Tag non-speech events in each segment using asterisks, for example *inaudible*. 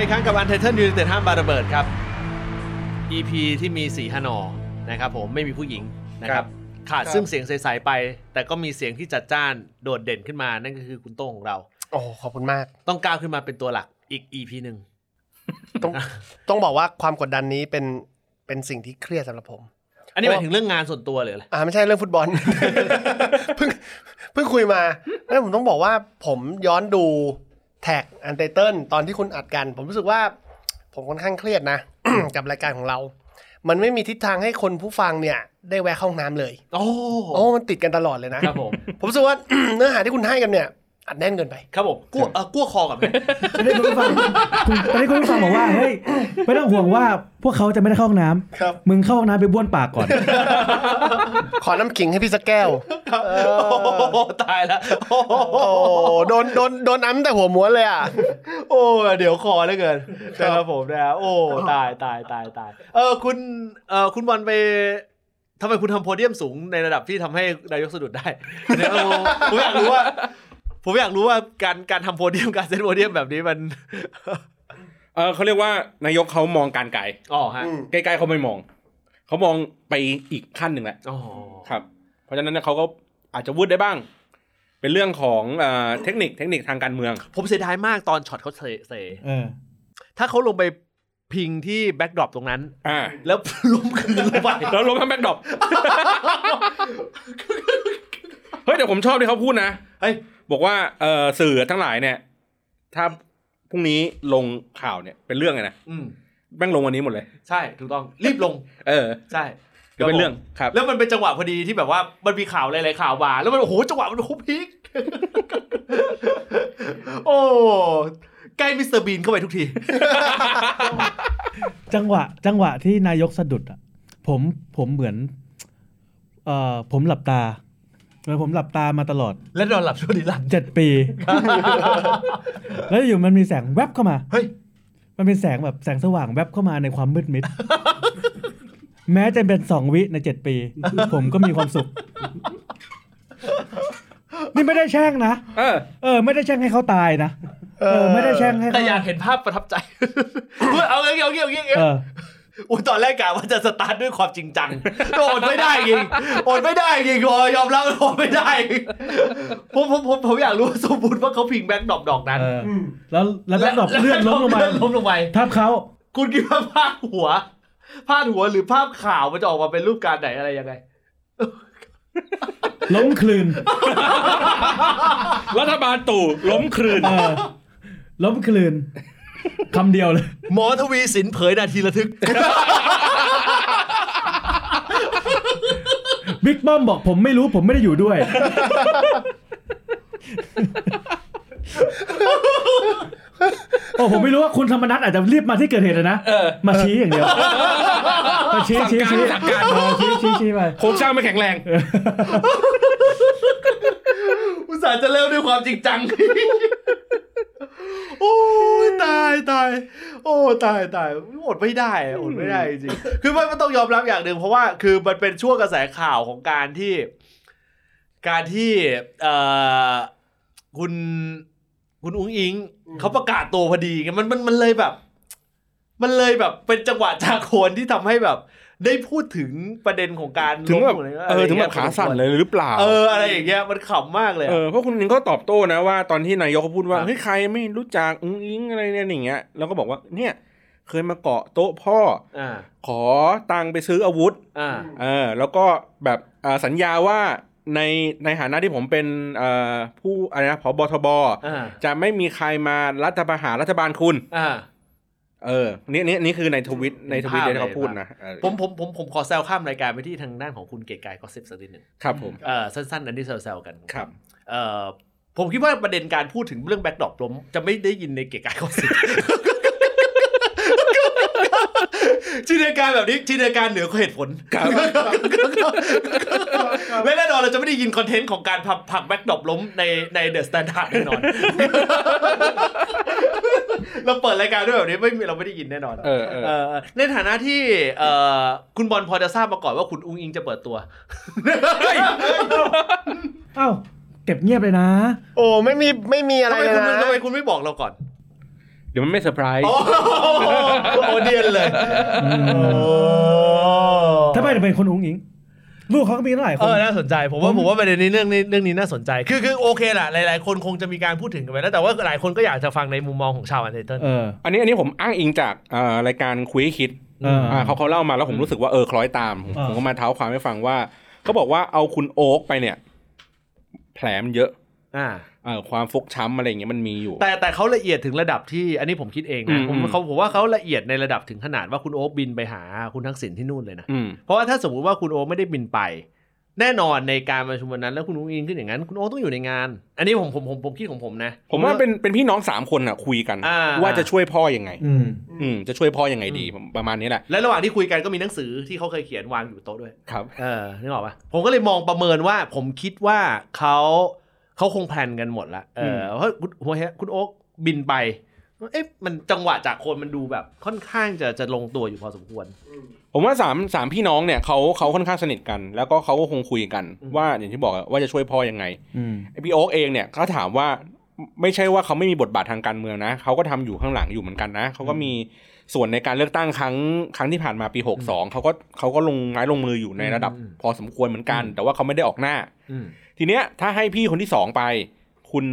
อีกครั้งกับอันเทเทิลยู t นเต็ดห้ามบาระเบิดครับ EP ที่มีสีฮานอนะครับผมไม่มีผู้หญิงนะครับ ขาดซึ่งเสียงใส ๆ ไป แต่ก็มีเสียงที่จัดจ้านโดดเด่นขึ้นมานั่นก็คือคุณโต้งของเรา โอ้โหขอบคุณมาก ต้องก้าวขึ้นมาเป็นตัวหลักอีก EP หนึ่ง ต้อง ต้องบอกว่าความกดดันนี้เป็นเป็นสิ่งที่เครียดสำหรับผม อันนี้หมายถึงเรื่องงานส่วนตัวเลยเหรอ อ่าไม่ใช่เรื่องฟุตบอล *laughs* เพิ่งเพิ่งคุยมาแล้วผมต้องบอกว่าผมย้อนดูแท็กอันเตเติลตอนที่คุณอัดกัน ผมรู้สึกว่า ผมค่อนข้างเครียดนะ *coughs* กับรายการของเรา มันไม่มีทิศทางให้คนผู้ฟังเนี่ย ได้แวะเข้าห้องน้ำเลย โอ้ โอ้มันติดกันตลอดเลยนะ ครับผม ผมรู้สึกว่า *coughs* เนื้อหาที่คุณให้กันเนี่ย อัดแน่นเกินไป ครับผมกั้วเอ่อกั้วคอกับแม่ ตอนนี้คุณผู้ฟังคุณตอนนี้คุณผู้ฟังบอกว่าเฮ้ยไม่ต้องห่วงว่าพวกเขาจะไม่ได้เข้าห้องน้ำ ครับ มึงเข้าห้องน้ำไปบ้วนปากก่อน ขอน้ำขิงให้พี่สักแก้ว โอ้โหตายแล้วโอ้โห โอ้โดนโดนโดนอ้ํแต่หัวม้วนเลยอ่ะ โอ้เดี๋ยวคอเหลือเกินนะครับผมนะฮะโอ้ตายตายตายตายเออคุณเออคุณบอลไปทำไมคุณทำโพเดียมสูงในระดับที่ทำให้นายกสะดุดได้ *laughs* เนี่ยเออผมอยากรู้ว่า ผมอยากรู้ว่าการการทำโพเดียม *laughs* การเซตโพเดียมแบบนี้มัน เออเขาเรียกว่านายกเขามองการไกล อ๋อฮะ อืม ใกล้ๆเขาไม่มอง เขามองไปอีกขั้นหนึ่งแหละ อ๋อ ครับ เพราะฉะนั้นเนยเขาก็อาจจะวุดได้บ้าง เป็นเรื่องของเอ่อเทคนิคเทคนิคทางการเมือง ผมเสียดายมากตอนช็อตเขาเซเซ เออ ถ้าเขาลงไปพิงที่แบ็กดรอปตรงนั้น อ่า แล้ว *laughs* ล้มคืนลงไป แล้วล้มทั้งแบ็กดรอป *laughs* เฮ้ยแต่ผมชอบที่เขาพูดนะ เฮ้ย บอกว่าเอ่อสื่อทั้งหลายเนี่ย ถ้าพรุ่งนี้ลงข่าวเนี่ยเป็นเรื่องไงนะ อืม แม่งลงวันนี้หมดเลย ใช่ถูกต้องรีบลง เออ ใช่ เดี๋ยวเป็นเรื่องครับ แล้วมันเป็นจังหวะพอดีที่แบบว่ามันมีข่าวหลายๆข่าวมาแล้วมันโอ้โหจังหวะมันโอ้โหพีค *laughs* โอ้ใกล้มิสเตอร์บีนเข้าไปทุกที จังหวะจังหวะที่นายกสะดุดอ่ะผมผมเหมือนเอ่อผมหลับตาเหมือนผมหลับตามาตลอด และนอนหลับชั่วนิรันดร์ เจ็ดปี แล้วอยู่มันมีแสงแวบเข้ามา เฮ้ย มันเป็นแสงแบบแสงสว่างแวบเข้ามาในความมืดมิด แม้จะเป็นสองวิในเจ็ดปี ผมก็มีความสุข นี่ไม่ได้แช่งนะ เออ เออ ไม่ได้แช่งให้เขาตายนะเออ ไม่ได้แช่งให้ แต่ เขา อยากเห็นภาพประทับใจ เฮ้ยเอาเงี้ยเอาเงี้ยเอาเงี้ยเอา เอ เงี้ย อ อุ้ยตอนแรกกะว่าจะสตาร์ทด้วยความจริงจังแต่อดไม่ได้จริงอดไม่ได้จริงโอ้ยยอมรับอดไม่ได้ผมผมผมผมอยากรู้ว่าสมบูรณ์ว่าเขาพิงแบงค์ดอกดอกนั้น เออ แล้วแล้วแบ็คดรอปเลื่อนล้มลงมา เลื่อนล้มลงไป ทับเขา คุณคิดว่าภาพหัว ภาพหัวหรือภาพข่าวมันจะออกมาเป็นรูปการไหนอะไรยังไง ล้มคลืน รัฐบาลตู่ล้มค *laughs* ลืน เออล้มคลืนคำเดียวเลย หมอทวีสินเผยนาทีระทึก บิ๊กป้อมบอกผมไม่รู้ผมไม่ได้อยู่ด้วย *laughs* โอ้ผมไม่รู้ว่าคุณธรรมนัฐอาจจะรีบมาที่เกิดเหตุเลยนะ เออ มาชี้อย่างเดียวมาชี้ชี้ชี้ สั่งการ เออชี้ชี้ชี้ไป โครงสร้างไม่แข็งแรง อุตส่าห์จะเริ่มด้วยความจริงจัง *laughs* โอ้ยตายตาย โอ้ตายตายอดไม่ได้อดไม่ได้จริงๆคือมันมันต้องยอมรับอย่างหนึ่งเพราะว่าคือมันเป็นช่วงกระแสข่าวของการที่ การที่เอ่อคุณคุณอุ้งอิงเขาประกาศตัวพอดีไงมันมันมันเลยแบบ มันเลยแบบเป็นจังหวะจากโคนที่ทำให้แบบ ได้พูดถึงประเด็นของการ ถึงแบบ ล้มอะไร เออถึงแบบ ะไร ขา ย่ย สั่นเลยหรือเปล่า เอออะไรอย่างเงี้ยมันขำมากเลยอะ เออเพราะคุณนิงก็ตอบโต้นะว่าตอนที่นายกเขาพูดว่า ครับ เฮ้ยใครไม่รู้จักอุ้งอิงอะไรเนี่ยอย่างเงี้ยแล้วก็บอกว่าเนี่ย เคยมาเกาะโต๊ะพ่อ อ่า ขอตังค์ไปซื้ออาวุธ อ่า เออแล้วก็แบบอ่าสัญญาว่าในในฐานะที่ผมเป็นเอ่อผู้อะไรนะผบทบ อ่า จะไม่มีใครมารัฐประหารรัฐบาลคุณ อ่า เออนี่นี่นี่คือในทวิตในทวิต ภาพ ที่เขาพูดนะเออ ผมผมผมผมขอแซวข้ามรายการไปที่ทางด้านของคุณเก๋ไก่ก็เซฟสักนิดหนึ่ง ครับผม เอ่อสั้นๆ อันที่แซวๆกัน ครับ เอ่อผมคิดว่าประเด็นการพูดถึงเรื่องแบ็กดรอปล้มจะไม่ได้ยินในเก๋ไก่ก็เซ *laughs* ฟจินตนาการแบบนี้จินตนาการเหนือกว่าเหตุผลและแน่นอนเรา *laughs* จะไม่ได้ยินคอนเทนต์ของการผลักผลักแบ็กดรอปล้มในในเดอะสแตนดาร์ดแน่นอน *laughs* เราเปิดรายการด้วยแบบนี้ไม่มีเราไม่ได้ยินแน่นอน เออเออ เอ่อในฐานะที่เอ่อคุณบอลพอจะทราบมาก่อนว่าคุณอุ้งอิงจะเปิดตัว เอ้าเก็บเงียบเลยนะ โอ้ไม่มีไม่มีอะไร ทำไมคุณเลยนะ ทำไมคุณไม่บอกเราก่อน ดี๋ยวมันไม่เซอร์ไพรส์ โอ้โหโอเดียนเลย อืม โอ้ ถ้าไม่ได้เป็นคนอุ้งอิง ลูกเขาก็มีตั้งหลายค เอน อ น่าสนใจ ผมว่า ผมว่าประเด็นนี้เรื่องนี้เรื่องนี้น่าสนใจ คือ คือ โอเคแหละหลาย ๆ คนคงจะมีการพูดถึงกันไปแล้ว แต่ว่าหลายคนก็อยากจะฟังในมุมมองของชาวอันเดอร์เทน เออ อันนี้อันนี้ผมอ้างอิงจากเอ่อรายการคุยให้คิด เอออ่ าเขาเขาเล่ามาแล้วผมรู้สึกว่าเออคล้อยตามผม อ่า ผมก็มาเท้าความให้ฟังว่าเขาบอกว่าเอาคุณโอ๊กไปเนี่ย แผลมันเยอะ อ่า เอ่อความฟกช้ำอะไรอย่างเงี้ยมันมีอยู่ แต่แต่เขาละเอียดถึงระดับที่อันนี้ผมคิดเองนะ อืม ผมเขาผมว่าเขาละเอียดในระดับถึงขนาดว่าคุณโอ๊คบินไปหาคุณทักษิณที่นู่นเลยนะ อืม เพราะว่าถ้าสมมุติว่าคุณโอ๊คไม่ได้บินไป แน่นอนในการประชุมวันนั้น แล้วคุณอุ้งอิงขึ้นอย่างนั้น คุณโอ๊คต้องอยู่ในงาน อันนี้ผมผมผมผมคิดของผมนะ ผมว่าเป็นเป็นพี่น้องสามคนอ่ะคุยกัน อ่า ว่าจะช่วยพ่อยังไง อืม อืมจะช่วยพ่อยังไงดีผมประมาณนี้แหละ และระหว่างที่คุยกันก็มีหนังสือที่เขาเคยเขียนวางอยู่โต๊ะด้วย ครับ เออนึกออกปะผมก็เลยมองประเมินว่า ผมคิดว่าเขาเขาคงแพลนกันหมดละเออเพราะคุณหัวเฮะคุณโอ๊คบินไป เอ๊ะมันจังหวะจากคนมันดูแบบค่อนข้างจะจะลงตัวอยู่พอสมควร ผมว่าสามสามพี่น้องเนี่ยเขาเขาค่อนข้างสนิทกัน แล้วก็เขาก็คงคุยกัน ว่าอย่างที่บอกอะว่าจะช่วยพ่อยังไง อืม ไอ้พี่โอ๊กเองเนี่ยเขาถามว่าไม่ใช่ว่าเขาไม่มีบทบาททางการเมืองนะเขาก็ทำอยู่ข้างหลังอยู่เหมือนกันนะเขาก็มีส่วนในการเลือกตั้งครั้งครั้งที่ผ่านมาปี 62เขาก็เขาก็ลงไม้ลงมืออยู่ในระดับ อืม พอสมควรเหมือนกัน แต่ว่าเขาไม่ได้ออกหน้า อืม ทีเนี้ยถ้าให้พี่คนที่สองไป คุณ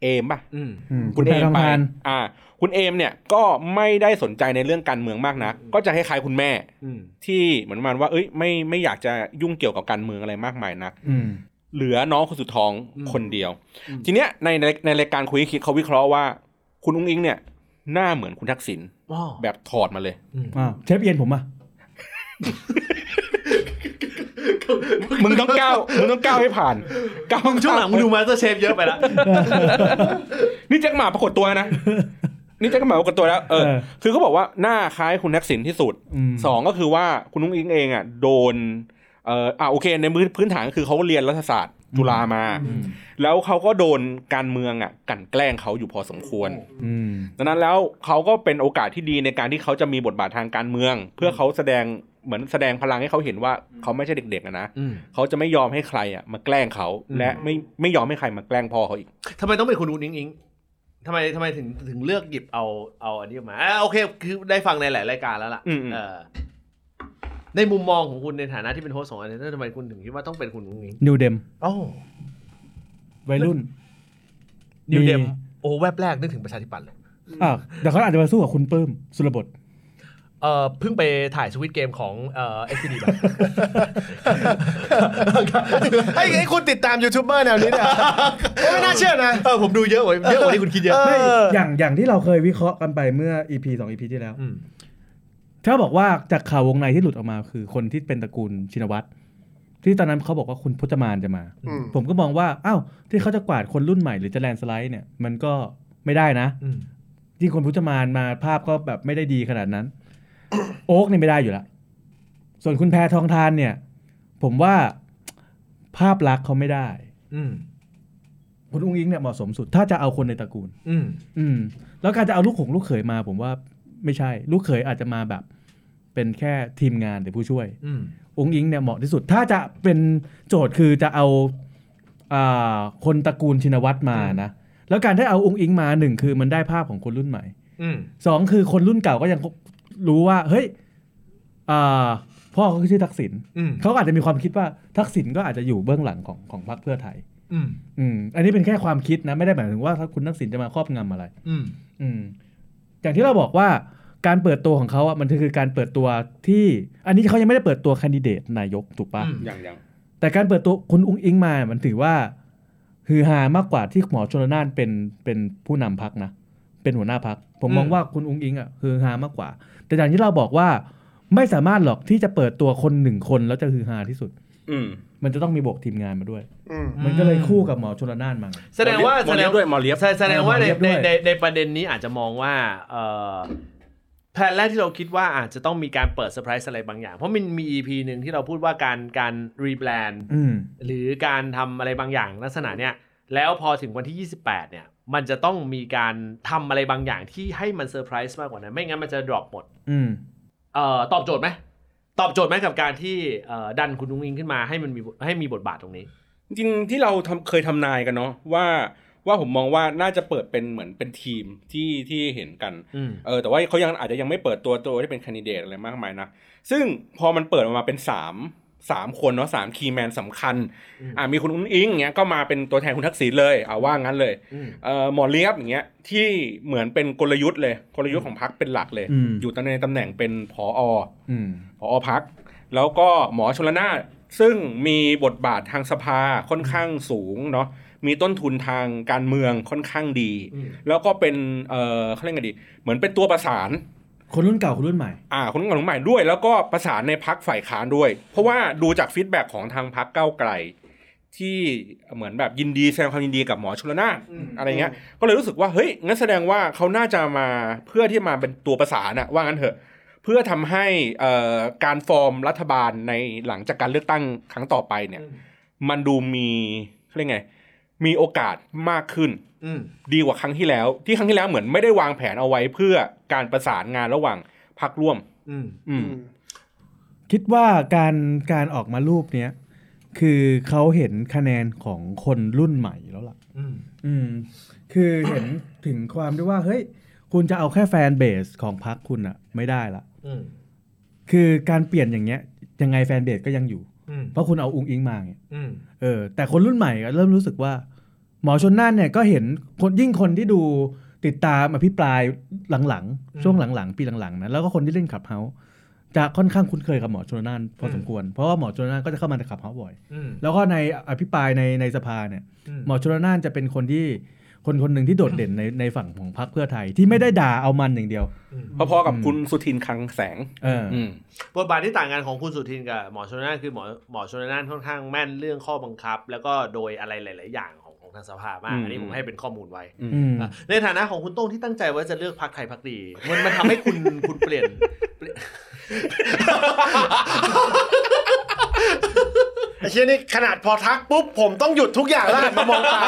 เอมป่ะ อืม อืม คุณแพรทองทาน อ่า คุณเอมเนี่ยก็ไม่ได้สนใจในเรื่องการเมืองมากนะ ก็จะคล้ายๆคุณแม่ อืม ที่เหมือนประมันว่า เอ้ย ไม่ ไม่อยากจะยุ่งเกี่ยวกับการเมืองอะไรมากมายนัก อืม เหลือน้องคนสุดท้อง อืม คนเดียว อืม ทีเนี้ยในในในรายการคุยให้คิดเขาวิเคราะห์ว่า คุณอุ้งอิงเนี่ย หน้าเหมือนคุณทักษิณ อ๋อ แบบถอดมาเลย อ้าวเชฟเอียนผมอ่ะ มึงต้องก้าว มึงต้องก้าวให้ผ่าน ก้าว ช่วงหลังมึงดูมาสเตอร์เชฟเยอะไปละ นี่แจ็คหมาปรากฏตัวนะ นี่แจ็คหมาปรากฏตัวแล้ว เออ เออ คือเขาบอกว่าหน้าคล้ายคุณทักษิณที่สุด ม สองก็คือว่าคุณนุ้งอิงเองอ่ะโดนเอ่ออ่ะโอเคในพื้นพื้นฐานก็คือเขาเรียนรัฐศาสตร์จุฬามา อืม แล้วเขาก็โดนการเมืองอ่ะกลันแกล้งเขาอยู่พอสมควร อืม ดังนั้นแล้วเขาก็เป็นโอกาสที่ดีในการที่เขาจะมีบทบาททางการเมือง เพื่อเขาแสดงเหมือนแสดงพลังให้เขาเห็นว่าเขาไม่ใช่เด็กๆอะนะ อืม เขาจะไม่ยอมให้ใครอ่ะมาแกล้งเขา อืม และไม่ไม่ยอมให้ใครมาแกล้งพ่อเขาอีก ทำไมต้องเป็นคุณอุ้งอิงอิงทำไมทำไมถึงถึงเลือกหยิบเอาเอาอันนี้ออกมาอ่ะโอเค คือได้ฟังในหลายรายการแล้วล่ะ อืมอืม เออในมุมมองของคุณในฐานะที่เป็นโฮสต์ของอันนี้ทำไมคุณถึงคิดว่าต้องเป็นคุณอุ้งอิง นิวเดม อ๋อ วัยรุ่น นิวเดมโอ้แวบแรกนึกถึงประชาธิปัตย์เลย อ่ะแต่เขาอาจจะมาสู้กับคุณปื้ม สุรบด เอ่อเพิ่งไปถ่ายสวิตเกมของเอ่อเอ็กซ์ดีมา ไอ้ไอ้คุณติดตามยูทูบเบอร์แนวนี้เนี่ยไม่น่าเชื่อนะ เออผมดูเยอะกว่าเยอะกว่าที่คุณคิดเยอะ เอ ไม่ อ อย่างอย่างที่เราเคยวิเคราะห์กันไปเมื่อ EP สอง EP ที่แล้ว อืม ถ้าบอกว่าจากข่าววงในที่หลุดออกมาคือคนที่เป็นตระกูลชินวัตรที่ตอนนั้นเขาบอกว่าคุณพจมานจะมา อืม ผมก็มองว่าอ้าวที่เขาจะกวาดคนรุ่นใหม่หรือจะแลนด์สไลด์เนี่ย มันก็ไม่ได้นะ อืม ยิ่งคนพุทธมานมาภาพก็แบบไม่ได้ดีขนาดนั้น โอ๊กเนี่ยไม่ได้อยู่ละส่วนคุณแพทองทานเนี่ย ผมว่าภาพลักษณ์เขาไม่ได้ อืม คุณอุ้งอิงเนี่ยเหมาะสมสุด ถ้าจะเอาคนในตระกูล อืม อืม แล้วการจะเอาลูกของลูกเขยมา ผมว่าไม่ใช่ ลูกเขยอาจจะมาแบบ เป็นแค่ทีมงานหรือผู้ช่วย อืม อุ้งอิงเนี่ยเหมาะที่สุด ถ้าจะเป็นโจทย์คือจะเอาอ่าคนตระกูลชินวัตรมานะ แล้วการได้เอาอุ้งอิงมาหนึ่งคือมันได้ภาพของคนรุ่นใหม่ อืม สองคือคนรุ่นเก่าก็ยังรู้ว่า เฮ้ยอ่าพ่อเขาชื่อทักษิณ อืม เขาอาจจะมีความคิดว่าทักษิณก็อาจจะอยู่เบื้องหลังของของพรรคเพื่อไทย อืม อืม อันนี้เป็นแค่ความคิดนะ ไม่ได้หมายถึงว่าถ้าคุณทักษิณจะมาครอบงำอะไร อืม อืม อย่างที่เราบอกว่าการเปิดตัวของเขาอ่ะมันคือการเปิดตัวที่ อันนี้เขายังไม่ได้เปิดตัวแคนดิเดตนายกถูกปะ อย่างอย่าง แต่การเปิดตัวคุณอุ้งอิงมามันถือว่าฮือฮามากกว่าที่หมอชนละนานเป็นเป็นผู้นำพักนะ เป็นหัวหน้าพัก ผมมองว่าคุณอุ้งอิงอ่ะฮือฮามากกว่า แต่อย่างที่เราบอกว่าไม่สามารถหรอกที่จะเปิดตัวคนหนึ่งคนแล้วจะฮือฮาที่สุด อืม มันจะต้องมีบวกทีมงานมาด้วย อืม มันก็เลยคู่กับหมอชนละนานมา แสดงว่า หม แส อ ด เลีย ง บด้วยหมอเลียบ แสแสดงว่าใน เออหมอเรียบด้ ใน วย ในในประเด็นนี้อาจจะมองว่าเอ่อแผนแรกที่เราคิดว่าอาจจะต้องมีการเปิดเซอร์ไพรส์อะไรบางอย่าง เพราะมันมี EP หนึ่งที่เราพูดว่าการการรีแบรน *laughs* ด์ อืม หรือการทำอะไรบางอย่างลักษณะเนี้ยแล้วพอถึงวันที่ 28 เนี่ย มันจะต้องมีการทำอะไรบางอย่างที่ให้มันเซอร์ไพรส์มากกว่านั้น ไม่งั้นมันจะดรอปหมด อืม เอ่อตอบโจทย์ไหมตอบโจทย์ไหมกับการที่เอ่อดันคุณนุ้งอิงขึ้นมาให้มันมีให้มีบทบาทตรงนี้ จริงๆที่เราทำเคยทำนายกันเนาะว่า ว่าผมมองว่าน่าจะเปิดเป็นเหมือนเป็นทีมที่ที่เห็นกัน อืม เออแต่ว่าเขายังอาจจะยังไม่เปิดตัวตัวที่เป็นแคนดิเดตอะไรมากมายนะ ซึ่งพอมันเปิดออกมาเป็นสามสามคนเนาะสามคีย์แมนสำคัญ อืม อ่ามีคุณอุ้งอิงเงี้ยก็มาเป็นตัวแทนคุณทักษิณเลยเอาว่างั้นเลย อืม เอ่อหมอเลียบอย่างเงี้ยที่เหมือนเป็นกลยุทธ์เลยกลยุทธ์ของพรรคเป็นหลักเลย อืม อยู่ตำแหน่งตำแหน่งเป็นผออ อืม ผอพัก แล้วก็หมอชลนาซึ่งมีบทบาททางสภาค่อนข้างสูงเนาะมีต้นทุนทางการเมืองค่อนข้างดี อืม แล้วก็เป็นเออเขาเรียกไงดีเหมือนเป็นตัวประสาน คนรุ่นเก่าคนรุ่นใหม่ อ่าคนรุ่นใหม่ด้วยแล้วก็ประสานในพักฝ่ายค้านด้วย เพราะว่าดูจากฟีดแบ็กของทางพักเก้าวไกล ที่เหมือนแบบยินดีแสดงความยินดีกับหมอชลนานอะไรเงี้ย ก็เลยรู้สึกว่าเฮ้ยงั้นแสดงว่าเขาน่าจะมาเพื่อที่มาเป็นตัวประสานอะว่างั้นเถอะ เพื่อทำให้เอ่อการฟอร์มรัฐบาลในหลังจากการเลือกตั้งครั้งต่อไปเนี่ย มันดูมีเขาเรียกไง มีโอกาสมากขึ้น อืม ดีกว่าครั้งที่แล้ว ที่ครั้งที่แล้วเหมือนไม่ได้วางแผนเอาไว้เพื่อการประสานงานระหว่างพักร่วม อืม อืม คิดว่าการการออกมารูปเนี้ยคือเขาเห็นคะแนนของคนรุ่นใหม่แล้วล่ะ อืม อืม คือเห็น ถึงความด้วยว่าเฮ้ย คุณจะเอาแค่แฟนเบสของพรรคคุณอะไม่ได้ละ อืม คือการเปลี่ยนอย่างเงี้ย ยังไงแฟนเบสก็ยังอยู่ อืม เพราะคุณเอาอุงอิงมาเงี้ย อืม เออแต่คนรุ่นใหม่ก็เริ่มรู้สึกว่า หมอชนน่านเนี่ยก็เห็นคนยิ่งคนที่ดูติดตามอภิปรายหลัง อืม ๆ ช่วงหลังๆ ปีหลังๆนะแล้วก็คนที่เล่นขับเฮาจะค่อนข้างคุ้นเคยกับหมอชนน่านพอสมควร เพราะว่าหมอชนน่านก็จะเข้ามาในขับเฮาบ่อย อืม แล้วก็ในอภิปรายในในสภาเนี่ย อืม หมอชลน่านจะเป็นคนที่คนคนหนึ่งที่โดดเด่นในในฝั่งของพรรคเพื่อไทยที่ไม่ได้ด่าเอามันอย่างเดียว พอๆกับคุณสุทินคลังแสง เอออ ม บทบาทที่ต่างกันของคุณสุทินกับหมอชนน่านคือหมอหมอชนน่านค่อนข้างแม่นเรื่องข้อบังคับ แล้วก็โดยอะไรหลาย ๆ อย่างของของทางสภามาก อันนี้ผมให้เป็นข้อมูลไว้ อืม ในฐานะของคุณโต้งที่ตั้งใจว่าจะเลือกพักไทยพักดี มันมันทำให้คุณ คุณเปลี่ยนเปลี่ยน ไอ้เชี่ยนี่ขนาดพอทักปุ๊บผมต้องหยุดทุกอย่างแล้วหันมามองตา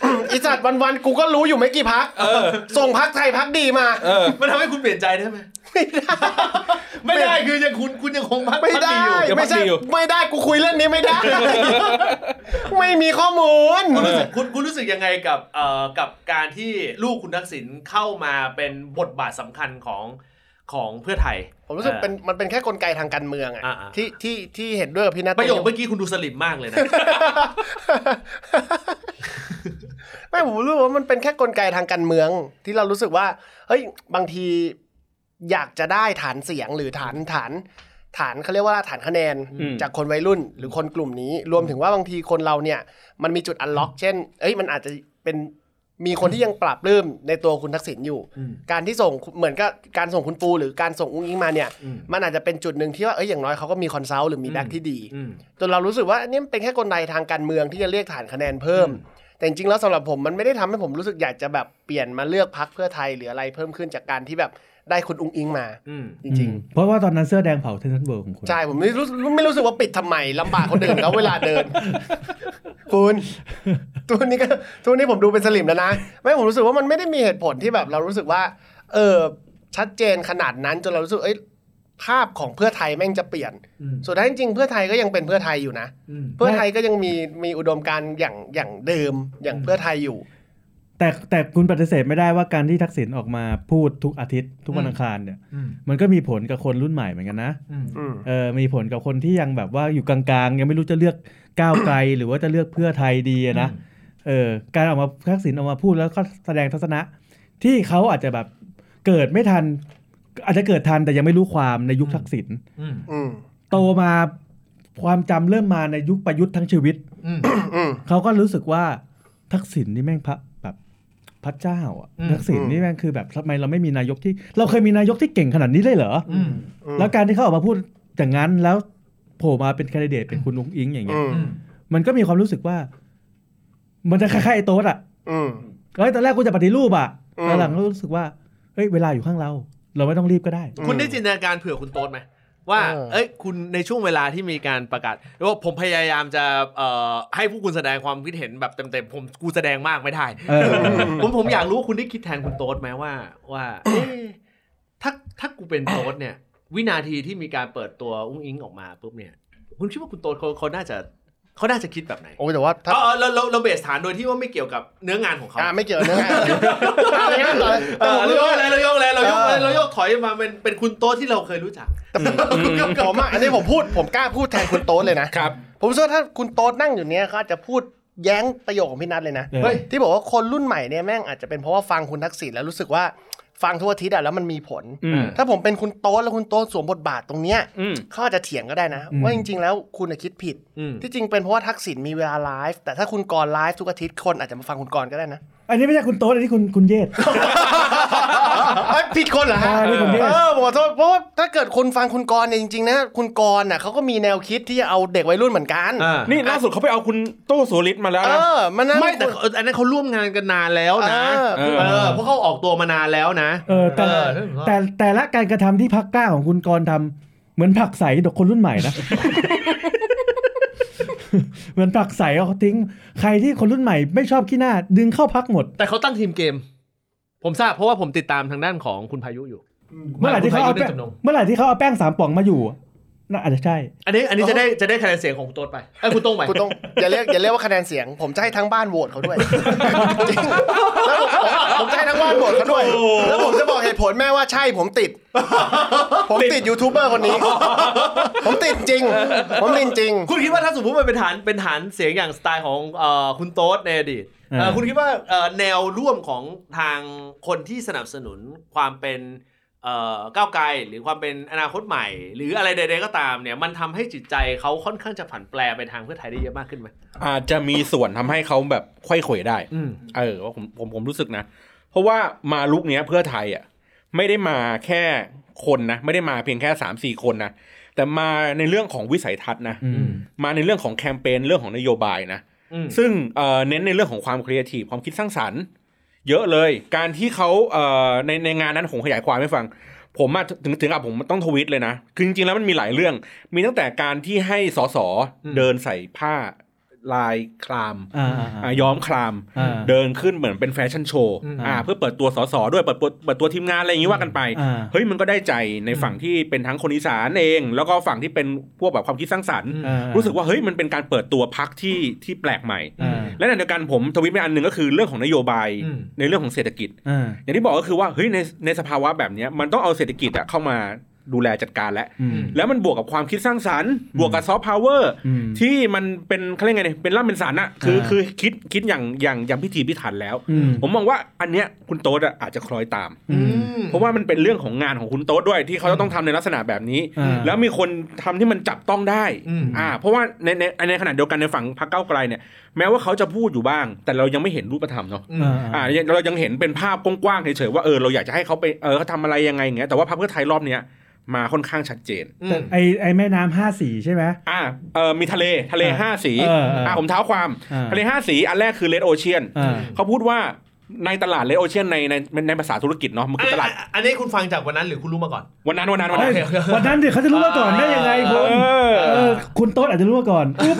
ไอีสัตว์วันๆกูก็รู้อยู่ไม่กี่พักส่งพักไทยพักดีมา เออ มันทำให้คุณเปลี่ยนใจได้ไหม *laughs* ไม่ได้ ไม่ได้คือยังคุณคุณยังคงพัก ไม่ได้ พักอยู่ เดี๋ยวพั ไม่ กดี ใช่ อยู่ ไม่ได้กูคุยเรื่องนี้ไม่ได้ ไม่มีข้อมูล คุณรู้สึกคุณคุณรู้สึกยังไงกับเอ่อกับการที่ลูกคุณทักษิณเข้ามาเป็นบทบาทสำคัญของของเพื่อไทย ผมรู้สึกเป็นมันเป็นแค่กลไกทางการเมืองอะ อ่าๆ ที่ที่ที่เห็นด้วยกับพี่นัท ประโยคเมื่อกี้คุณดูสลิมมากเลย *laughs* นะ *laughs* ไม่ผมรู้สึกว่ามันเป็นแค่กลไกทางการเมือง ที่เรารู้สึกว่าเฮ้ยบางทีอยากจะได้ฐานเสียงหรือฐานฐาน ฐานเขาเรียกว่าฐานคะแนน อืม จากคนวัยรุ่นหรือคนกลุ่มนี้ รวมถึงว่าบางทีคนเราเนี่ย มันมีจุดอันล็อก เช่น เอ้ยมันอาจจะเป็นมีคนที่ยังปราบรื้มในตัวคุณทักษิณอยู่ การที่ส่งเหมือนกับการส่งคุณปูหรือการส่งอุ้งอิงมาเนี่ย อืม มันอาจจะเป็นจุดหนึ่งที่ว่าเอ้ยอย่างน้อยเขาก็มีคอนซัลท์หรือมีแบ็กที่ดี อืม จนเรารู้สึกว่าอันนี่เป็นแค่กลไกทางการเมืองที่จะเรียกฐานคะแนนเพิ่ม แต่จริงๆแล้วสำหรับผมมันไม่ได้ทำให้ผมรู้สึกอยากจะแบบเปลี่ยนมาเลือกพักเพื่อไทยหรืออะไรเพิ่มขึ้นจากการที่แบบได้คุณอุ้งอิงมา อืม จริง เพราะว่าตอนนั้นเสื้อแดงเผาเทนนิสเวิร์ของคุณ ๆ ใช่ผมไม่รู้ไม่รู้สึกว่าปิดทำไมลำบากคนอื่นเขาเวลาเดิน คุณตัวนี้ก็ตัวนี้ผมดูเป็นสลิมแล้วนะไม่ผมรู้สึกว่ามันไม่ได้มีเหตุผลที่แบบเรารู้สึกว่า เออชัดเจนขนาดนั้นจนเรารู้สึกเอ้ยภาพของเพื่อไทยแม่งจะเปลี่ยน อืม สุดท้ายจริงๆเพื่อไทยก็ยังเป็นเพื่อไทยอยู่นะ อืม เพื่อไทยก็ยังมีมีอุดมการณ์อย่างอย่างเดิมอย่างเพื่อไทยอยู่ แต่แต่คุณปฏิเสธไม่ได้ว่าการที่ทักษิณออกมาพูดทุกอาทิตย์ทุกวัน อืม อังคารเนี่ย อืม มันก็มีผลกับคนรุ่นใหม่เหมือนกันนะ อืม อืม เออมีผลกับคนที่ยังแบบว่าอยู่กลางๆ ยังไม่รู้จะเลือกก้าวไกล หรือว่าจะเลือกเพื่อไทยดีอะนะ อืม เออการออกมาทักษิณออกมาพูดแล้วก็แสดงทัศนะ ที่เขาอาจจะแบบเกิดไม่ทัน อาจจะเกิดทันแต่ยังไม่รู้ความในยุคทักษิณ อืม อืม โตมาความจำเริ่มมาในยุคประยุทธ์ทั้งชีวิต อืม อืม เขาก็รู้สึกว่าทักษิณนี่แม่งพระแบบพระเจ้าอ่ะ อืม ทักษิณนี่แม่งคือแบบทำไมเราไม่มีนายกที่ เราเคยมีนายกที่เก่งขนาดนี้ได้เหรอ อืม อืม แล้วการที่เขาออกมาพูดอย่างนั้นแล้วโผล่มาเป็นแคนดิเดตเป็นคุณอุ้งอิงอย่างเงี้ อื ย ม อืม มันก็มีความรู้สึกว่า มันจะคล้ายๆไอ้โต๊ดอ่ะ อืม เฮ้ยตอนแรกกูจะปฏิรูปอ่ะ อืม ตอนหลังก็รู้สึกว่าเฮ้ยเวลาอยู่ข้างเรา เราไม่ต้องรีบก็ได้ คุณได้จินตนาการเผื่อคุณโต๊ดไหมว่า เออ เอ้ยคุณในช่วงเวลาที่มีการประกาศว่าผมพยายามจะเอ่อให้ผู้คุณแสดงความคิดเห็นแบบเต็มๆผมกูแสดงมากไม่ได้ เออ ผมผมอยากรู้ว่าคุณได้คิดแทนคุณโต๊ดไหมว่า ว่าเอ๊ะถ้าถ้ากูเป็นโต๊ดเนี่ย วินาทีที่มีการเปิดตัวอุ้งอิงออกมาปุ๊บเนี่ย คุณคิดว่าคุณโต๊ดเขาเขาน่าจะ เขาน่าจะคิดแบบไหน โอ้ยแต่ว่าถ้า อ๋อเราเราเราเบสฐานโดยที่ว่าไม่เกี่ยวกับเนื้องานของเขา อ่าไม่เกี่ยวเนื้อหา *laughs* อะไรงั้นต่อเลย เอ แต่ผ อ ม เรา รู้ ยก ว่า อะไรเรายกอะไรเรายกอะไร เออ เรายกถอยมาเป็นเป็นคุณโต๊ะที่เราเคยรู้จัก ผมอ่ะอันนี้ผมพูดผมกล้าพูดแทนคุณโต๊ดเลยนะครับ ผมเชื่อว่าถ้าคุณโต๊ดนั่งอยู่เนี้ยเขาอาจจะพูดแย้งประโยคของพี่นัทเลยนะ เออ เฮ้ยที่บอกว่าคนรุ่นใหม่เนี่ยแม่งอาจจะเป็นเพราะว่าฟังคุณทักษิณแล้วรู้สึกว่าฟังทั่วอาทิตย์อะแล้วมันมีผล อืม ถ้าผมเป็นคุณโต๊ดแล้วคุณโต๊ดสวมบทบาทตรงเนี้ย อืม เขาอาจจะเถียงก็ได้นะ อืม ว่าจริง ๆ แล้วคุณน่ะคิดผิด ที่จริงเป็นเพราะว่าทักษิณมีเวลาไลฟ์แต่ถ้าคุณกรณ์ไลฟ์ทุกอาทิตย์คนอาจจะมาฟังคุณกรณ์ก็ได้นะ อันนี้ไม่ใช่คุณโต๊ดอันนี้คุณคุณเยศ เอ้ย *laughs* ผิดคนเหรอฮะ อ่าผิดคนผิดคน เออผมขอโทษเพราะว่าถ้าเกิดคนฟังคุณกรณ์เนี่ยจริงๆนะคุณกรณ์น่ะเขาก็มีแนวคิดที่จะเอาเด็กวัยรุ่นเหมือนกัน นี่ล่าสุดเขาไปเอาคุณโต้โสลิดมาแล้ว เอ นะ อมันนั่น ไม่แต่เขาอันนั้นเขาร่วมงานกันนานแล้วนะ เออ เออเพราะเขาออกตัวมานานแล้วนะ เออแต่ เออ แต่แต่ละการกระทำที่พักกล้าของคุณกรณ์ทำเหมือนผลักใสดอกคนรุ่นใหม่นะ เหมือนผลักใสเอาเขาทิ้ง ใครที่คนรุ่นใหม่ไม่ชอบขี้หน้า ดึงเข้าพักหมด แต่เขาตั้งทีมเกม ผมทราบเพราะว่าผมติดตามทางด้านของคุณพายุอยู่ เมื่อไหร่ที่เขาเอา คุณพ แป้งยุจำนง เมื่อไหร่ที่เขาเอาแป้งสามป่องมาอยู่น่าอาจจะใช่ อันนี้อันนี้จะได้จะได้คะแนนเสียงของคุณโต๊ดไปไอ้ยคุณโต้งไป คุณต้องอย่าเรียกอย่าเรียกว่าคะแนนเสียง ผมจะให้ทั้งบ้านโหวตเขา *laughs* ด้วยจริงแล้วผมผมผมจะให้ทั้งบ้านโหวตเขาด้วย แล้วผมจะบอกเหตุผลแม่ว่าใช่ผมติด ผมติดยูทูบเบอร์คน *laughs* นี้ ผมติดจริง ผมติดจริง คุณคิดว่าถ้าสมมติมันเป็นฐานเป็นฐานเสียงอย่างสไตล์ของเอ่อคุณโต๊ดในอดีตเอ่อ เออ คุณคิดว่าเอ่อแนวร่วมของทางคนที่สนับสนุนความเป็นเอ่อก้าวไกลหรือความเป็นอนาคตใหม่ หรืออะไรใด ๆก็ตามเนี่ยมันทำให้จิตใจเขาค่อนข้างจะผันแปรไปทางเพื่อไทยได้เยอะมากขึ้นไหม อาจจะมีส่วนทำให้เขาแบบไขว้เขวได้ อืม เออว่าผมผมผมรู้สึกนะ เพราะว่ามาลุกเนี้ยเพื่อไทยอ่ะไม่ได้มาแค่คนนะ ไม่ได้มาเพียงแค่สามสี่คนนะ แต่มาในเรื่องของวิสัยทัศน์นะ อืม มาในเรื่องของแคมเปญเรื่องของนโยบายนะ อืม ซึ่งเอ่อเน้นในเรื่องของความครีเอทีฟความคิดสร้างสรรค์ เยอะเลยการที่เขาเอ่อในในงานนั้นผมขยายความให้ฟัง ผมอะถึงถึงกับผมต้องทวิตเลยนะ คือจริงๆแล้วมันมีหลายเรื่อง มีตั้งแต่การที่ให้สส อืม เดินใส่ผ้าลายคลาม อ่าอ่า อ่ะ อ่า ย้อมคลาม อ่า เดินขึ้นเหมือนเป็นแฟชั่นโชว์ อืม อ่าเพื่อเปิดตัวสสด้วยเปิดตัวเปิดตัวทีมงานอะไรอย่างนี้ว่ากันไป อ่า เฮ้ยมันก็ได้ใจในฝั่งที่เป็นทั้งคนอีสานเอง แล้วก็ฝั่งที่เป็นพวกแบบความคิดสร้างสรรค์ อ่ รู้สึกว่าเฮ้ยมันเป็นการเปิดตัวพักที่ที่แปลกใหม่ อ่า และในเดียวกันผมทวิตไปอันหนึ่งก็คือเรื่องของนโยบาย อืม ในเรื่องของเศรษฐกิจ อ่า อย่างที่บอกก็คือว่าเฮ้ยในในสภาวะแบบเนี้ยมันต้องเอาเศรษฐกิจอะเข้ามาดูแลจัดการแล้ว อืม แล้วมันบวกกับความคิดสร้างสรรค์ บวกกับซอฟต์พาวเวอร์ อืม ที่มันเป็นเขาเรียกไงเนี่ยเป็นร่ำเป็นสารอะคืออา คือคิดคิดอย่างอย่างอย่างพิธีพิถันแล้ว อืม ผมมองว่าอันเนี้ยคุณโต๊ดอะอาจจะคล้อยตาม อืม เพราะว่ามันเป็นเรื่องของงานของคุณโต๊ดด้วยที่เขาจะต้องทำในลักษณะแบบนี้ อ่า แล้วมีคนทำที่มันจับต้องได้ อืม อ่า เพราะว่าในในในขณะเดียวกันในฝั่งพรรคก้าวไกลเนี่ยแม้ว่าเขาจะพูดอยู่บ้าง แต่เรายังไม่เห็นรูปธรรมเนาะ อ่า อ่า อ่า ยังเรายังเห็นเป็นภาพกว้างๆเฉยๆว่าเออเราอยากจะให้เขาไปเออเขาทำอะไรยังไงอย่างเงี้ยแต่ว่าพรรคเพื่อไทยรอบเนี้ยมาค่อนข้างชัดเจน อืม แต่ไอไอแม่น้ำห้าสีใช่ไหม อ่าเออมีทะเลทะเล อ่า ห้าสี เออเอออ่ ะผมเท้าความ อ่า ทะเลห้าสีอันแรกคือเลดโอเชียน อ่า เขาพูดว่าในตลาดเลดโอเชียนในในในภาษาธุรกิจเนาะมันคือตลาด อันนี้อันนี้คุณฟังจากวันนั้นหรือคุณรู้มาก่อน วันนั้นวันนั้นวันนั้น เอ้ยวันนั้นเดี๋ยวเขาจะรู้มาก่อนได้ยังไงคุณ เออ เออคุณโต๊ดอาจจะรู้มาก่อนอุ๊บ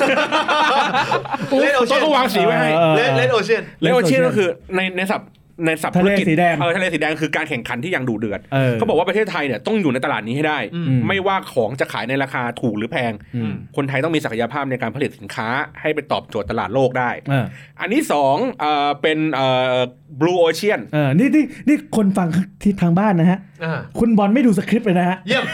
Red ต้น Ocean ก็วางสีไว้ให้ เออ Red- Red Ocean เลโอเชียนก็คือในในศัพท์ในศัพท์ ทะ ธุ เล รกิจ สีแดง เออทะเลสีแดงคือการแข่งขันที่ยังดุเดือด เออ เขาบอกว่าประเทศไทยเนี่ยต้องอยู่ในตลาดนี้ให้ได้ อืม ไม่ว่าของจะขายในราคาถูกหรือแพง อืม คนไทยต้องมีศักยภาพในการผลิตสินค้าให้ไปตอบโจทย์ตลาดโลกได้ เออ อันที่สองเอ่อเป็นเอ่อบลูโอเชียน เออนี่นี่นี่คนฟังที่ทางบ้านนะฮะ อ่า คุณบอลไม่ดูสคริปต์เลยนะฮะ เยี่ยม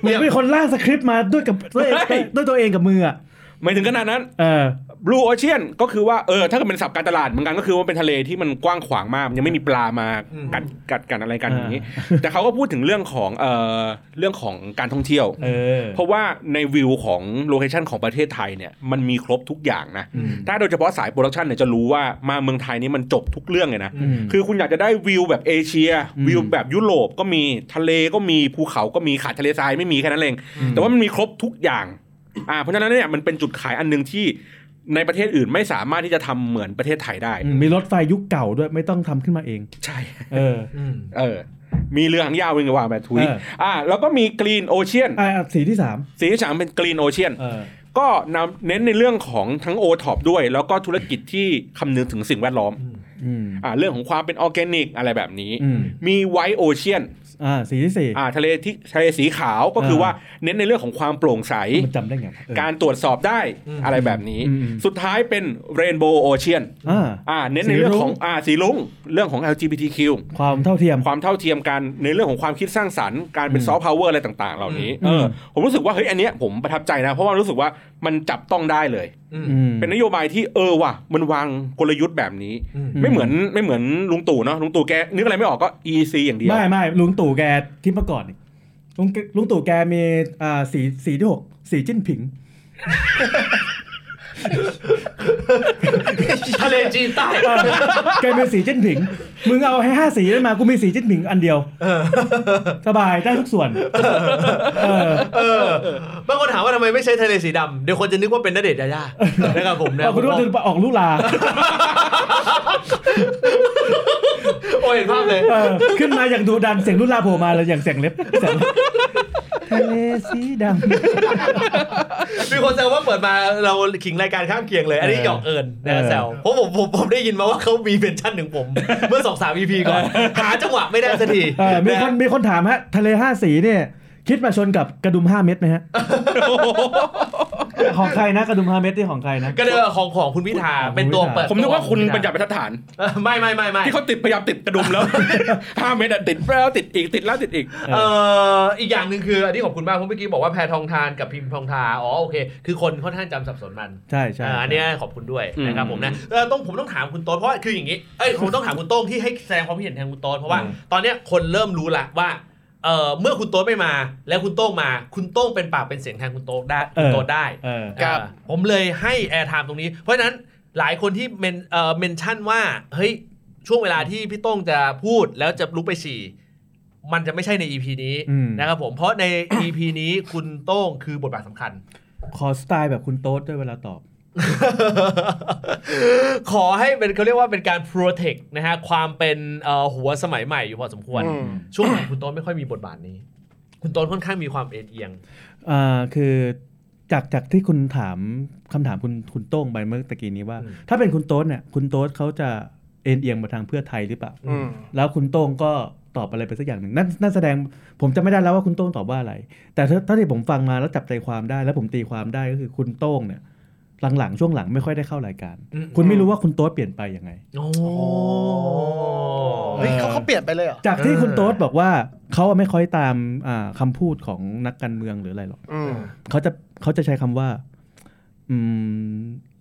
เหมือนเป็นคนล่างสคริปต์มาด้วยกับด้วยด้วยด้วยตัวเองกับมืออ่ะ ไม่ถึงขนาดนั้น เออบ ลูโอเชียนก็คือว่าเออถ้าเกิดเป็นศัพท์การตลาดเหมือนกันก็คือว่าเป็นทะเลที่มันกว้างขวางมากยังไม่มีปลามากัดกัดกันอะไรกันอย่างนี้ แต่เขาก็พูดถึงเรื่องของเอ่อเรื่องของการท่องเที่ยว เออ เพราะว่าในวิวของโลเคชันของประเทศไทยเนี่ยมันมีครบทุกอย่างนะ ถ้าโดยเฉพาะสายโปรดักชันเนี่ยจะรู้ว่ามาเมืองไทยนี่มันจบทุกเรื่องเลยนะ อืม คือคุณอยากจะได้วิวแบบเอเชีย อืม วิวแบบยุโรปก็มีทะเลก็มีภูเขาก็มีขาดทะเลทรายไม่มีแค่นั้นเอง แต่ว่ามันมีครบทุกอย่างอ่าเพราะฉะนั้นเนี่ยมันเป็นจุดขายอันหนึงที่ในประเทศอื่นไม่สามารถที่จะทำเหมือนประเทศไทยได้ อืมมีรถไฟยุคเก่าด้วยไม่ต้องทำขึ้นมาเอง ใช่ เออ เออ มีเรือหางยาววิ่งว่างแบบทุย เออ อ่าแล้วก็มีกรีนโอเชียน อ่ะอ่ะสีที่สาม สีที่สามเป็นกรีนโอเชียน เออ ก็นำเน้นในเรื่องของทั้งโอท็อปด้วย แล้วก็ธุรกิจที่คำนึงถึงสิ่งแวดล้อม อืม อ่าเรื่องของความเป็นออร์แกนิกอะไรแบบนี้ อืม มีไวโอเชียน อ่าสีที่สี่ อ่าทะเลที่ทะเลสีขาวก็คือว่าเน้นในเรื่องของความโปร่งใส มันจำได้ไงเออ การตรวจสอบได้ อืม อะไรแบบนี้ อืม สุดท้ายเป็นเรนโบว์โอเชียน อ่า อ่าเน้นในเรื่อง สีรุ้ง ของอ่าสีลุงเรื่องของ LGBTQ ความเท่าเทียม ความเท่าเทียมกันในเรื่องของความคิดสร้างสรรค์การเป็น อืม ซอฟต์พาวเวอร์อะไรต่าง ๆ เหล่านี้ อืม เออผมรู้สึกว่าเฮ้ยอันเนี้ยผมประทับใจนะ เพราะว่ารู้สึกว่ามันจับต้องได้เลย อืม อืม เป็นนโยบายที่เออว่ะมันวางกลยุทธ์แบบนี้ อืม ไม่เหมือนไม่เหมือนลุงตู่เนาะลุงตู่แกนึกอะไรไม่ออกก็ EC อย่างเดียว ไม่ไม่ลุงตู่แกที่เมื่อก่อนนี่ลุงลุงตู่แกมีอ่าสีสีที่หกสีจิ้นผิ *laughs* ง ทะเลจีนใต้ แกมีสีจิ้นผิง มึงเอาให้ห้าสีนั้นมากูมีสีจิ้นผิงอันเดียวสบายได้ทุกส่วนเออ เออบางคนถามว่าทำไมไม่ใช้ทะเลสีดำเดี๋ยวคนจะนึกว่าเป็นนเดชน์ยาย่านะครับผมนะ เอาคุณรู้ว่าจะออกลูกลา โอ้ยเห็นภาพเลย เออขึ้นมาอย่างดูดันเสียงลูกลาโผล่มาเลยอย่างเสียงเล็บเสียงเล็บทะเลสีดำ มีคนแซวว่าเปิดมาเราขิงรายการข้ามเคียงเลย อันนี้ เออ หยอกเอิญนะฮะ เออ แซวเพราะผมผมผมได้ยินมาว่าเขามีเป็นชั่นหนึ่งผม เมื่อสองสาม EP ก่อน หาจังหวะไม่ได้สักที เออมี ะ ค ฮะ นมีคนถามฮะ ทะเลห้าสีเนี่ย คิดมาชนกับกระดุมห้าเม็ดไหมฮะ ของใครนะกระดุมห้าเม็ดที่ของใครนะ ก็เดยของของคุณพิธา ของคุณ เป็นตัว พิธา เปิด ผมนึกว่าคุณ ตัขอบง รร พิธจับเป็นทฐาน เออไม่ไม่ไม่ไม่ ที่เขาติดพยายามติดกระดุมแล้ว ห้าเมตรอะติดแล้วติดอีกติดแล้วติดอีก เอออีกอย่างหนึ่งคืออันนี้ขอบคุณมากเพราะเมื่อกี้บอกว่าแพทองทานกับพิมพ์ทองทาอ๋อโอเค คือคนค่อนข้างจำสับสนมัน ใช่ใช่ อ่าอันเนี้ยขอบคุณด้วยนะครับ อืม ผมนะเออต้องผมต้องถามคุณโต้นเพราะว่าคืออย่างนี้เอ้ยผมต้องถามคุณโต้งที่ให้แสดงความคิดเห็นแทนคุณโต้นเพราะว่า อืม ตอนเนี้ยคนเริ่มรู้ละว่าเออเมื่อคุณโต้นไม่มาแล้วคุณโต้งมาคุณโต้งเป็นปากเป็นเสียงแทนคุณโต้งได้คุณโต้นได้ เออ ครับ เออผมเลยให้แอร์ไทม์ตรงนี้ เพราะฉะนั้นหลายคนที่เมนเอ่อเมนชั่นว่าเฮ้ยช่วงเวลาที่พี่โต้งจะพูดแล้วจะลุกไปฉี่มันจะไม่ใช่ใน EP นี้ อืม นะครับผมเพราะใน EP นี้คุณโต้งคือบทบาทสำคัญ ขอสไตล์แบบคุณโต๊ดด้วยเวลาตอบ *laughs* ขอให้เป็นเขาเรียกว่าเป็นการ protect นะฮะ ความเป็นเอ่อหัวสมัยใหม่อยู่พอสมควร อืม ช่วงหลัง *coughs* คุณโต้นไม่ค่อยมีบทบาทนี้ คุณโต้นค่อนข้างมีความเอ็นเอียง อ่าคือจากจากที่คุณถามคำถามคุณคุณโต้งไปเมื่อตะกี้นี้ว่า อืม ถ้าเป็นคุณโต๊ดเนี่ยคุณโต๊ดเขาจะเอ็นเอียงมาทางเพื่อไทยหรือเปล่า อืม แล้วคุณโต้งก็ตอบอะไรไปสักอย่างหนึ่งนั่นนั่นแสดงผมจำไม่ได้แล้วว่าคุณโต้งตอบว่าอะไร แต่ถ้าถ้าที่ผมฟังมาแล้วจับใจความได้ แล้วผมตีความได้ก็คือคุณโต้งเนี่ยหลังๆช่วงหลังไม่ค่อยได้เข้ารายการ อืม คุณไม่รู้ว่าคุณโต๊ดเปลี่ยนไปยังไง โอ้ เฮ้ยเขาเขาเปลี่ยนไปเลยเหรอ จากที่ เออ คุณโต๊ดบอกว่าเขาอะไม่ค่อยตามอ่าคำาพูดของนักการเมืองหรืออะไรหรอก อืม เขาจะเขาจะใช้คำว่า อืม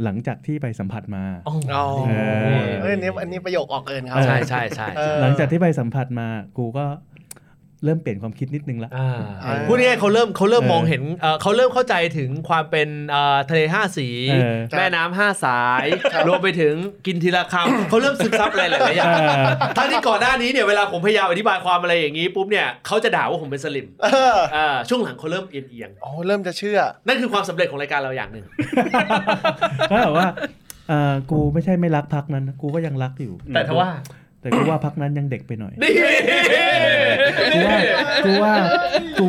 หลังจากที่ไปสัมผัสมา โอ้ อ๋อ เออ เฮ้ยอันนี้อันนี้ประโยคออกเกินครับ ใช่ใช่ใช่ เออ หลังจากที่ไปสัมผัสมา กูก็เริ่มเปลี่ยนความคิดนิดนึงละ *laughs* อ่า เออ พูดง่ายๆเขาเริ่มเขาเริ่ม เออ มองเห็นเอ่อเขาเริ่มเข้าใจถึงความเป็นเอ่อทะเลห้าสี เออ แม่น้ำห้าสาย รวมไปถึงกินทีละคำเขาเริ่มซึมซับอะไรหลายๆอย่าง เออ ทั้งที่ก่อนหน้านี้เนี่ยเวลาผมพยายามอธิบายความอะไรอย่างนี้ปุ๊บเนี่ยเขาจะด่าว่าผมเป็นสลิม เออ อ่าช่วงหลังเขาเริ่มเอียงเอียง โอ้เริ่มจะเชื่อ ๆนั่นคือความสำเร็จของรายการเราอย่างหนึ่ง เขาบอกว่าเออกูไม่ใช่ไม่รักพักนั้นนะกูก็ยังรักอยู่ แต่ถ้าว่า แต่กูว่าพักนั้นยังเด็กไปหน่อย นี่ กูว่ากูว่ากู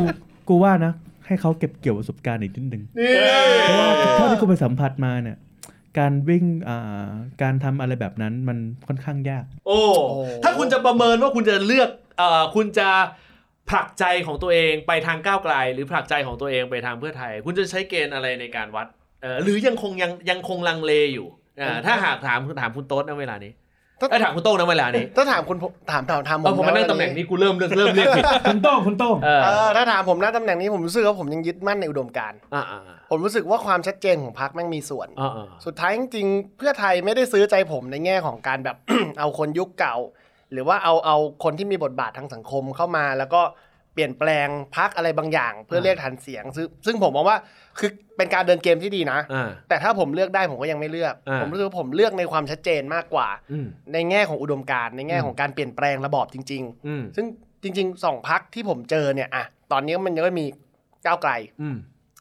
กูว่านะ ให้เขาเก็บเกี่ยวประสบการณ์อีกนิดนึงเพราะว่าเท่าที่กูไปสัมผัสมาเนี่ย การวิ่งอ่าการทำอะไรแบบนั้นมันค่อนข้างยาก โอ้ถ้าคุณจะประเมินว่าคุณจะเลือกเอ่อคุณจะผลักใจของตัวเองไปทางก้าวไกล หรือผลักใจของตัวเองไปทางเพื่อไทย คุณจะใช้เกณฑ์อะไรในการวัดเอ่อหรือยังคงยังยังคงลังเลอยู่อ่าถ้าหากถามถามคุณโต๊ดณเวลานี้ ถ้า เอ้ยถามคุณโต๊ดณเวลานี้ ถ้าถามคุณผมถามถามถามผ เออ ม ผมมานั่งตำแหน่งนี้กูเริ่มเริ่มเรียกผิด คุณโต้งคุณโต้ง เออ เออถ้าถามผมนะตำแหน่งนี้ผมรู้สึกว่าผมยังยึดมั่นในอุดมการณ์ อ่าอ่าอ่า ผมรู้สึกว่าความชัดเจนของพรรคแม่งมีส่วน อ่าๆ สุดท้ายจริงๆเพื่อไทยไม่ได้ซื้อใจผมในแง่ของการแบบ *coughs* เอาคนยุคเก่า หรือว่าเอาเอาคนที่มีบทบาททางสังคมเข้ามา แล้วก็เปลี่ยนแปลงพักอะไรบางอย่าง เพื่อเรียกฐานเสียง ซึ่งซึ่งผมมองว่าคือเป็นการเดินเกมที่ดีนะ อ่า แต่ถ้าผมเลือกได้ผมก็ยังไม่เลือก อ่า ผมรู้สึกว่าผมเลือกในความชัดเจนมากกว่า อืม ในแง่ของอุดมการณ์ในแง่ของการเปลี่ยนแปลงระบอบจริง อืม ๆ ซึ่งจริงๆสองพักที่ผมเจอเนี่ยอะตอนนี้มันยังไม่มีก้าวไกล อืม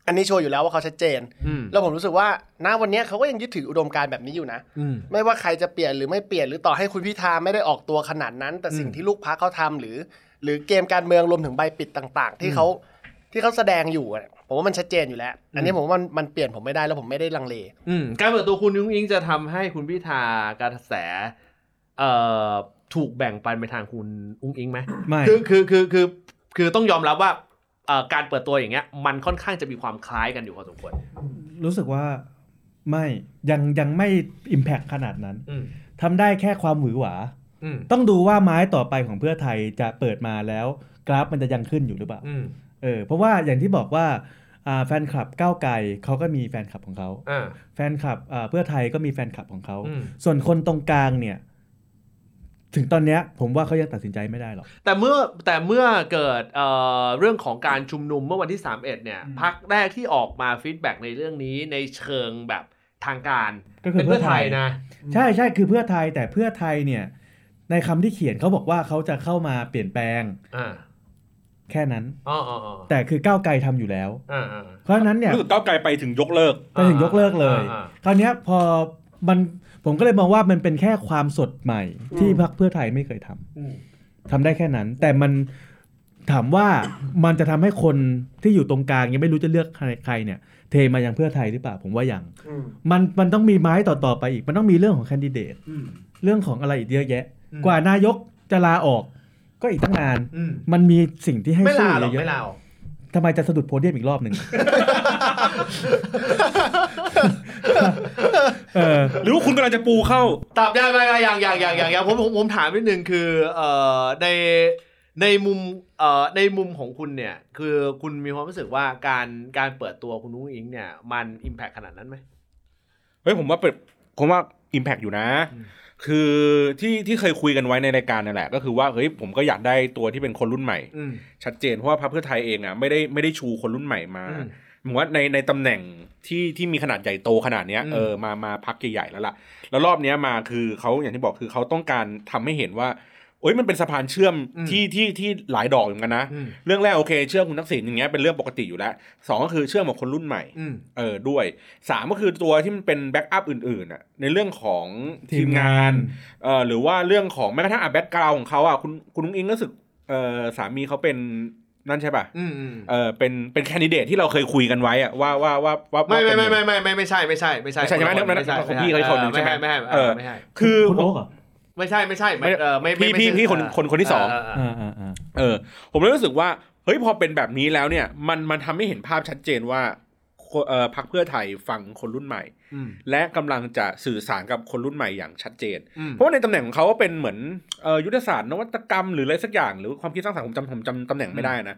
อันนี้โชว์อยู่แล้วว่าเขาชัดเจน อืม แล้วผมรู้สึกว่าณวันเนี้ยเขาก็ยังยึดถืออุดมการณ์แบบนี้อยู่นะ อืม ไม่ว่าใครจะเปลี่ยนหรือไม่เปลี่ยนหรือต่อให้คุณพิธาไม่ได้ออกตัวขนาดนั้น แต่สิ่ง อืม ที่ลูกพักเขาทำหรือ หรือเกมการเมืองรวมถึงใบปิดต่าง ๆ ที่เขาที่เขาแสดงอยู่อะผมว่ามันชัดเจนอยู่แล้ว อันนี้ อืม ผมว่ามันมันเปลี่ยนผมไม่ได้แล้วผมไม่ได้ลังเล อืมการเปิดตัวคุณยุ้งอิงจะทำให้คุณพิธากระแส เอ่อ ถูกแบ่งปันไปทางคุณอุ้งอิงไหม ไม่ คือคือคือคือคือต้องยอมรับว่าเอ่อการเปิดตัวอย่างเงี้ยมันค่อนข้างจะมีความคล้ายกันอยู่พอสมควร รู้สึกว่าไม่ยังยังไม่อิมแพคขนาดนั้น อืม ทำได้แค่ความหวือหวา อืม ต้องดูว่าไม้ต่อไปของเพื่อไทยจะเปิดมาแล้ว กราฟมันจะยังขึ้นอยู่หรือเปล่า อืม เออเพราะว่าอย่างที่บอกว่าอ่าแฟนคลับก้าวไกลเขาก็มีแฟนคลับของเขา อ่า แฟนคลับอ่าเพื่อไทยก็มีแฟนคลับของเขา อืม ส่วนคนตรงกลางเนี่ย ถึงตอนเนี้ย ผมว่าเขายังตัดสินใจไม่ได้หรอก แต่เมื่อแต่เมื่อเกิดเอ่อเรื่องของการชุมนุมเมื่อวันที่ 31 เนี่ยพักแรกที่ออกมาฟีดแบ็กในเรื่องนี้ในเชิงแบบทางการ ก็คือ ป็นเพื่อไทย เพื่อไทย นะ ใช่ใช่คือเพื่อไทยแต่เพื่อไทยเนี่ย ในคำที่เขียนเขาบอกว่าเขาจะเข้ามาเปลี่ยนแปลง อ่า แค่นั้น อ๋ออ๋ออ๋อ แต่คือก้าวไกลทำอยู่แล้ว อ่าอ่า เพราะฉะนั้นเนี่ย รู้สึกก้าวไกลไปถึงยกเลิก ไปถึงยกเลิกเลย อ่าอ่า คราวเนี้ยพอมันผมก็เลยมองว่ามันเป็นแค่ความสดใหม่ ที่พรรคเพื่อไทยไม่เคยทำทำได้แค่นั้น แต่มันถามว่า มันจะทำให้คนที่อยู่ตรงกลางยังไม่รู้จะเลือกใครใครเนี่ย เทมายังเพื่อไทยหรือเปล่าผมว่ายัง อืม มันมันต้องมีไม้ต่อๆไปอีก มันต้องมีเรื่องของแคนดิเดตเรื่องของอะไรอีกเยอะแยะ กว่านายกจะลาออก ก็อีกตั้งนาน อืม มันมีสิ่งที่ให้ ไม่ สู้ ลาหรอก เย ไม่ อะ ลาหรอก ทำไมจะสะดุดโพเดียมอีกรอบหนึ่ง เออ หรือว่าคุณกำลังจะปูเข้า ตอบได้ไหมอย่างอย่างอย่างอย่างอย่างผมผมผมถามนิดนึงคือเอ่อในในมุมเอ่อในมุมของคุณเนี่ย คือคุณมีความรู้สึกว่าการการเปิดตัวคุณนุ้งอิงเนี่ยมันอิมแพคขนาดนั้นไหม เฮ้ยผมว่าเปิดผมว่า Impact อยู่นะ คือที่ที่เคยคุยกันไว้ในรายการนั่นแหละ ก็คือว่าเฮ้ยผมก็อยากได้ตัวที่เป็นคนรุ่นใหม่ อืม ชัดเจนเพราะว่าพรรคเพื่อไทยเองอ่ะไม่ได้ไม่ได้ชูคนรุ่นใหม่มา อืม ผมว่าในในตำแหน่งที่ที่มีขนาดใหญ่โตขนาดเนี้ย อืม เออมามาพักใหญ่ๆแล้วล่ะ แล้วรอบเนี้ยมาคือเขาอย่างที่บอกคือเขาต้องการทำให้เห็นว่าเอ้ยมันเป็นสะพานเชื่อมที่ที่ที่หลายดอกเหมือนกันนะ อืม เรื่องแรกโอเคเชื่อมคุณทักษิณอย่างเงี้ยเป็นเรื่องปกติอยู่แล้วสองก็คือเชื่อมกับคนรุ่นใหม่ อืม เออด้วยสามก็คือตัวที่มันเป็นแบ็กอัพอื่นๆน่ะในเรื่องของ ที ที ม ม งาง าน นเออหรือว่าเรื่องของแม้กระทั่งอ่ะแบ็กกราวของเขาอ่ะคุณคุณนุ้งอิงรู้สึกเออสามีเขาเป็นนั่นใช่ป่ะ อืมอืม เออเป็นเป็นแคนดิเดตที่เราเคยคุยกันไว้อ่ะว่าว่าว่าว่า ไม่ไม่ ว่าเป็ ไม่ น ไม่ไม่ไม่ไม่ใช่ไม่ใช่ไม่ใช่ ไม่ใช่ใช่ไหม คนละ นั่นนั่น ไม่ ของ ใช่ พี่เขาอีกคนหนึ่ง ไม่ ใช่ ใช่ ไหม ไม่ใช่ เออ ไม่ใช่ คือ คุณโอ๊กเหรอ ไม่ใช่ไม่ใช่ไม่ ไม่ เออไม่ พี่ ไม่ พี่ ใช่ พี่คน เอ คนคนที่สอง เเ อ่าอ่าอ่า เออผมเลยรู้สึกว่าเฮ้ยพอเป็นแบบนี้แล้วเนี่ยมันมันทำให้เห็นภาพชัดเจนว่าคนเอ่อพักเพื่อไทยฟังคนรุ่นใหม่ อืม และกำลังจะสื่อสารกับคนรุ่นใหม่อย่างชัดเจน อืม เพราะว่าในตำแหน่งของเขาก็เป็นเหมือนเอ่อยุทธศาสตร์นวัตกรรมหรืออะไรสักอย่างหรือความคิดสร้างสรรค์ผมจำผมจำตำแหน่งไม่ได้นะ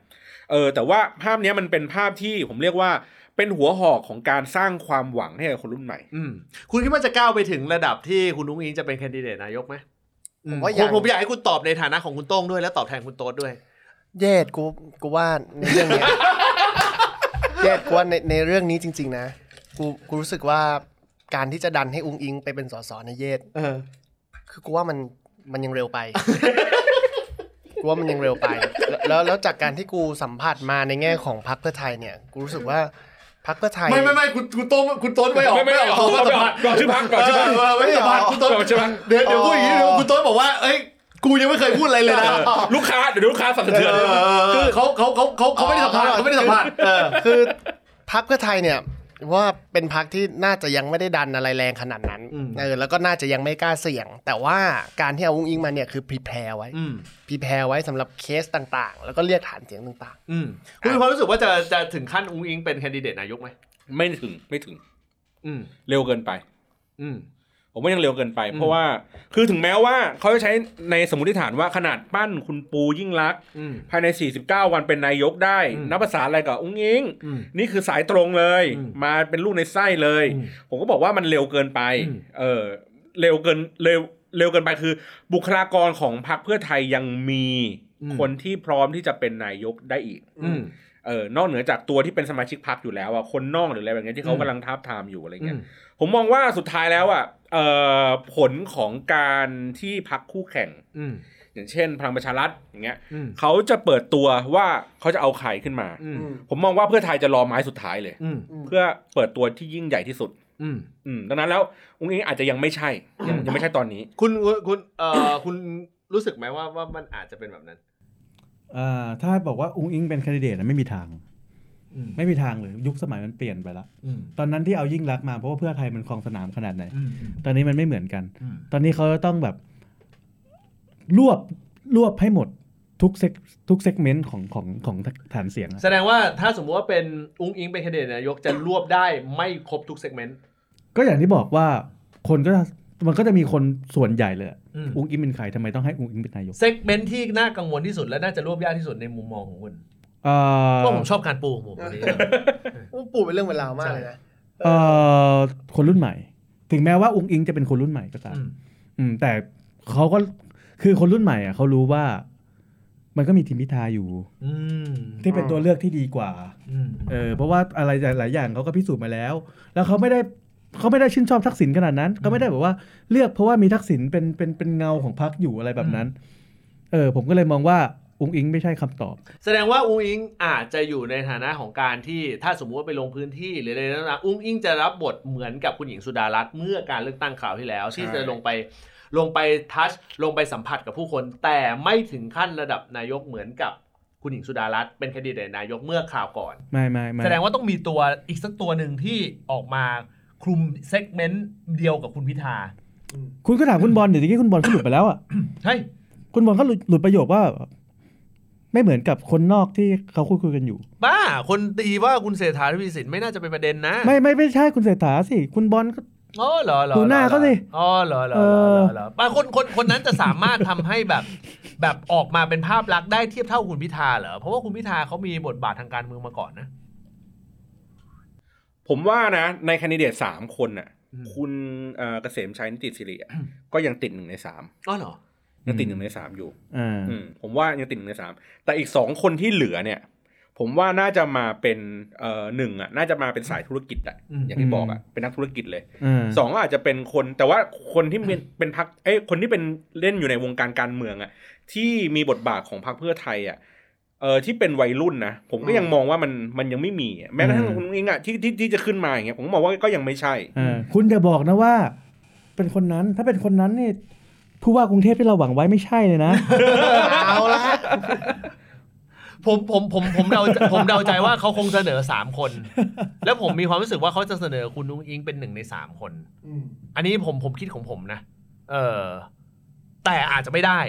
เออแต่ว่าภาพเนี้ยมันเป็นภาพที่ผมเรียกว่าเป็นหัวหอกของการสร้างความหวังให้กับคนรุ่นใหม่ อืมคุณคิดว่าจะก้าวไปถึงระดับที่คุณนุ้งอิงจะเป็นแคนดิเดตนายกไหม ผมว่า อืม ยัง ผมอยากให้คุณตอบในฐานะของคุณโต้งด้วยและตอบแทนคุณโต๊ดด้วย เย็ดกูกูว่าในเรื่องเนี้ย *laughs* เย็ดกูว่าในในเรื่องนี้จริง ๆ นะ กูกูรู้สึกว่าการที่จะดันให้อุ้งอิงไปเป็นสสในเย็ดคือกูว่ามันมันยังเร็วไป กูว่ามันยังเร็วไป แล้วแล้วแล้วจากการที่กูสัมผัสมาในแง่ของพรรคเพื่อไทยเนี่ย กูรู้สึกว่าพรรคเพื่อไทย ไม่ไม่ไม่คุณคุณโต้งคุณโต๊ดไม่ออก ไม่ไม่ไม่ออก ตัวว่า ไม่ สัม อ ภา อ ษ ก ณ์ ก่อนชื่อพรรคก่อนชื่อพรรค เไม่สัมภาษณ์คุณโต๊ด ก่อนใช่ไหม เดี๋ยวเดี๋ยวพูดอย่างนี้เดี๋ยวคุณโต๊ดบอกว่าเอ้ยกูยังไม่เคยพูดอะไรเลยนะ เออลูกค้าเดี๋ยวลูกค้าสั่นสะเทือน คือเขาเขาเขาเขาเขาไม่ได้สัมภาษณ์เขาไม่ได้สัมภาษณ์เออ คือพักเพื่อไทยเนี่ยว่าเป็นพักที่น่าจะยังไม่ได้ดันอะไรแรงขนาดนั้น อืม เออแล้วก็น่าจะยังไม่กล้าเสี่ยง แต่ว่าการที่เอาวุ้งอิงมาเนี่ยคือพรีแพร์ไว้ อืม พรีแพร์ไว้สำหรับเคสต่างๆ แล้วก็เรียกฐานเสียงต่าง อืมคุณมีความรู้สึกว่าจะจะถึงขั้นอุ้งอิงเป็นแคนดิเดตนายกไหม ไม่ถึงไม่ถึง อืม เร็วเกินไป อืม ผมว่ายังเร็วเกินไป อืม เพราะว่าคือถึงแม้ว่าเขาจะใช้ในสมมติฐานว่าขนาดปั้นคุณปูยิ่งรักษณ์ อืม ภายใน 49 วันเป็นนายกได้ อืม นับภาษาอะไรกับอุ้งอิง อืม นี่คือสายตรงเลย อืม มาเป็นลูกในไส้เลย อืม ผมก็บอกว่ามันเร็วเกินไป อืม เออเร็วเกินเร็วเร็วเกินไปคือ บุคลากรของพรรคเพื่อไทยยังมีคนที่พร้อมที่จะเป็นนายกได้อีก อืม เออนอกเหนือจากตัวที่เป็นสมาชิกพรรคอยู่แล้วอะคนนอกหรืออะไรแบบเนี้ยที่เขา อืม กำลังท้าบทามอยู่อะไร อื เงี้มยผมมองว่าสุดท้ายแล้วอ่ะเอ่อผลของการที่พักคู่แข่ง อืม อย่างเช่น พลังประชารัฐอย่างเงี้ย อืม เขาจะเปิดตัวว่าเขาจะเอาใครขึ้นมา อืม ผมมองว่าเพื่อไทยจะรอไม้สุดท้ายเลย อืม ม เพื่อเปิดตัวที่ยิ่งใหญ่ที่สุด อืม อืมดังนั้นแล้วอุ้งอิงอาจจะยังไม่ใช่ ยังยังไม่ใช่ตอนนี้ คุณคุณคุณเอ่อ *coughs* คุณรู้สึกไหมว่าว่ามันอาจจะเป็นแบบนั้น อ่าถ้าบอกว่าอุ้งอิงเป็นแคนดิเดตนะไม่มีทาง อืม ไม่มีทางเลยยุคสมัยมันเปลี่ยนไปละ อืม ตอนนั้นที่เอายิ่งรักษณ์มาเพราะว่าเพื่อไทยมันครองสนามขนาดไหน อืม ตอนนี้มันไม่เหมือนกัน อืม ตอนนี้เขาจะต้องแบบ รวบรวบให้หมดทุกเซกทุกเซกเมนต์ของของของฐานเสียงอะ แสดงว่าถ้าสมมติว่าเป็นอุ้งอิงเป็นแคนดิเดตนายกจะรวบได้ไม่ครบทุกเซกเมนต์ ก็อย่างที่บอกว่าคนก็มันก็จะมีคนส่วนใหญ่เลยอะ อืม อุ้งอิงเป็นใครทำไมต้องให้อุ้งอิงเป็นนายก เซกเมนต์ที่น่ากังวลที่สุดและน่าจะรวบยากที่สุดในมุมมองของคุณ เอ่อ เพราะผมชอบการปูของผมวันนี้ อู้ปู่เป็นเรื่องเป็นราวมากเลยนะ เอ่อคนรุ่นใหม่ ถึงแม้ว่าอุ้งอิงจะเป็นคนรุ่นใหม่ก็ตาม อืม อืมแต่เขาก็คือคนรุ่นใหม่อ่ะเขารู้ว่า มันก็มีทิมพิธาอยู่ อืม ที่เป็นตัวเลือกที่ดีกว่า อืม เออเพราะว่าอะไรหลายๆอย่างเขาก็พิสูจน์มาแล้ว แล้วเขาไม่ได้เขาไม่ได้ชื่นชอบทักษิณขนาดนั้นเขาไม่ได้แบบว่าเลือกเพราะว่ามีทักษิณเป็นเป็นเป็นเงาของพรรคอยู่อะไรแบบนั้น เออ ผมก็เลยมองว่าอุงอิงไม่ใช่คำตอบ แสดงว่าอุ้งอิงอาจจะอยู่ในฐานะของการที่ถ้าสมมุติว่าไปลงพื้นที่หรืออะไรนั่นนะอุ้งอิงจะรับบทเหมือนกับคุณหญิงสุดารัตน์เมื่อการเลือกตั้งคราวที่แล้ว ที่จะลงไปลงไปทัชลงไปสัมผัสกับผู้คน แต่ไม่ถึงขั้นระดับนายกเหมือนกับคุณหญิงสุดารัตน์เป็นแคนดิเดตนายกเมื่อคราวก่อน ไม่ไม่ไม่ แสดงว่าต้องมีตัวอีกสักตัวหนึ่งที่ออกมาคลุมเซกเมนต์เดียวกับคุณพิธา คุณก็ถามคุณบอลเดี๋ยวนี้คุณบอลเขาหลุดไปแล้วอ่ะ ใช่ คุณบอลเขาหลุดหลุดประโยคว่า ไม่เหมือนกับคนนอกที่เขาคุยคุยกันอยู่ บ้า คนตีว่าคุณเศรษฐาทวีสินไม่น่าจะเป็นประเด็นนะ ไม่ไม่ไม่ใช่คุณเศรษฐาสิคุณบอลก็ อ๋อเหรอเหรอ ดูหน้าเขาสิ อ๋อเหรอเหรอ เอ เหรอ อ เหรอเหรอบ้าคนคนคนนั้นจะสามารถทำให้แบบ *laughs* แบบออกมาเป็นภาพลักษณ์ได้เทียบเท่าคุณพิธาเหรอเพราะว่าคุณพิธาเขามีบทบาททางการเมืองมาก่อนนะ ผมว่านะในแคนดิเดตสามคนน่ะ อืม คุณเอ่อเกษมชัยนิติสิริอะก็ยังติดหนึ่งในสาม อ๋อเหรอ ยังติดหนึ่งในสามอยู่ อ่า อืมผมว่ายังติดหนึ่งในสามแต่อีกสองคนที่เหลือเนี่ย ผมว่าน่าจะมาเป็นเอ่อหนึ่งอ่ะน่าจะมาเป็นสายธุรกิจอะอย่างที่บอกอ่ะเป็นนักธุรกิจเลย อ่า สองอาจจะเป็นคนแต่ว่าคนที่เป็นเป็นพักเอ้ยคนที่เป็นเล่นอยู่ในวงการการเมืองอ่ะที่มีบทบาทของพรรคเพื่อไทยอ่ะเออที่เป็นวัยรุ่นนะผมก็ยังมองว่ามันมันยังไม่มีอะแม้กระทั่ง อืม คุณอุ้งอิงอ่ะที่ที่ที่จะขึ้นมาอย่างเงี้ยผมก็มองว่าก็ยังไม่ใช่ อ่าคุณอย่าบอกนะว่า เป็นคนนั้นถ้าเป็นคนนั้นนี่ผู้ว่ากรุงเทพที่เราหวังไว้ไม่ใช่ *laughs* เลยนะ เอาละ ผมผมผมผมเดาผมเดาใจว่าเขาคงเสนอสามคน *laughs* แล้วผมมีความรู้สึกว่าเขาจะเสนอคุณนุ้งอิงเป็นหนึ่งในสามคน อันนี้ผมผมคิดของผมนะ เออ แต่อาจจะไม่ได้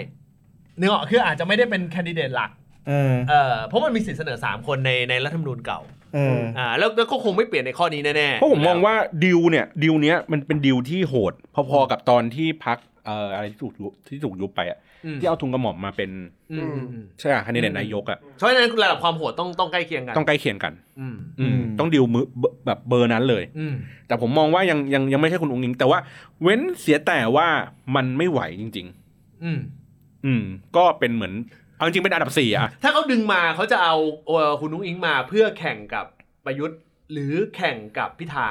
เนื้ออกคืออาจจะไม่ได้เป็นแคนดิเดตหลัก เออ เออเพราะมันมีสิทธิเสนอ 3 คนในในรัฐธรรมนูญเก่า เออ อ่า แล้วแล้วก็คงไม่เปลี่ยนในข้อนี้แน่ๆ เพราะผมมองว่าดิวเนี่ยดิวเนี้ยมันเป็นดิวที่โหด พอๆกับตอนที่พักเอ่ออะไรที่ถูกยุบที่ถูกยุบไปอ่ะ อืม ที่เอาทุนกระหม่อมมาเป็น อืมอืมอืม ใช่ไหมคันดิเดตนายกอ่ะ เพราะฉะนั้นระดับความโหดต้องต้องใกล้เคียงกัน ต้องใกล้เคียงกัน อืม อืม อืม ต้องดิวมือแบบเบอร์นั้นเลย อืม แต่ผมมองว่ายังยังยังไม่ใช่คุณองค์อิง แต่ว่าเว้นเสียแต่ว่ามันไม่ไหวจริง อืม ๆ อืม ก็เป็นเหมือนเอาจริงๆเป็นอันดับสี่อ่ะ ถ้าเขาดึงมาเขาจะเอาเอ่อคุณนุ้งอิงมาเพื่อแข่งกับประยุทธ์ หรือแข่งกับพิธา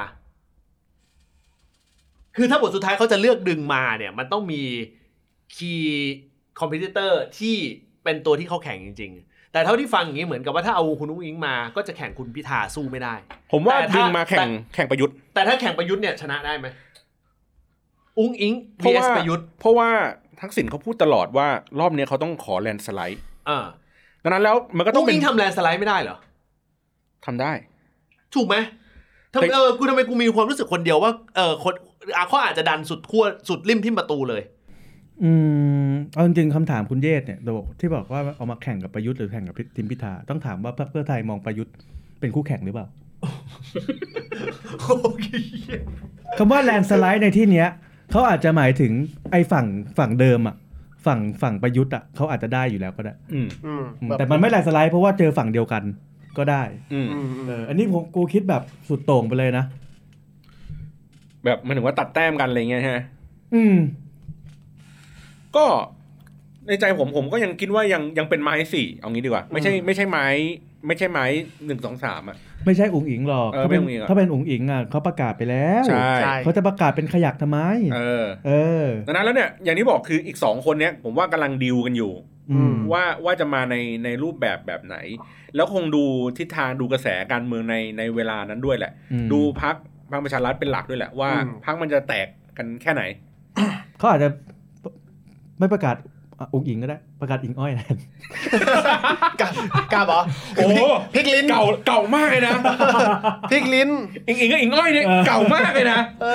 คือถ้าบทสุดท้ายเขาจะเลือกดึงมาเนี่ย มันต้องมีคีย์คอมพิวเตอร์ที่เป็นตัวที่เขาแข่งจริง ๆ แต่เท่าที่ฟังอย่างนี้เหมือนกับว่าถ้าเอาคุณนุ้งอิงมาก็จะแข่งคุณพิธาสู้ไม่ได้ ผมว่า แต่ถ้า ดึงมาแข่ แต่ งแข่งประยุทธ์ แต่ถ้าแข่งประยุทธ์เนี่ยชนะได้ไหม อุ้งอิง เพราะว่า vs ประยุทธ์ เพราะว่าทักษิณเขาพูดตลอดว่ารอบเนี้ยเขาต้องขอแลนด์สไลด์ อ่า ดังนั้นแล้วมันก็ต้อ อุ้ ง ง เป็ อิ น งทำแลนด์สไลด์ไม่ได้เหรอ ทำได้ ถูกไหมทำ แต่ เออกูทำไมกูมีความรู้สึกคนเดียวว่า เออคนอ่ะเขาอาจจะดันสุดขั้วสุดริมที่ประตูเลย อืมเอาจริงๆคำถามคุณเยศเนี่ยที่บอกว่าเอามาแข่งกับประยุทธ์หรือแข่งกับทิมพิธาต้องถามว่าพรรคเพื่อไทยมองประยุทธ์เป็นคู่แข่งหรือเปล่าคำว่าแลนสไลด์ในที่เนี้ยเขาอาจจะหมายถึงไอ้ฝั่งฝั่งเดิมอ่ะฝั่งฝั่งประยุทธ์อ่ะเขาอาจจะได้อยู่แล้วก็ได้ อืม อืม อืมแต่มันไม่แลนสไลด์เพราะว่าเจอฝั่งเดียวกันก็ได้ อืม อืมอืม เอออันนี้ผมกูคิดแบบสุดโต่งไปเลยนะ แบบหมันถึงว่าตัดแต้มกันอะไรเงี้ยใช่ไหม อืม ก็ในใจผมผมก็ยังคิดว่ายังยังเป็นไม้สี่เอางี้ดีกว่า ไม่ใช่ไม่ใช่ไม้ ไม่ใช่ไม้หนึ่งสองสามอ่ะ ไม่ใช่อุ๋งอิงหรอก เออไม่อุ๋งอิ๋งหรอก ถ้าเป็นอุ๋งอิงอ่ะเขาประกาศไปแล้ว ใช่ ใช่ เขาจะประกาศเป็นขยักทำไม เออ เออ ดังนั้นแล้วเนี่ยอย่างที่บอกคืออีกสองคนเนี้ยผมว่ากำลังดีลกันอยู่ อืม ว่าว่าจะมาในในรูปแบบแบบไหน แล้วคงดูทิศทางดูกระแสการเมืองในในเวลานั้นด้วยแหละ อืม ดูพักพักประชารัฐเป็นหลักด้วยแหละว่าพักมันจะแตกกันแค่ไหน เขาอาจจะไม่ประกาศ อ่ะองค์อิงก็ได้ประกาศอิงอ้อยแทน *laughs* กาบกาบเหรอ โอ้ พลิกลิ้น เก่าเก่ามากเลยนะ พลิกลิ้น *laughs* อิงอิงก็อิงอ้อยเนี่ย เออ เก่ามากเลยนะ เอ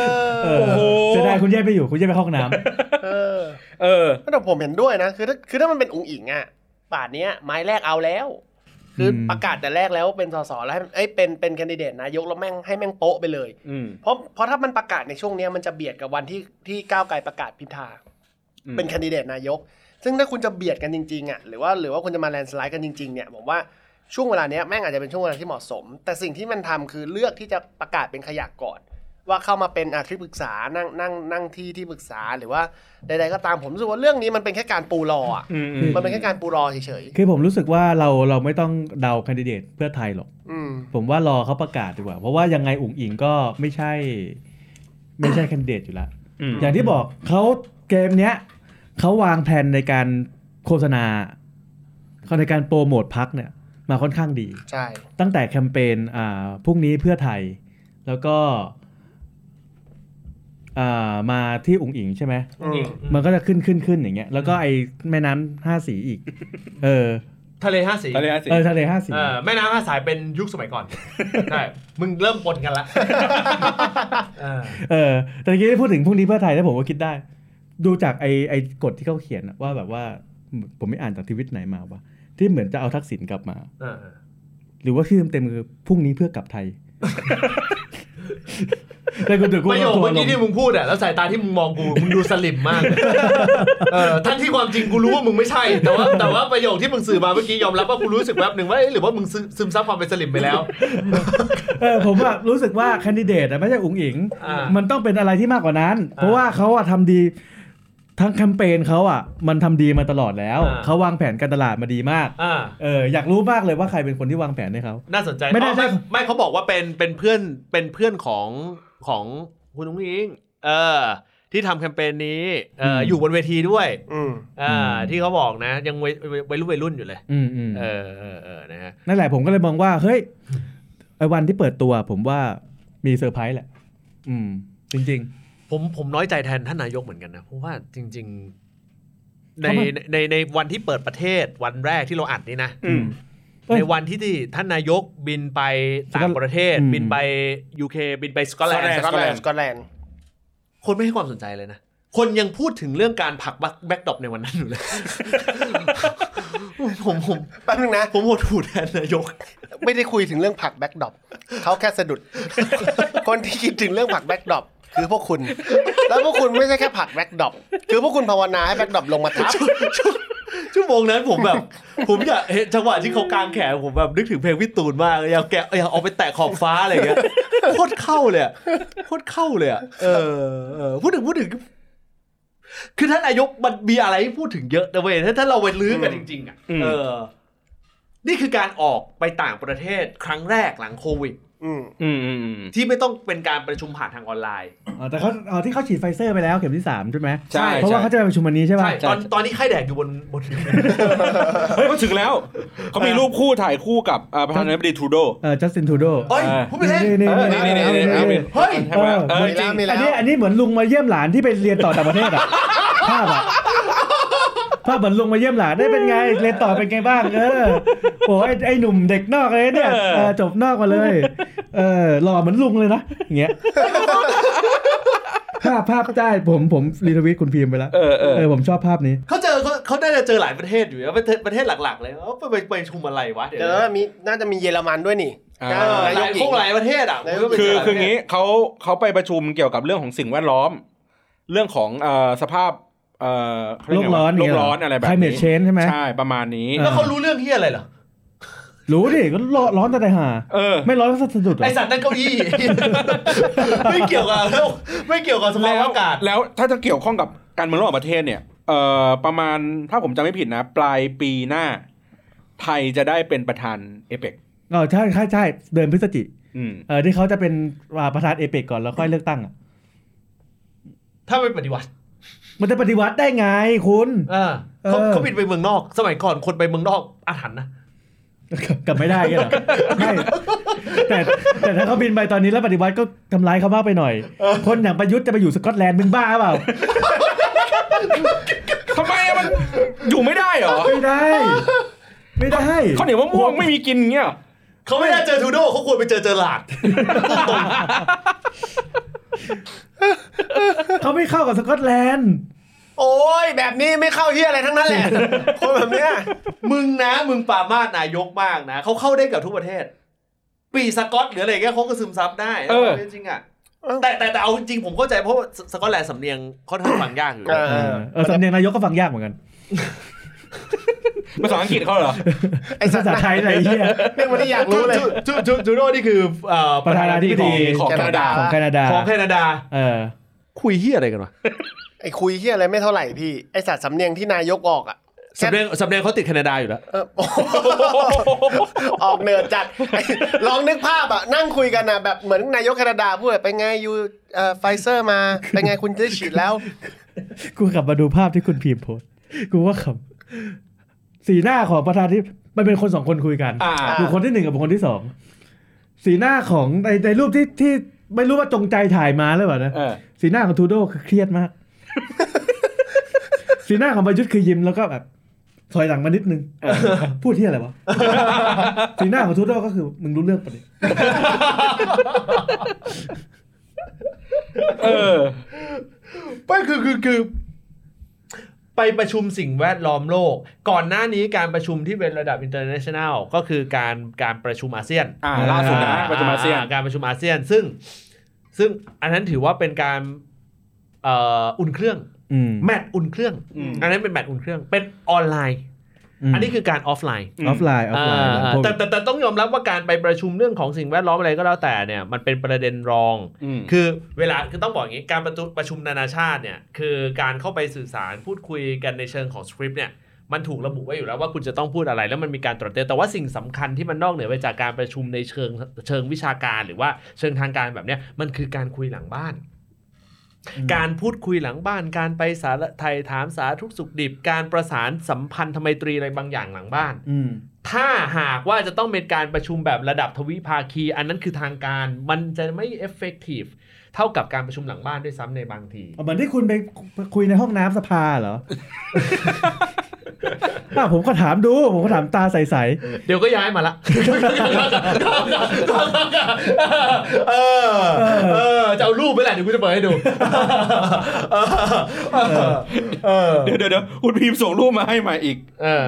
เอ อ อ โอ้โห เสียดายคุณเย่ไปอยู่คุณเย่ไปเข้าห้องน้ำ เออ เออ แต่ผมเห็นด้วยนะคือถ้าคือถ้ามันเป็นอุ๋งอิงอ่ะป่านเนี้ยไม้แรกเอาแล้ว คืออ ม ประกาศแต่แรกแล้วเป็นสสแล้วให้เอ้ยเป็นเป็นแคนดิเดตนายกแล้วแม่งให้แม่งโป๊ะไปเลย อืม เพราะเพราะถ้ามันประกาศในช่วงเนี้ยมันจะเบียดกับวันที่ที่ก้าวไกลประกาศพิธา อืม เป็นแคนดิเดตนายก ซึ่งถ้าคุณจะเบียดกันจริงๆอ่ะหรือว่าหรือว่าคุณจะมาแลนสไลด์กันจริงๆเนี่ยผมว่าช่วงเวลาเนี้ยแม่งอาจจะเป็นช่วงเวลาที่เหมาะสม แต่สิ่งที่มันทำคือเลือกที่จะประกาศเป็นขยะก่อน ว่าเข้ามาเป็นอาที่ปรึกษานั่งนั่งนั่งที่ที่ปรึกษาหรือว่าใดๆก็ตามผมรู้สึกว่าเรื่องนี้มันเป็นแค่การปูรออ่ะ อืมอืม มันเป็นแค่การปูรอเฉย คือผมรู้สึกว่าเราเราไม่ต้องเดาแคนดิเดตเพื่อไทยหรอก ๆอืม ผมว่ารอเขาประกาศดีกว่า เพราะว่ายังไงอุ๋งอิงก็ไม่ใช่ ไม่ใช่แคนดิเดตอยู่แล้ว อืม อย่างที่บอกเขาเกมเนี้ยเขาวางแผนในการโฆษณาเขาในการโปรโมทพักเนี่ย มาค่อนข้างดี ใช่ ตั้งแต่แคมเปญอ่าพรุ่งนี้เพื่อไทย แล้วก็อ่ามาที่อุ๋งอิงใช่ไหม อืม มันก็จะขึ้นขึ้นขึ้นอย่างเงี้ย แล้วก็ไอ้แม่น้ำห้าสีอีก เออ ทะเลห้าสี ตอนนี้นะสิ เออทะเลห้าสี เออแม่น้ำห้าสายเป็นยุคสมั *laughs* ยก่อน ใช่มึงเริ่มปน *laughs* กันละเออ เออ แต่เมื่อกี้ที่พูดถึงพรุ่งนี้เพื่อไทยแล้วผมก็คิดได้ ดูจากไอ้ไอ้กฎที่เขาเขียนอะว่าแบบว่า ผมไม่อ่านจากทวิตไหนมาว่า ที่เหมือนจะเอาทักษิณกลับมา เออ หรือว่าชื่อเต็มๆคือพรุ่งนี้เพื่อกลับไทย *laughs* แล้วกูถึงกู ประโยค ทัว เมื่ ร์ อ ล กี้ ง ที่มึงพูดอ่ะแล้วสายตาที่มึงมองกูมึงดูสลิมมากเลยเออทั้งที่ความจริงกูรู้ว่ามึงไม่ใช่ แต่ว่าแต่ว่าประโยคที่มึงสื่อมาเมื่อกี้ยอมรับว่ากูรู้สึกแวบหนึ่งว่าเอ๊ะหรือว่ามึงซึซึมซับความเป็นสลิมไปแล้ว เออผมอะรู้สึกว่าแคนดิเดตอะไม่ใช่อุ๋งอิง อ่ามั มันต้องเป็นอะไรที่มากกว่านั้น อ่า เพราะว่าเขาอะทำดีทั้งแคมเปญเขาอะมันทำดีมาตลอดแล้ว อ่า เขาวางแผนการตลาดมาดีมาก อ่า เอออยากรู้มากเลยว่าใครเป็นคนที่วางแผนให้เขา น่าสนใจ ไม่ได้ อ๋อ ใช่ ไม่เขาบอกว่าเป็นเป็นเพื่อนเป็นเพื่อนของของคุณนุ้งอิงเออ ที่ทำแคมเปญนี้เอออยู่บนเวทีด้วย อืม เอออที่เขาบอกนะ ยังวัยวัยวัยรุ่นวัยรุ่นอยู่เลย อืมอืม เออเออเออนะฮะ นั่นแหละผมก็เลยมองว่า เฮ้ยไอ้วันที่เปิดตัว ผมว่ามีเซอร์ไพรส์แหละ อืม จริง ผมผมน้อยใจแทนท่านนายกเหมือนกันนะเพราะว่าจริง ๆ ใน เขาไม่ ในในในวันที่เปิดประเทศวันแรกที่เราอัดนี่นะ ๆ อืม เอ้ย ในวันที่ที่ท่านนายกบินไปต่างประเทศ อืม บินไปยูเคบินไปสกอตแลนด์ สกอตแลนด์สกอตแลนด์ คนไม่ให้ความสนใจเลยนะ คนยังพูดถึงเรื่องการผลักแบ็กดรอปในวันนั้นอยู่เลย *laughs* ผมผม แป๊บนึงนะ ผมหดหูแทนนายก ไม่ได้คุยถึงเรื่องผักแบ็กดรอปเขาแค่สะดุด คนที่คิดถึงเรื่องผักแบ็กดรอปคือพวกคุณ แล้วพวกคุณไม่ใช่แค่ผักแบ็กดรอปคือพวกคุณภาวนาให้แบ็กดรอปลงมาทับ ชั่วโมงนั้นผมแบบ ผมอยากเห็นจังหวะที่เขากางแขนผมแบบนึกถึงเพลงพี่ตูนมากเลยอยากแกะอยากเอาไปแตะขอบฟ้าอะไรอย่างเงี้ยโคตรเข้าเลยอะโคตรเข้าเลยอะเออเออพูดถึงพูดถึง คือท่านนายกมันมีอะไรให้พูดถึงเยอะนะเว้ยถ้าถ้าเราไปลื้อกันจริง ๆอ่ะ อืม เออ นี่คือการออกไปต่างประเทศครั้งแรกหลังโควิด อืม อืมอืมอืม ที่ไม่ต้องเป็นการประชุมผ่านทางออนไลน์ อ๋อแต่เขาอ๋อที่เขาฉีดไฟเซอร์ไปแล้วเข็มที่สามใช่ไหม ใช่ เพราะว่าเขาจะไปประชุมวันนี้ใช่ปะ ใช่ ตอนตอนนี้ไข้แดกอยู่บนบน เฮ้ยเขาถึงแล้ว เขามีรูปคู่ถ่ายคู่กับอ่าประธานาธิบดีทรูโด เออจัสตินทูโด เฮ้ยพูดไปเล่น นี่ เออ นี่ นี่นี่ นี่ นี่ นี่ เอาเป็น นี่ เฮ้ย ใช่ไหมเออ มี จริ แล้ว ง มีแล้วอันนี้อันนี้เหมือนลุงมาเยี่ยมหลานที่ไปเรียนต่อต่างประเทศอ่ะ *laughs* ภาพอ่ะภาพเหมือนลุงมาเยี่ยมหลานได้เป็นไง เรียนต่อเป็นไงบ้างเออโอ้ยไอ้ไอ้หนุ่มเด็กนอกเลยเนี่ยเออจบนอกมาเลย เออหล่อเหมือนลุงเลยนะอย่างเงี้ย *laughs* ภาพภาพได้ผมผมรีทวิตคุณพิมพ์ไปแล้ว เออเออ เออผมชอบภาพนี้ เขาเจอเขาเขาได้จะเจอหลายประเทศอยู่แล้วประเทศประเทศหลักๆ เลยเขาไปไปไปประชุมอะไรวะเดี๋ยว เดี๋ยวนะมีน่าจะมีเยอรมันด้วยนี่ อ่า เออ นา ห ย ลาก ย ห พ ญิ ว ง กหลายประเทศอ่ะผมก็ไป คือ เจหลายป คือ ระเทศ งี้เขาเขาไปประชุมเกี่ยวกับเรื่องของสิ่งแวดล้อม เรื่องของเอ่อสภาพเอ่อเขาเย โล ไง ก วะ ร้อน โล เนี่ย ก เห ร้อนอะไรแบบนี้ climate change ใช่ไหม ใช่ประมาณนี้ เออ แล้วเขารู้เรื่องเฮียอะไรเหรอ รู้ดิก็ร้อนร้อนแต่ไหนหา เออ ไม่ร้อนก็สะดุดหร ไอ อ สัตว์นั่นเก้า *laughs* อี้ ไม่เกี่ยวกับโลกไม่เกี่ยวกับสภาพ แล้ว อากาศ แล้วถ้าจะเกี่ยวข้องกับการเมืองระหว่างประเทศเนี่ยเอ่อประมาณถ้าผมจำไม่ผิดนะ ปลายปีหน้า ไทยจะได้เป็นประธานเอเปก อ๋อใช่ใช่ใช่เดินพฤศจิ อืม เออที่เขาจะเป็นอ่าประธานเอเปกก่อนแล้วค่อยเลือกตั้งอ่ะ ถ้าไม่ปฏิวัติ มันจะปฏิวัติได้ไงคุณ เออเขา เออ เขาบินไปเมืองนอก สมัยก่อนคนไปเมืองนอกอาถรรพ์นะ *laughs* กลับไม่ได้เงี้ยเหรอใช่แต่แต่ถ้าเขาบินไปตอนนี้แล้วปฏิวัติก็ทำร้ายเขามากไป *laughs* หน่อย คนอย่างประยุทธ์จะไปอยู่สกอตแลนด์มึงบ้าเปล่า ทำไมอะ มันอยู่ไม่ได้เหรอ ไม่ได้ ไม่ได้ ข้าวเหนียวมะม่วงไม่มีกินเงี้ยเหรอ เขาไม่ได้เจอทูโดเขาควรไปเจอเจอหลา *laughs* ด เขาไม่เข้ากับสกอตแลนด์ โอ้ยแบบนี้ไม่เข้าเฮียอะไรทั้งนั้น *laughs* แหละ คนแบบเนี้ย มึงนะมึงปรามาสนายกมากนะเขาเข้าได้กับทุกประเทศ ปีสกอตหรืออะไรเงี้ยเขาก็ซึมซับได้นะเอาจริงๆอ่ะแต่แต่แต่เอาจริงๆผมเข้าใจเพราะว่าสสกอตแลนด์สำเนียงค่อนข้างฟังยากอยู่ เอ เอ อ อเออสำเนียงนายกก็ฟังยากเหมือนกัน ภาษาอังกฤษเขาเหรอ *laughs* ไอ้สั ภา ตว์ ษาไทยอะไรเงี้ย เนี่ยมันได้อยากรู้เลย จูจูจูโดนี่คือเอ่อ ประธานาธิบดี ของ แคนาดา ของแคนาดา ของแคนาดา เออ คุยเฮียอะไรกันวะ ไอ้คุยเฮียอะไรไม่เท่าไหร่พี่ ไอ้สัตว์สำเนียงที่นายกออกอ่ะ สำเนียงสำเนียงเขาติดแคนาดา *laughs* อยู่แล้ว เออโอ้โหออกเนิร์ดจัด *laughs* ไอ้ลองนึกภาพอะนั่งคุยกันอะแบบเหมือนนายกแคนาดาพูดไปไงยูไฟเซอร์มา ไปไงคุณได้ฉีดแล้ว กูกลับมาดูภาพที่คุณพิมพ์โพสต์กูว่าขำสีหน้าของประธานที่มันเป็นคนสองคนคุยกัน อ่า บุคคลที่หนึ่งกับบุคคลที่สองสีหน้าของในในรูปที่ที่ไม่รู้ว่าจงใจถ่ายมาหรือเปล่านะ เออ สีหน้าของทูโดคือเครียดมาก *laughs* สีหน้าของประยุทธ์คือยิ้มแล้วก็แบบถอยหลังมานิดนึงพูดที่อะไรวะ สีหน้าของทูโดก็คือมึงรู้เรื่องปะเนี่ย เออ ไม่คือคือคือ ไปประชุมสิ่งแวดล้อมโลก ก่อนหน้านี้การประชุมที่เป็นระดับ international ก็คือการการประชุมอาเซียน อ่าล่าสุดนะประชุมอาเซียน การประชุมอาเซียนซึ่ง ซึ่งอันนั้นถือว่าเป็นการเอ่ออุ่นเครื่อง อืม แมตช์อุ่นเครื่อง อืม อันนั้นเป็นแมตช์อุ่นเครื่อง เป็นออนไลน์ ม อันนี้คือการออฟไลน์ ออฟไลน์ออฟไลน์ อ่าแต่แต่แต่ต้องยอมรับว่าการไปประชุมเรื่องของสิ่งแวดล้อมอะไรก็แล้วแต่เนี่ยมันเป็นประเด็นรอง อืม คือเวลาคือต้องบอกอย่างนี้การประชุมประชุมนานาชาติเนี่ยคือการเข้าไปสื่อสารพูดคุยกันในเชิงของสคริปต์เนี่ยมันถูกระบุไว้อยู่แล้วว่าคุณจะต้องพูดอะไรแล้วมันมีการตรวจเตรียมแต่ว่าสิ่งสำคัญที่มันนอกเหนือไปจากการประชุมในเชิงเชิงวิชาการหรือว่าเชิงทางการแบบเนี้ยมันคือการคุยหลังบ้าน การพูดคุยหลังบ้าน การไปสารไทยถามสาทุกข์สุขดิบ การประสานสัมพันธไมตรีอะไรบางอย่างหลังบ้าน อืม ถ้าหากว่าจะต้องเป็นการประชุมแบบระดับทวิภาคี อันนั้นคือทางการมันจะไม่ effective เท่ากับการประชุมหลังบ้านด้วยซ้ำในบางที เหมือนที่คุณไปคุยในห้องน้ำสภาเหรอ *laughs* อ่ะผมก็ถามดู ผมก็ถามตาใส เดี๋ยวก็ย้ายมาละ เออเออจะเอารูปไปแหละเดี๋ยวกูจะเปิดให้ดู เออเออ เดี๋ยวเดี๋ยวเดี๋ยวคุณพิมพ์ส่งรูปมาให้มาอีก เออ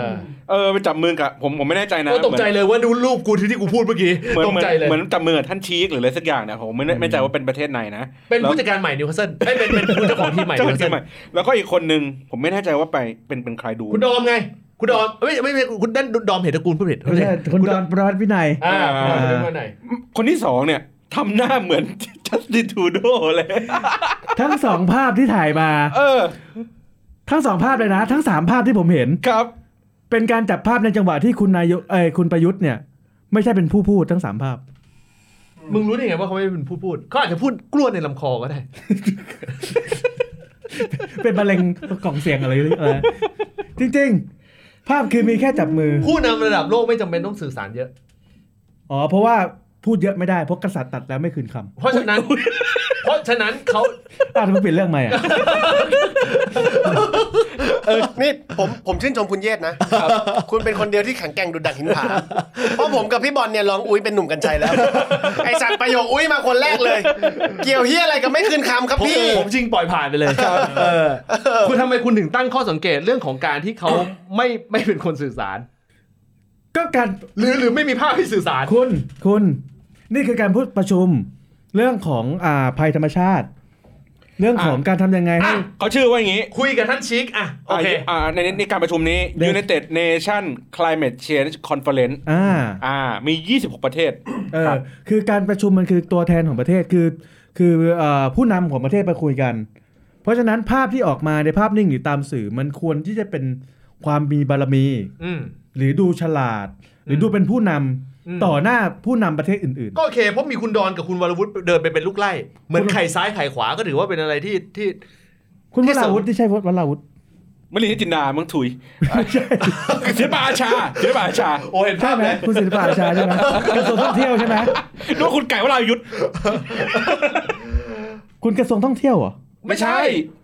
เออไปจับมือกับผมผมไม่แน่ใจนะ กูตกใจเลยว่าดูรูปกูที่ที่กูพูดเมื่อกี้ เหมือน ตก เหมือน ใจเลย เหมือนจับมือกับท่านชีกหรืออะไรสักอย่างนะผมไม่แน่ไม่ใจว่าเป็นประเทศไหนนะ เป็น แล้ว ผู้จัดการใหม่นิวคาสเซิลไม่เป็นเป็นผู้เจ้าของทีมใหม่ เจ้า นิวของ คาส ที เซิ ม ล ใหม่แล้วก็อีกคนนึงผมไม่แน่ใจว่าไปเป็นเป็นใครดู คุณดอมไง คุณดอมไม่ไม่ไม่คุณด้านดอมเหตุตระกูลผู้ผิด ๆ คุณดอนประวัติวินัย อ่า อ่า คุณดอมมาไหน คนที่สองเนี่ยทำหน้าเหมือน *laughs* จัสตินทูโดเลย ทั้งสองภาพที่ถ่ายมา เออ ทั้งสองภาพเลยนะ ทั้งสามภาพที่ผมเห็น ครับ เป็นการจับภาพในจังหวะที่คุณนายกเอ้ยคุณประยุทธ์เนี่ย ไม่ใช่เป็นผู้พูดทั้งสามภาพ มึงรู้ได้ไงว่าเขาไม่เป็นผู้พูด เขาอาจจะพูดกล้วนในลำคอก็ได้ เป็นมะเร็งกล่องเสียงอะไรหรืออะไรจริง ๆ ภาพคือมีแค่จับมือ ผู้นำระดับโลกไม่จำเป็นต้องสื่อสารเยอะ อ๋อ เพราะว่าพูดเยอะไม่ได้ เพราะกษัตริย์ตัดแล้วไม่คืนคำ เพราะฉะนั้น เพราะฉะนั้นเขา อ้าวทำไมเปลี่ยนเรื่องใหม่อ่ะ นี่ผมผมชื่นชมคุณเยศนะ คุณเป็นคนเดียวที่แข็งแกร่งดุดดังหินผา เพราะผมกับพี่บอลเนี่ยร้องอุ้ยเป็นหนุ่มกันชัยแล้ว ไอสัตว์ประโยคอุ้ยมาคนแรกเลย เกี่ยวเฮียอะไรกับไม่คืนคำครับ ผม พี่ ผมจริงปล่อยผ่านไปเลยเออคุณทำไมคุณถึงตั้งข้อสังเกตเรื่องของการที่เขาไม่ไม่เป็นคนสื่อสาร ก็การ หรือหรือไม่มีภาพให้สื่อสาร คุณ คุณ นี่คือการพูดประชุม เรื่องของอ่าภัยธรรมชาติ เรื่องของการทำยังไงให้ อ่ะ เขาชื่อว่าอย่างนี้ คุยกับท่านชิกอ่ะโอเค อ่าในในในการประชุมนี้ เดี๋ยว United Nation Climate Change Conference อ่า อ่ามี 26 ประเทศ เอ ครั อ บ คือการประชุมมันคือตัวแทนของประเทศคือ คือเอ่อผู้นำของประเทศไปคุยกัน เพราะฉะนั้นภาพที่ออกมาในภาพนิ่งหรือตามสื่อมันควรที่จะเป็นความมีบารมี อืม หรือดูฉลาด หรือดูเป็นผู้นำ อืม ต่อหน้าผู้นำประเทศอื่น ก็โอเค เพราะมีคุณดอนกับคุณวรวุฒิเดินไปเป็นลูกไล่ เหมือน คุณ ไข่ซ้ายไข่ขวาก็ถือว่าเป็นอะไรที่ที่ ๆ คุณ ที่ ว สุดราวุธที่ใช่วราวุธ มลินจินดามึงถุยศิลปอาชาศิลปอาชา โอเห็น ใช่ ภาพ ไหม ไหม คุณศิลปะอาชาใช่ไหมกระทรวงท่องเที่ยวใช่ไหม ดูคุณไก่วรายุทธ คุณกระทรวงท่องเที่ยวเหรอ ไม่ใช่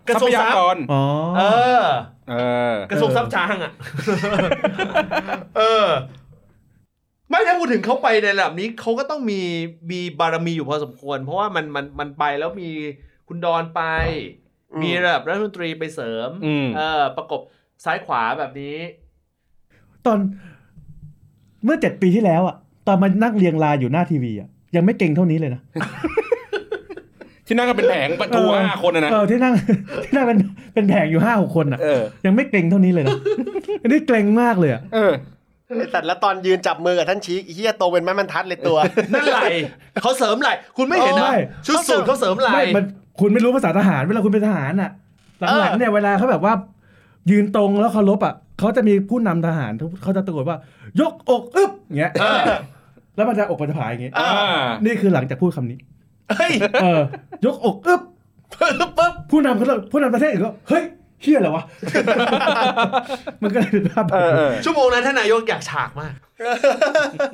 กระ ทรั ทรว พ ง ยา ทรัพ ก ย์ ร อ๋อ เออ เออก ระทรวงทรัพย์ช้างอ่ะ เออ ไม่ถ้าพูดถึงเขาไปในระดับนี้เขาก็ต้องมีมีบารมีอยู่พอสมควร เพราะว่ามันมันมันไปแล้วมีคุณดอนไป มีระดับรัฐมนตรีไปเสริม อืม เออ ประกบซ้ายขวาแบบนี้ ตอนเมื่อเจ็ดปีที่แล้วอ่ะ ตอนมันนั่งเรียงรายอยู่หน้าทีวีอ่ะยังไม่เก่งเท่านี้เลยนะ ที่นั่งก็เป็นแผงประตูห้าคนนะนะ เออที่นั่ง ที่นั่งเป็นเป็นแผงอยู่ห้าหกคนอ่ะ เออ ยังไม่เก่งเท่านี้เลยนะ อันนี้เกรงมากเลยอ่ะ เออ ไอ้สัตว์แล้วตอนยืนจับมือกับท่านชี้ไอ้เฮียโตเป็นไม้บรรทัดเลยตัว นั่นไหลเขาเสริมไหลคุณไม่เห็นนะ ไม่ ชุดสูทเขาเสริมไหล ไม่มันคุณไม่รู้ภาษาทหารเวลาคุณเป็นทหารอ่ะ หลังๆเนี่ยเวลาเขาแบบว่า ยืนตรงแล้วเคารพอ่ะเขาจะมีผู้นำทหารเขาจะตะโกนว่า ยกอกอึ๊บอย่างเงี้ย เออ แล้วมันจะอกมันจะผายอย่างเงี้ย อ่า นี่คือหลังจากพูดคำนี้ เฮ้ย เออ ยกอกอึ๊บ ปึ๊บปึ๊บ ผู้นำเขาเลิกผู้นำประเทศอื่นก็เฮ้ยเฮี้ยเหรอวะ มันก็เลยเป็นภาพแบ เอบ อเออ ชั่วโมงนั้นท่านนายกอยากฉาก *laughs* มาก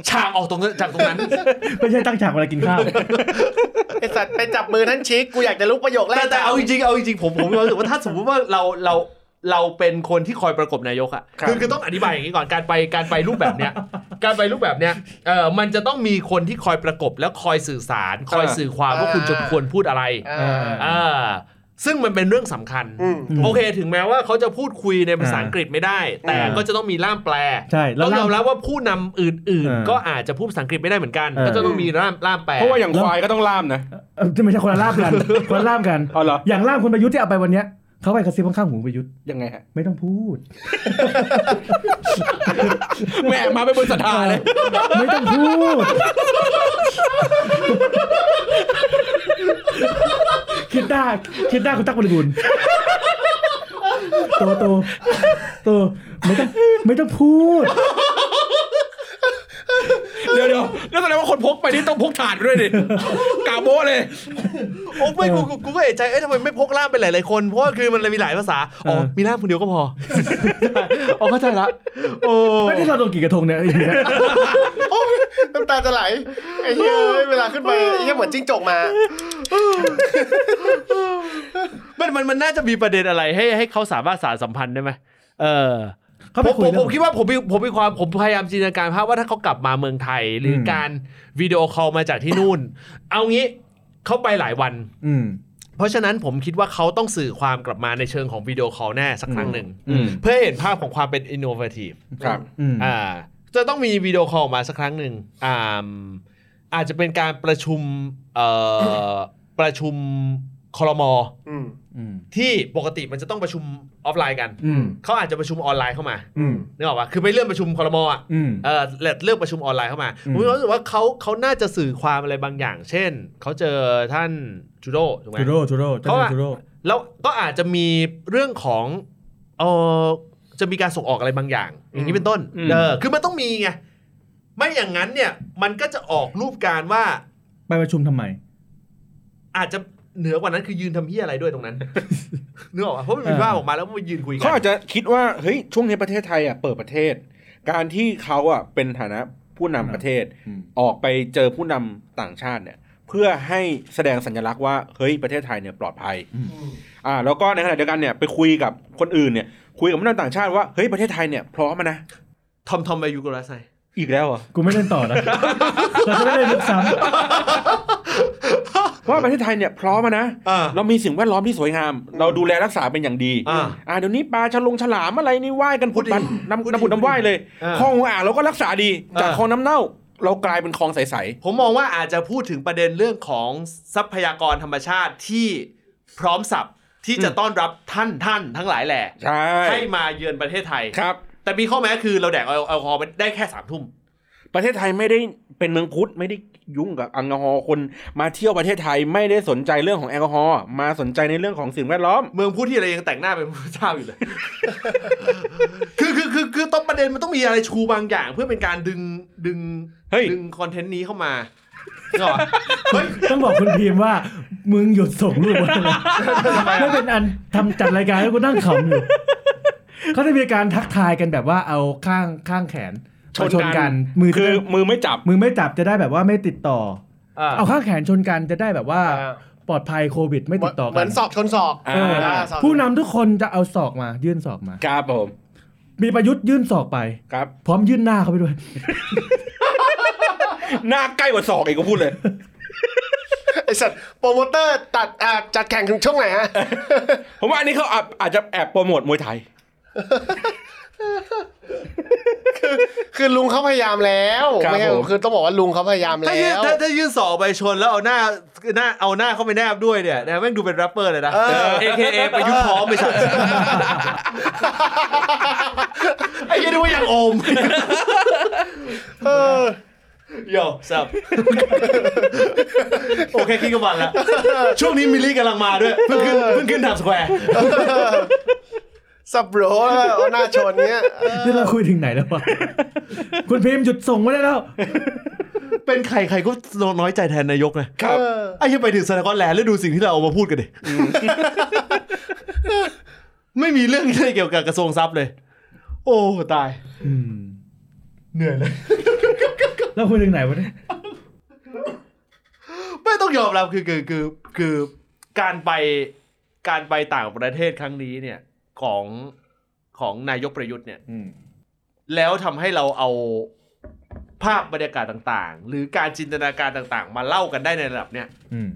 ฉากออกตรงนั้นจากตรงนั้น ไม่ใช่ตั้งฉากเวลากินข้าว ไอ้สัตว์ไปจับมือท่านชี้กูอยากจะลุกประโยคแร แต่ ก แต่เอาจริงๆเอาจริงๆผมผมมีความรู้สึกว่าถ้าสมมติว่าเราเราเราเป็นคนที่คอยประกบนายกอะ ครับ คือคือต้องอธิบายอย่างนี้ก่อนการไปการไปรูปแบบเนี้ย การไปรูปแบบเนี้ยเออมันจะต้องมีคนที่คอยประกบแล้วคอยสื่อสาร คอยสื่อความว่าคุณจะควรพูดอะไร อ่า อ่ อ่าซึ่งมันเป็นเรื่องสำคัญ อืม โอเค ถึงแม้ว่าเขาจะพูดคุยในภาษาอังกฤษไม่ได้ แต่ อ่า ก็จะต้องมีล่ามแปล ใช่ ต้ แล้ อ ว งยอม ล่าม รับว่าผู้นำอื่น เออ ๆ ก็อาจจะพูดภาษาอังกฤษไม่ได้เหมือนกัน เออ ก็จะต้องมีล่ามล่ามแปล เพราะว่าอย่างควายก็ต้องล่ามนะ เอ่อไม่ใช่คนละล่ามกัน คนละล่ามกัน อ๋อเหรอ อย่างล่ามคุณประยุทธ์ที่เอาไปวันเนี้ยเขาไปกระซิบข้างๆหูประยุทธ์ ยังไงฮะ ไม่ต้องพูด แม่มาไปนบนสถาเลย ไม่ต้องพูด *laughs* คิดได้คิดได้คุณตั๊กบริบูรณ์โตโตโตไม่ต้องไม่ต้องพูด เดี๋ยวเดี๋ยวแล้วแสดงว่าคนพกไปนี่ต้องพกถ่านไปด้วยดิกาโบะเลย โอ้ไม่กูกูกูก็เอะใจเอ้ยทำไมไม่พกล่ามไปหลายๆคน เพราะว่าคือมันเลยมีหลายภาษาอ๋อ เออ มีล่ามคนเดียวก็พอ อ๋อเข้าใจละโอ้ แล้วที่เราโดนกี่กระทงเนี่ย โอ๊ยน้ำตาจะไหลไอ้เหี้ยเอ้ยเวลาขึ้นไปไอ้เหี้ยเหมือนจิ้งจกมา มันมันมันน่าจะมีประเด็นอะไรให้ให้เขาสามารถสารสัมพันธ์ได้ไหมเออ เขา ผ ไป ม คุ ผ ย มผเรื่อง มคิดว่าผมมีผมมีความผมพยายามจินตนาการภาพว่าถ้าเขากลับมาเมืองไทย หรืออ ม การวิดีโอคอลมาจากที่นู่น เอางี้เขาไปหลายวัน อืม เพราะฉะนั้นผมคิดว่าเขาต้องสื่อความกลับมาในเชิงของวิดีโอคอลแน่สักครั้งหนึ่ง อืม เพื่อให้เห็นภาพของความเป็นอินโนเวทีฟ ครับ อืม อ่าจะต้องมีวิดีโอคอลมาสักครั้งหนึ่งอ่ามอาจจะเป็นการประชุมเอ่อ *coughs* ประชุมคอรมอ อืม อืม ที่ปกติมันจะต้องประชุมออฟไลน์กัน อืม เขาอาจจะประชุมออนไลน์เข้ามา อืม นึกออกปะคือไม่เลื่อนประชุมคอรมอ่ะ อืม เออเลือกเลือกประชุมออนไลน์เข้ามา อืม ผมรู้สึกว่าเขาเขาน่าจะสื่อความอะไรบางอย่าง เช่น เขาเจอท่านจูโดถูกไหม จูโร่จูโร่เจ้าหน้าที่จูโร่ แล้วก็อาจจะมีเรื่องของเออจะมีการส่งออกอะไรบางอย่าง อย่างนี้เป็นต้น อืม เออคือมันต้องมีไงไม่อย่างนั้นเนี่ยมันก็จะออกรูปการว่า ไปประชุมทำไม อาจจะเหนือกว่านั้นคือยืนทำเฮียอะไรด้วยตรง *laughs* นั้น เนื้ออกปะเพราะมันมี เออ ภาพออกมาแล้วมันยืนคุยกั เขาอาจจะคิดว่าเฮ้ยช่วงนี้ประเทศไทยอ่ะเปิดประเทศ การที่เขาอ่ะเป็นฐานะผู้นำประเทศ อืม ออกไปเจอผู้นำต่างชาติเนี่ย เพื่อให้แสดงสัญลักษณ์ว่าเฮ้ยประเทศไทยเนี่ยปลอดภัยอ่าแล้วก็ในขณะเดียวกันเนี่ยไปคุยกับคนอื่นเนี่ย คุยกับผู้นำต่างชาติว่าเฮ้ยประเทศไทยเนี่ยพร้อมมานะ ทอมทอมไปยูกราไซ อีกแล้วเหรอ่ะ กูไม่เล่นต่อนะ เราจะไม่เล่นลึกซ้ำ ว่าประเทศไทยเนี่ยพร้อมมานะ อ่า เรามีสิ่งแวดล้อมที่สวยงาม เราดูแลรักษาเป็นอย่างดี อ่า เดี๋ยวนี้ปลาฉลงฉลามอะไรนี่ว่ายกันผุด พูดดิ ปันน้ำน้ำผุดน้ำว่ายเลย อ่า คลองหัวอ่างเราก็รักษาดี จาก อ่า คลองน้ำเน่า เรากลายเป็นคลองใส ผมมองว่าอาจจะพูดถึงประเด็นเรื่องของทรัพยากรธรรมชาติที่พร้อมสับที่จะ อืม ต้อนรับท่านท่านทั้งหลายแหล่ ๆ ใช่ ให้มาเยือนประเทศไทย ครับ แต่มีข้อแม้คือเราแดกแอลแอลกอฮอล์ไปได้แค่สามทุ่ม ประเทศไทยไม่ได้เป็นเมืองพุทธไม่ได้ยุ่งกับแอลกอฮอล์คนมาเที่ยวประเทศไทยไม่ได้สนใจเรื่องของแอลกอฮอล์มาสนใจในเรื่องของสิ่งแวดล้อม เมืองพูดที่อะไรยังแต่งหน้าเป็นพระเจ้าอยู่เลย คือคือคือคือต้องประเด็นมันต้องมีอะไรชูบางอย่าง เพื่อเป็นการดึงดึง เฮ้ย ดึงคอนเทนต์นี้เข้ามาเนกออกปะ *laughs* เฮ้ย ต้องบอกคุณพีมว่า มึงหยุดส่งรูป *laughs* มาเลยไม่เป็นอันทำจัดรายการแล้วกูนั่งขำอยู่เขาจะมีการทักทายกันแบบว่าเอาข้างข้างแขนมามือจะ คือ ได้ มือไม่จับ มือไม่จับจะได้แบบว่าไม่ติดต่อ อ่ะ เอาข้างแขนชนกันจะได้แบบว่า อ่า ปลอดภัยโควิดไม่ติดต่อ เห กั มื น นศอกชนศอก อ่า เออ อ่าศอก ผู้นำทุกคนจะเอาศอกมา ยื่นศอกมา ครับผม มีประยุทธ์ยื่นศอกไป ครับ พร้อมยื่นหน้าเข้าไปด้วย หน้าใกล้กว่าศอกอีกก็พูดเลย ไอสัตว์โปรโมเตอร์ตัดอ่าจัดแข่งถึงช่วงไหนฮะ ผมว่าอันนี้เขาอาจอาจจะแอบโปรโมทมวยไทย คือลุงเขาพยายามแล้ว ครับ ไม่ใช่ ผม คือต้องบอกว่าลุงเขาพยายาม ถ้า แล้ ยื่น ว ถ้าถ้ายื่นสอกไปชนแล้วเอาหน้าหน้าเอาหน้าเข้าไปแนบด้วยเนี่ยนะแม่งดูเป็นแรปเปอร์เลยนะ เออ AKA ไประยุทธ์พร้อมไปสัตว์ไอ้เหี้ยังดูว่ายังโอม เออ โย่สับโอเคคิดกันวันละช่วงนี้มิลลี่กำลังมาด้วยเพิ่งขึ้นเพิ่งขึ้นทำสแควร์ สับโรเอาหน้าชนเนี้ยเออ นี่เราคุยถึงไหนแล้ววะ คุณพิมพ์หยุดส่งไว้ได้แล้ว เป็นใครใครก็น้อยใจแทนนายกนะครับ เออ ไอ้เหี้ยังไปถึงสนามกอตแลนด์แล้วดูสิ่งที่เราเอามาพูดกันดิไม่มีเรื่องอะไรเกี่ยวกับกระทรวงทรัพย์เลย โอ้ตาย อืม เหนื่อยเลย *laughs* เราคุยถึงไหนวะเนี่ย ไม่ต้องยอมรับคือคือคือคือการไปการไปต่างประเทศครั้งนี้เนี่ยของของนายกประยุทธ์เนี่ย อืม แล้วทำให้เราเอาภาพบรรยากาศต่างๆ หรือการจินตนาการต่างๆ มาเล่ากันได้ในระดับเนี่ย อืม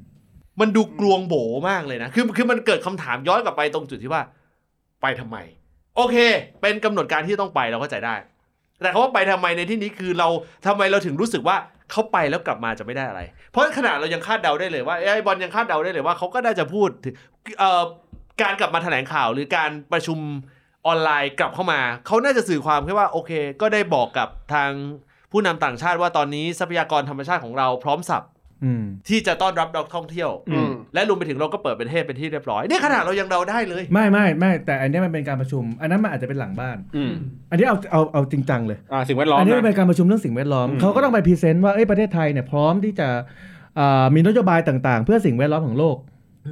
มันดูกลวงโบมากเลยนะ คือคือมันเกิดคำถามย้อนกลับไปตรงจุดที่ว่า ไปทำไม โอเค เป็นกำหนดการที่ต้องไปเราเข้าใจได้ แต่เขาว่าไปทำไมในที่นี้คือเราทำไมเราถึงรู้สึกว่าเขาไปแล้วกลับมาจะไม่ได้อะไร เพราะขนาดเรายังคาดเดาได้เลยว่าเอ้ยไอ้บอลยังคาดเดาได้เลยว่าเขาก็น่าจะพูดถึงเอ่อการกลับมาแถลงข่าว หรือการประชุมออนไลน์กลับเข้ามาเขาน่าจะสื่อความแค่ว่าโอเค ก็ได้บอกกับทางผู้นำต่างชาติว่าตอนนี้ทรัพยากรธรรมชาติของเราพร้อมสับ อืม ที่จะต้อนรับนักท่องเที่ยว อืม และรวมไปถึงเราก็เปิดเป็นเทพเป็นที่เรียบร้อยเนี่ยขนาดเรายังเดาได้เลย ไม่ไม่ไม่แต่อันเนี้ยมันเป็นการประชุม อันนั้นมันอาจจะเป็นหลังบ้าน อืม อันนี้เอาเอาเอาจริงจังเลย อ่าสิ่งแวดล้อม อันนี้มัน นะ เป็นการประชุมเรื่องสิ่งแวดล้อม อืม เขาก็ต้องไปพรีเซนต์ว่าเอ้ยประเทศไทยเนี่ยพร้อมที่จะอ่ามีนโยบายต่างๆ เพื่อสิ่งแวดล้อมของโลก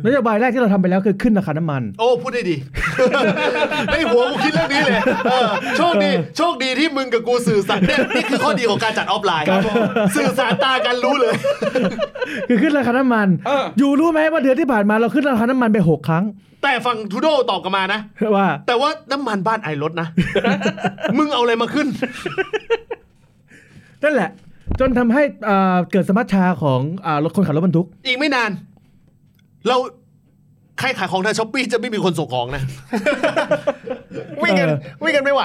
นโยบายแรกที่เราทำไปแล้วคือขึ้นราคาน้ำมัน โอ้ พูดได้ดี *laughs* ไอหัวกูคิดเรื่องนี้เลยเออโชคดี โชคดีที่มึงกับกูสื่อสารเนี่ยนี่คือข้อดีของการจัดออฟไลน์สื่อสารตากันรู้เลย คือขึ้นราคาน้ำมัน เออ อยู่รู้ไหมว่าเดือนที่ผ่านมาเราขึ้นราคาน้ำมันไปหกครั้ง *laughs* แต่ฝั่งทูโดตอบกลับมานะ ว่า แต่ว่าน้ำมันบ้านไอรถนะ *laughs* มึงเอาอะไรมาขึ้น นั่นแหละ จนทำให้อ่าเกิดสมัชชาของอ่ารถคนขับรถบรรทุก อีกไม่นาน เราใครขายของทางช้อปปี้จะไม่มีคนส่งของนะ วิ่งกัน เออ วิ่งกันไม่ไหว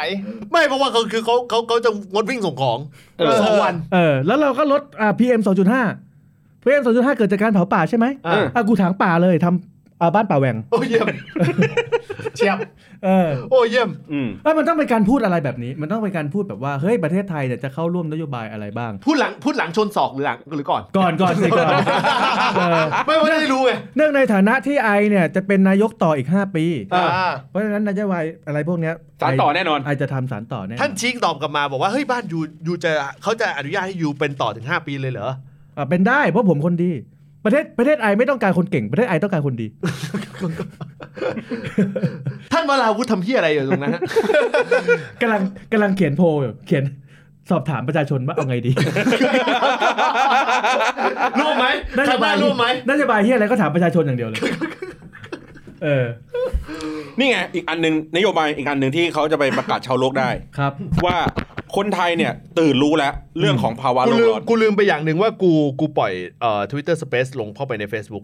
ไม่เพราะว่าเขาคือเขาเขาเขาจะงดวิ่งส่งของ เออ สองวัน เออแล้วเราก็ลดอ่า PM 2.5 PM 2.5 เกิดจากการเผาป่าใช่ไหม อ่า กูถางป่าเลยทำอ่าบ้านป่าแหว่ง โอ้เยี่ยม เชียบ เออ โอ้เยี่ยม อืม เอ้ยมันต้องเป็นการพูดอะไรแบบนี้ มันต้องเป็นการพูดแบบว่าเฮ้ยประเทศไทยเนี่ยจะเข้าร่วมนโยบายอะไรบ้าง พูดหลังพูดหลังชนศอกหรือหลังหรือก่อน ก่อนก่อนสิก่อนเออ ไม่ไม่ได้รู้ไง เนื่องในฐานะที่ไอเนี่ยจะเป็นนายกต่ออีก 5 ปี อ่า เพราะฉะนั้นนโยบายอะไรพวกเนี้ย สารต่อแน่นอน ไอจะทำสารต่อแน่ ท่านชิงตอบกลับมาบอกว่าเฮ้ยบ้านยูยูจะเขาจะอนุญาตให้ยูเป็นต่อถึง 5 ปีเลยเหรอ อ่ะเป็นได้เพราะผมคนดี ประเทศประเทศไอไม่ต้องการคนเก่ง ประเทศไอต้องการคนดี ท่านวราวุธทำเพี้ยอะไรอยู่ตรงนั้นฮะ กำลังกำลังเขียนโพลอยู่เขียนสอบถามประชาชนว่าเอาไงดี *laughs* ร่วมไหม นโย ทาง บา บ้ายนร่วมไหม นโยบายที่อะไรก็ถามประชาชนอย่างเดียวเลย เออ นี่ไงอีกอันหนึงนโยบายอีกอันหนึ่งที่เขาจะไปประกาศชาวโลกได้ ครับ ว่าคนไทยเนี่ยตื่นรู้แล้วเรื่องของภาวะ กู โลก ลืม ร้อน กูลืมไปอย่างหนึ่งว่ากูกูปล่อยเอ่อ Twitter Space ลงเข้าไปใน Facebook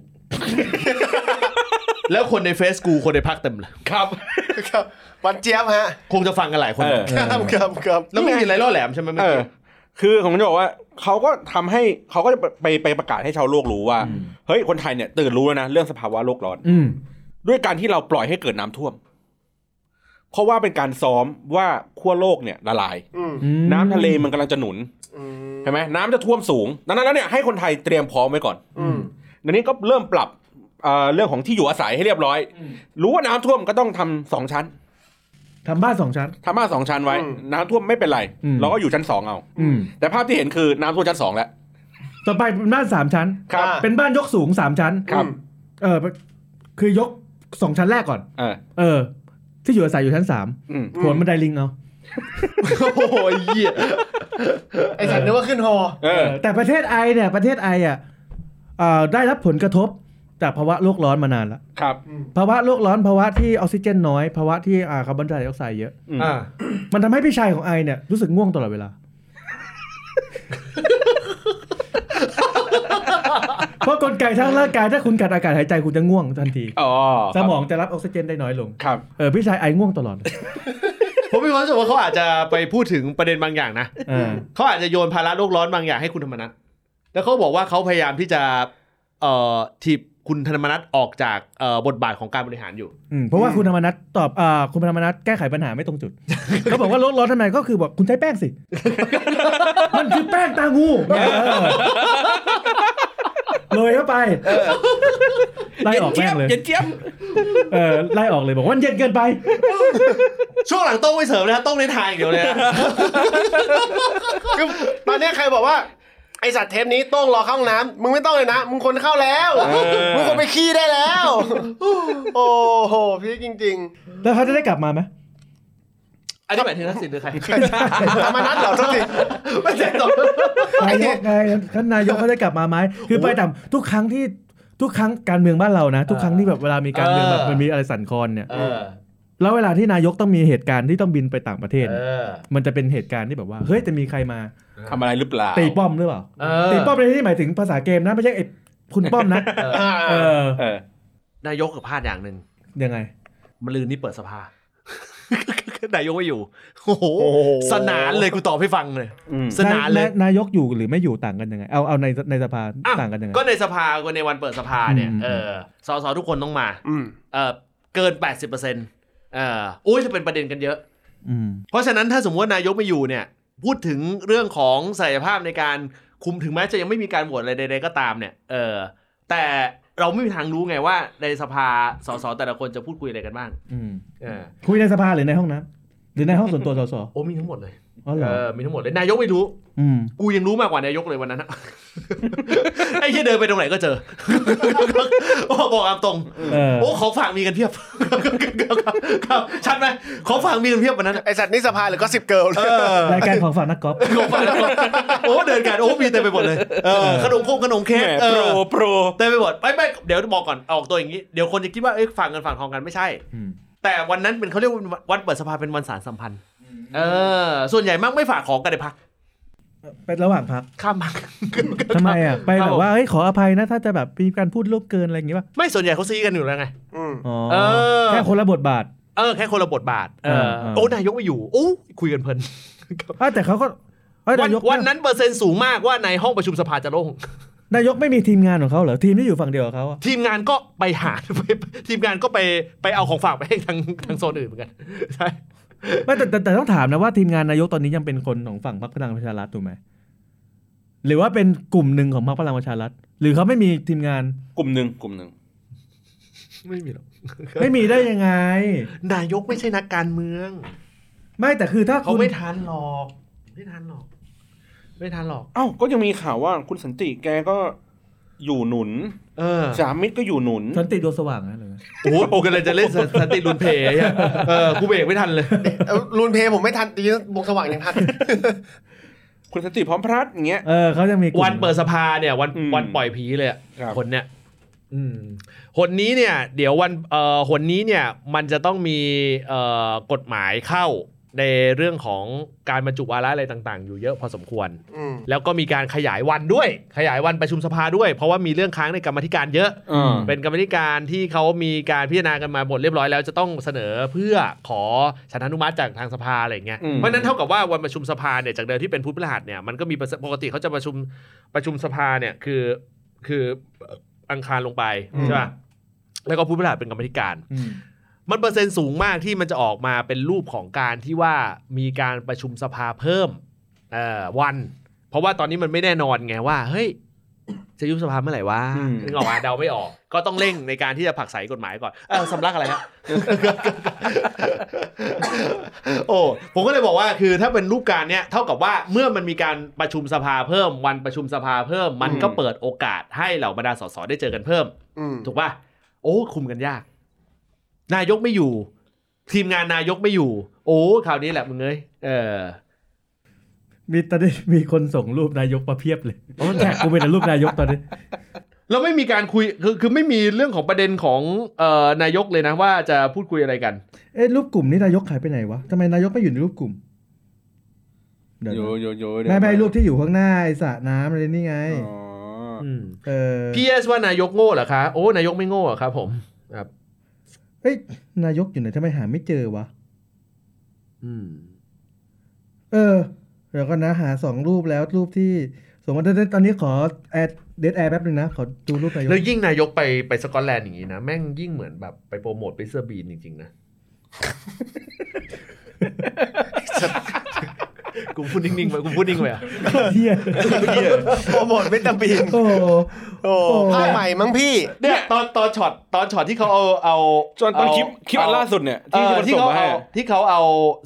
*laughs* แล้วคนในเฟซกูคนในพักเต็มเลย ครับ ครับวันเจี๊ยบฮะ คงจะฟังกันหลายคน เออ ครับครับครับ แล้วไม่มีอะไรล่อแหลมใช่ไหมเมื่ เอ อ อ กี้ คือผมจะบอกว่าเขาก็ทำให้เขาก็จะไปไปประกาศให้ชาวโลกรู้ว่า เฮ้ยคนไทยเนี่ยตื่นรู้แล้วนะเรื่องสภาวะโลกร้อน อืม ด้วยการที่เราปล่อยให้เกิดน้ำท่วม เพราะว่าเป็นการซ้อมว่าขั้วโลกเนี่ยละลาย อืม น้ำทะเลมันกำลังจะหนุน อืม ใช่ไหมน้ำจะท่วมสูงดังนั้นแล้วเนี่ยให้คนไทยเตรียมพร้อมไว้ก่อน อืม เดี๋ยวนี้ก็เริ่มปรับเอ่อเรื่องของที่อยู่อาศัยให้เรียบร้อย รู้ว่าน้ำท่วมก็ต้องทำสองชั้น ทำบ้านสองชั้น ทำบ้านสองชั้นไว้ น้ำท่วมไม่เป็นไร อืม เราก็อยู่ชั้นสองเอา อืม แต่ภาพที่เห็นคือน้ำท่วมชั้นสองแล้ว ต่อไปเป็นบ้านสามชั้น ครับ เป็นบ้านยกสูงสามชั้น ครับ เออคือยกสองชั้นแรกก่อน เออ เออ ที่อยู่อาศัยอยู่ชั้นสาม อืม โขนบันไดลิงเอา โอ้ยเหี้ย ไอสัตว์นึกว่าขึ้นฮอ เออ แต่ประเทศไอเนี่ย ประเทศไออ่ะเอ่อได้รับผลกระทบ จากภาวะโลกร้อนมานานละ ครับ ภาวะโลกร้อนภาวะที่ออกซิเจนน้อยภาวะที่อ่าคาร์บอนไดออกไซด์เยอะ อืม อ่า มันทำให้พี่ชายของไอเนี่ยรู้สึกง่วงตลอดเวลา เพราะกลไกทางร่างกายถ้าคุณขาดอากาศหายใจคุณจะง่วงทันที อ๋อ สมองจะรับออกซิเจนได้น้อยลง ครับ เออพี่ชายไอง่วงตลอดเลย ผมมีความรู้สึกว่าเขาอาจจะไปพูดถึงประเด็นบางอย่างนะ อ่า เขาอาจจะโยนภาระโลกร้อนบางอย่างให้คุณธรรมนัทแล้วเขาบอกว่าเขาพยายามที่จะเอ่อถีบคุณธรรมนัทออกจากเอ่อบทบาทของการบริหารอยู่ อืมเพราะว่าคุณธรรมนัทตอบอ่าคุณธรรมนัทแก้ไขปัญหาไม่ตรง *laughs* จุด เขาบอกว่าลดร้อนทำไมก็คือบอกคุณใช้แป้งสิ *laughs* มันคือแป้งตางูเออโรยเข้าไปไล่ออกแม่งเลย เย็นเจี๊ยบ เออไล่ออกเลยบอกว่ามันเย็นเกินไป ช่วงหลังโต้องไม่เสริมนะโต้องในทางอย่างเดียวเลยนะ คือตอนเนี้ยใครบอกว่าไอสัตว์เทปนี้โต้องรอเข้าห้องน้ำมึงไม่ต้องเลยนะ มึงคนเข้าแล้วมึงคนไปขี้ได้แล้ว โอ้โหพี่จริง แล้วเขาจะได้กลับมาไหม อันนี้หมายถึงนักสินหรือใคร ๆธรรมนัตเหรอสักที ไม่ใช่ตอบ นายกไงท่านนายกเขาได้กลับมาไหมคือไปต่ำทุกครั้งที่ทุกครั้งการเมืองบ้านเรานะ ทุกครั้งที่แบบเวลามีการเมืองแบบมันมีอะไรสั่นคลอนเนี่ย เออ แล้วเวลาที่นายกต้องมีเหตุการณ์ที่ต้องบินไปต่างประเทศ เอ เนี่ย อ มันจะเป็นเหตุการณ์ที่แบบว่าเฮ้ยจะมีใครมา ทำอะไรหรือเปล่า ตีป้อมหรือเปล่า เออ ตีป้อมในที่นี้หมายถึงภาษาเกมนะไม่ใช่ไอ้คุณป้อมนะเออ เออ นายกกับพลาดอย่างหนึ่ง ยังไง มันลืนนี่เปิดสภานายกไม่อยู่โอ้โหสนานเลยกูตอบให้ฟังเลย อืม สนานเลย ยนายกอยู่หรือไม่อยู่ต่างกันยังไง เอาเอาในในสภา อ่ะ ต่างกันยังไง ก็ในสภาก็ในวันเปิดสภาเนี่ย อืม เออสสทุกคนต้องมา อืม เออเกิน 80%เอออุ้ยจะเป็นประเด็นกันเยอะ อืม เพราะฉะนั้นถ้าสมมติว่านายกไม่อยู่เนี่ย พูดถึงเรื่องของศักยภาพในการคุมถึงแม้จะยังไม่มีการโหวตอะไรใดๆก็ตามเนี่ยเออแต่เราไม่มีทางรู้ไงว่าในสภาสสแต่ละคนจะพูดคุยอะไรกันบ้าง อืม เออ คุยในสภาหรือในห้องน้ำหรือในห้องส่วนตัวสส โอ้มีทั้งหมดเลย อ๋อเหร เอ อ อมีทั้งหมดเลยนายกไม่รู้ อืม กูยังรู้มากกว่านายกเลยวันนั้นอะ ไอ้ที่เดินไปตรงไหนก็เจอ บอกบอกตามตรง เออ โอ้ของฝากมีกันเพียบ ครับชัดไหมของฝากมีกันเพียบวันนั้นอะ ไอสัตว์นี่สภาหรือก็สิบเกิล เออ รายการของฝากนักกอล์ฟ ของฝากโอ้เดินกันโอ้มีเต็มไปหมดเลยเออขนมพงขนมเค้ก แหม่ เอ โปร อ โปร เต็มไปหมดไม่ไม่เดี๋ยวบอกก่อนเอาออกตัวอย่างนี้เดี๋ยวคนจะคิดว่าเอ้ยฝากเงินฝากทองกันไม่ใช่ อืม แต่วันนั้นเป็นเขาเรียกว่าวันเปิดสภาเป็นวันสารสัมพันธ์เออ ส่วนใหญ่มากไม่ฝากของกันในพัก ไประหว่างพัก ข้ามพัก *laughs* ทำไมอ่ะ ไป ค แบ รับบ ผม ว่าเฮ้ยขออภัยนะถ้าจะแบบมีการพูดล่วงเกินอะไรอย่างงี้ป่ะ ไม่ส่วนใหญ่เขาซีกันอยู่แล้วไง อืม อ๋อ เออ แค่คนละบทบาท เออแค่คนละบทบาทเอ เอ อ อเออ โอ้นายกไม่อยู่โอ้คุยกันเพลิน เอ้ยแต่เขาก็เอ้ย วัน นายก วันนั้นเปอร์เซ็นต์สูงมากว่าในห้องประชุมสภาจะโล่ง นายกไม่มีทีมงานของเขาเหรอ ทีมที่อยู่ฝั่งเดียวกับเขาอะ ทีมงานก็ไปหา *laughs* ไปทีมงานก็ไปไปเอาของฝากไปให้ทางทางโซนอื่นเหมือนกัน *laughs* ใช่ ไม่แต่แต่แต่ต้องถามนะว่าทีมงานนายกตอนนี้ยังเป็นคนของฝั่งพรรคพลังประชารัฐถูกไหมหรือว่าเป็นกลุ่มหนึ่งของพรรคพลังประชารัฐ หรือเขาไม่มีทีมงาน กลุ่มหนึ่งกลุ่มหนึ่ง ไม่มีหรอก ไม่มีได้ยังไง นายกไม่ใช่นักการเมือง ไม่แต่คือถ้า เขา คุณ ไม่ทันหรอกไม่ทันหรอก ไม่ทันหรอก เอ้าก็ยังมีข่าวว่าคุณสันติแกก็อยู่หนุน เออ สามมิตรก็อยู่หนุน สันติดวงสว่างนะเลย โอ้โหกูกำลังจะเล่นสันสันติรุนเพย์อะเออกูเบรกไม่ทันเลย เอ้ารูนเพย์ผมไม่ทันจริงๆวงสว่างยังทัน คุณสันติพร้อมพรัตน์อย่างเงี้ย เออเขายังมีกลุ่ม วันเปิดสภาเนี่ยวัน อืม วันปล่อยผีเลยอะ ครับ คนเนี่ยอืมหนนี้เนี่ย เดี๋ยววันเอ่อหนนี้เนี่ยมันจะต้องมีเอ่อกฎหมายเข้าในเรื่องของการบรรจุวาระอะไรต่าง ๆ อยู่เยอะพอสมควร อืม แล้วก็มีการขยายวันด้วย ขยายวันประชุมสภาด้วย เพราะว่ามีเรื่องค้างในกรรมาธิการเยอะ เออ เป็นกรรมาธิการที่เขามีการพิจารณากันมาหมดเรียบร้อยแล้วจะต้องเสนอเพื่อขอฉันทานุมัติจากทางสภาอะไรอย่างเงี้ย อืม เพราะฉะนั้นเท่ากับว่าวันประชุมสภาเนี่ยจากเดิมที่เป็นพุธพฤหัสเนี่ยมันก็มีประสปกติเขาจะประชุมประชุมสภาเนี่ยคือคืออังคารลงไปใช่ป่ะแล้วก็พุธพฤหัสเป็นกรรมาธิการ อืม มันเปอร์เซ็นต์สูงมากที่มันจะออกมาเป็นรูปของการที่ว่ามีการประชุมสภาเพิ่มเอ่อวัน เพราะว่าตอนนี้มันไม่แน่นอนไงว่า เฮ้ย จะยุบสภาเมื่อไหร่วะ อืม นึกออกมาเดาไม่ออก ก็ต้องเร่งในการที่จะผลักไสกฎหมายก่อนเออสำลักอะไรฮะ *laughs* โอ้ผมก็เลยบอกว่าคือถ้าเป็นรูปการเนี้ยเท่ากับว่าเมื่อมันมีการประชุมสภาเพิ่ม วันประชุมสภาเพิ่ม มันก็เปิดโอกาสให้เหล่าบรรดาสสได้เจอกันเพิ่ม อืม ถูกป่ะ โอ้ คุมกันยาก นายกไม่อยู่ ทีมงานนายกไม่อยู่ โอ้คราวนี้แหละมึงเอ้ยเออ *laughs* มีตอนนี้มีคนส่งรูปนายกมาเพียบเลยแท็กกูเป็นแต่รูปนายกตอนนี้ แล้วไม่มีการคุยคือคือไม่มีเรื่องของประเด็นของเอ่อนายกเลยนะว่าจะพูดคุยอะไรกัน เอ๊ะรูปกลุ่มนี้นายกหายไปไหนวะทำไมนายกไม่อยู่ในรูปกลุ่มเดี๋ยวนะโยโยโยเดี๋ยว ไม่ไม่รูปที่อยู่ข้างหน้าไอ้สระน้ำอะไรนี่ไง อ๋อ เออ พี่เอสว่านายกโง่เหรอคะโอ้นายกไม่โง่อะครับผม เฮ้ยนายกอยู่ไหนทำไมหาไม่เจอวะ เออเดี๋ยวก็นะหาสองรูปแล้วรูปที่สมมติว่าตอนนี้ขอแอดเดทแอร์แป๊บหนึ่งนะ ขอดูรูปนายก แล้วยิ่งนายกไปไปสกอตแลนด์อย่างนี้นะ แม่งยิ่งเหมือนแบบไปโปรโมทไปเสื้อบีนจริงๆนะ กูพูดนิ่งๆไปกูพูดนิ่งไปอะ เที่ย โปรโมทวิตามิน โอ้โห โอ้ โอ้ ผ้าใหม่มั้งพี่ เนี่ยตอนตอนช็อตตอนช็อตที่เขาเอาเอา จนตอนคลิปคลิปอัน เ ล่าสุดเนี่ย เออที่ที่มัน ที่ ส่ง เขา มาให้ เอาที่เขาเอา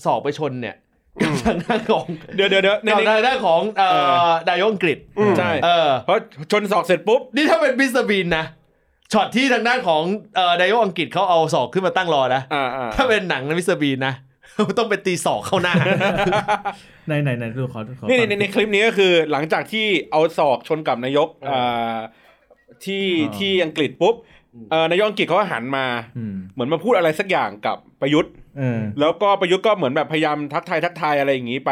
ศอกไปชนเนี่ยกับทางด้านของ เดี๋ยวเดี๋ยวเดี๋ยวใน กับ ใน ทางด้านของเอ่อ เออ นายกอังกฤษ อืม ใช่ เออ เพราะชนศอกเสร็จปุ๊บ นี่ถ้าเป็นมิสเตอร์บีนนะช็อตที่ทางด้านของเอ่อนายกอังกฤษเขาเอาศอกขึ้นมาตั้งรอนะ อ่าอ่า ถ้าเป็นหนังนะมิสเตอร์บีนนะ *laughs* ต้องเป็นตีศอกเข้าหน้า ไหนไหนไหนดูขอขอ นี่ ฟั ใน ง ในในคลิปนี้ก็คือหลังจากที่เอาศอกชนกับนายกอ่าที่ อ่า ที่อังกฤษปุ๊บเอ่อนายกอังกฤษเขาก็หันมา อืม เหมือนมาพูดอะไรสักอย่างกับประยุทธ์ เออ แล้วก็ประยุทธ์ก็เหมือนแบบพยายามทักทายทักทายอะไรอย่างนี้ไป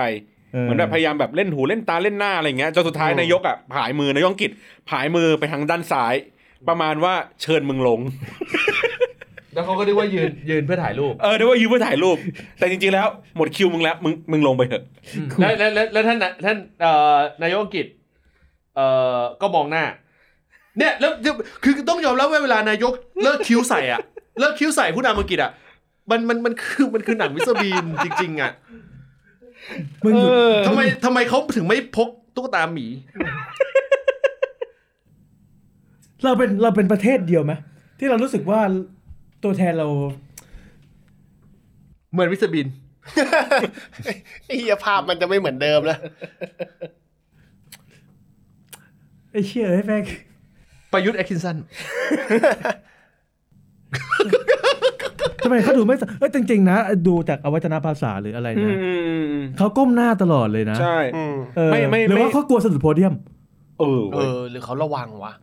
เหมือนแบบพยายามแบบเล่นหูเล่นตาเล่นหน้าอะไรอย่างเงี้ยจนสุดท้ายนายกอ่ะผายมือนายกอังกฤษผายมือไปทางด้านซ้าย ประมาณว่าเชิญมึงลง แล้วเขาก็นึกว่ายืนยืนเพื่อถ่ายรูป เออได้ว่ายืมเพื่อถ่ายรูป แต่จริงๆแล้วหมดคิวมึงแล้วมึงมึงลงไปเถอะ *laughs* และและและและท่านน่ะท่านเอ่อนายกอังกฤษเอ่อก็มองหน้า เนี่ยแล้วคือคือต้องยอมรับว่าเวลานายกเลิกคิ้วใส่อะ *laughs* เลิกคิ้วใส่ผู้นำอังกฤษอะมันมันมันคือมันคือหนังมิสเตอร์บีน *laughs* จริงๆอะ มึงหยุด ทำไมทำไมเขาถึงไม่พกตุ๊กตาหมี เราเป็นเราเป็นประเทศเดียวไหมที่เรารู้สึกว่าตัวแทนเรา เหมือนมิสเตอร์บีน ไอ้เหี้ยภาพมันจะไม่เหมือนเดิมแล้ว ไอ้เชี่ยเอ้ยแม่ง ประยุทธ์แอคคินสัน ทำไมเขาดูไม่สเอ้ยจริงๆนะ ดูจากอวัจนภาษาหรืออะไรนะเขาก้มหน้าตลอดเลยนะ ใช่ อืม เออ ไม่ไม่ หรือว่า ไม่ เขากลัวสะดุดโพเดียม เออ เอ เว้ย อ หรือเขาระวังวะ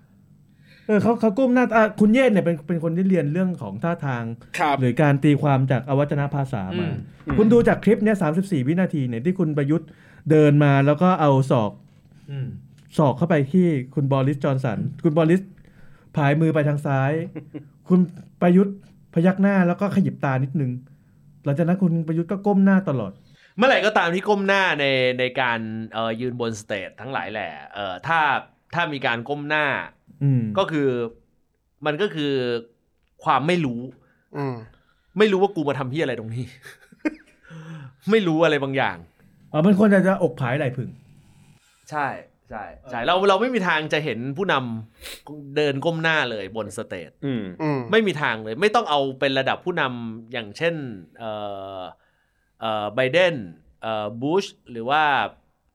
เออเขาเขาก้มหน้าอ่ะคุณเยศเนี่ยเป็นเป็นคนที่เรียนเรื่องของท่าทาง ครับ หรือการตีความจากอวัจนภาษามา อืม คุณดูจากคลิปเนี่ยสาวินาทีเนี่ยที่คุณประยุทธ์เดินมาแล้วก็เอาศอกศอกเข้าไปที่คุณบอริสจอห์นสัน คุณบอริสผายมือไปทางซ้าย คุณประยุทธ์พยักหน้าแล้วก็ขยิบตานิดนึง หลังจากนั้นคุณประยุทธ์ก็ก้มหน้าตลอด เมื่อไหร่ก็ตามที่ก้มหน้าในในการเอ่อยืนบนสเตจทั้งหลายแหละเอ่อถ้าถ้ามีการก้มหน้า อืม ก็คือมันก็คือความไม่รู้ อืม ไม่รู้ว่ากูมาทำที่อะไรตรงนี้ *laughs* ไม่รู้อะไรบางอย่าง อ๋อมันควรจะจะอกผายไหล่ผึ่ง ใช่ใช่ใช่เราเราไม่มีทางจะเห็นผู้นำเดินก้มหน้าเลยบนสเตจ อืม อืม ไม่มีทางเลย ไม่ต้องเอาเป็นระดับผู้นำอย่างเช่นเอ่อเอ่อไบเดนเอ่อบุชหรือว่า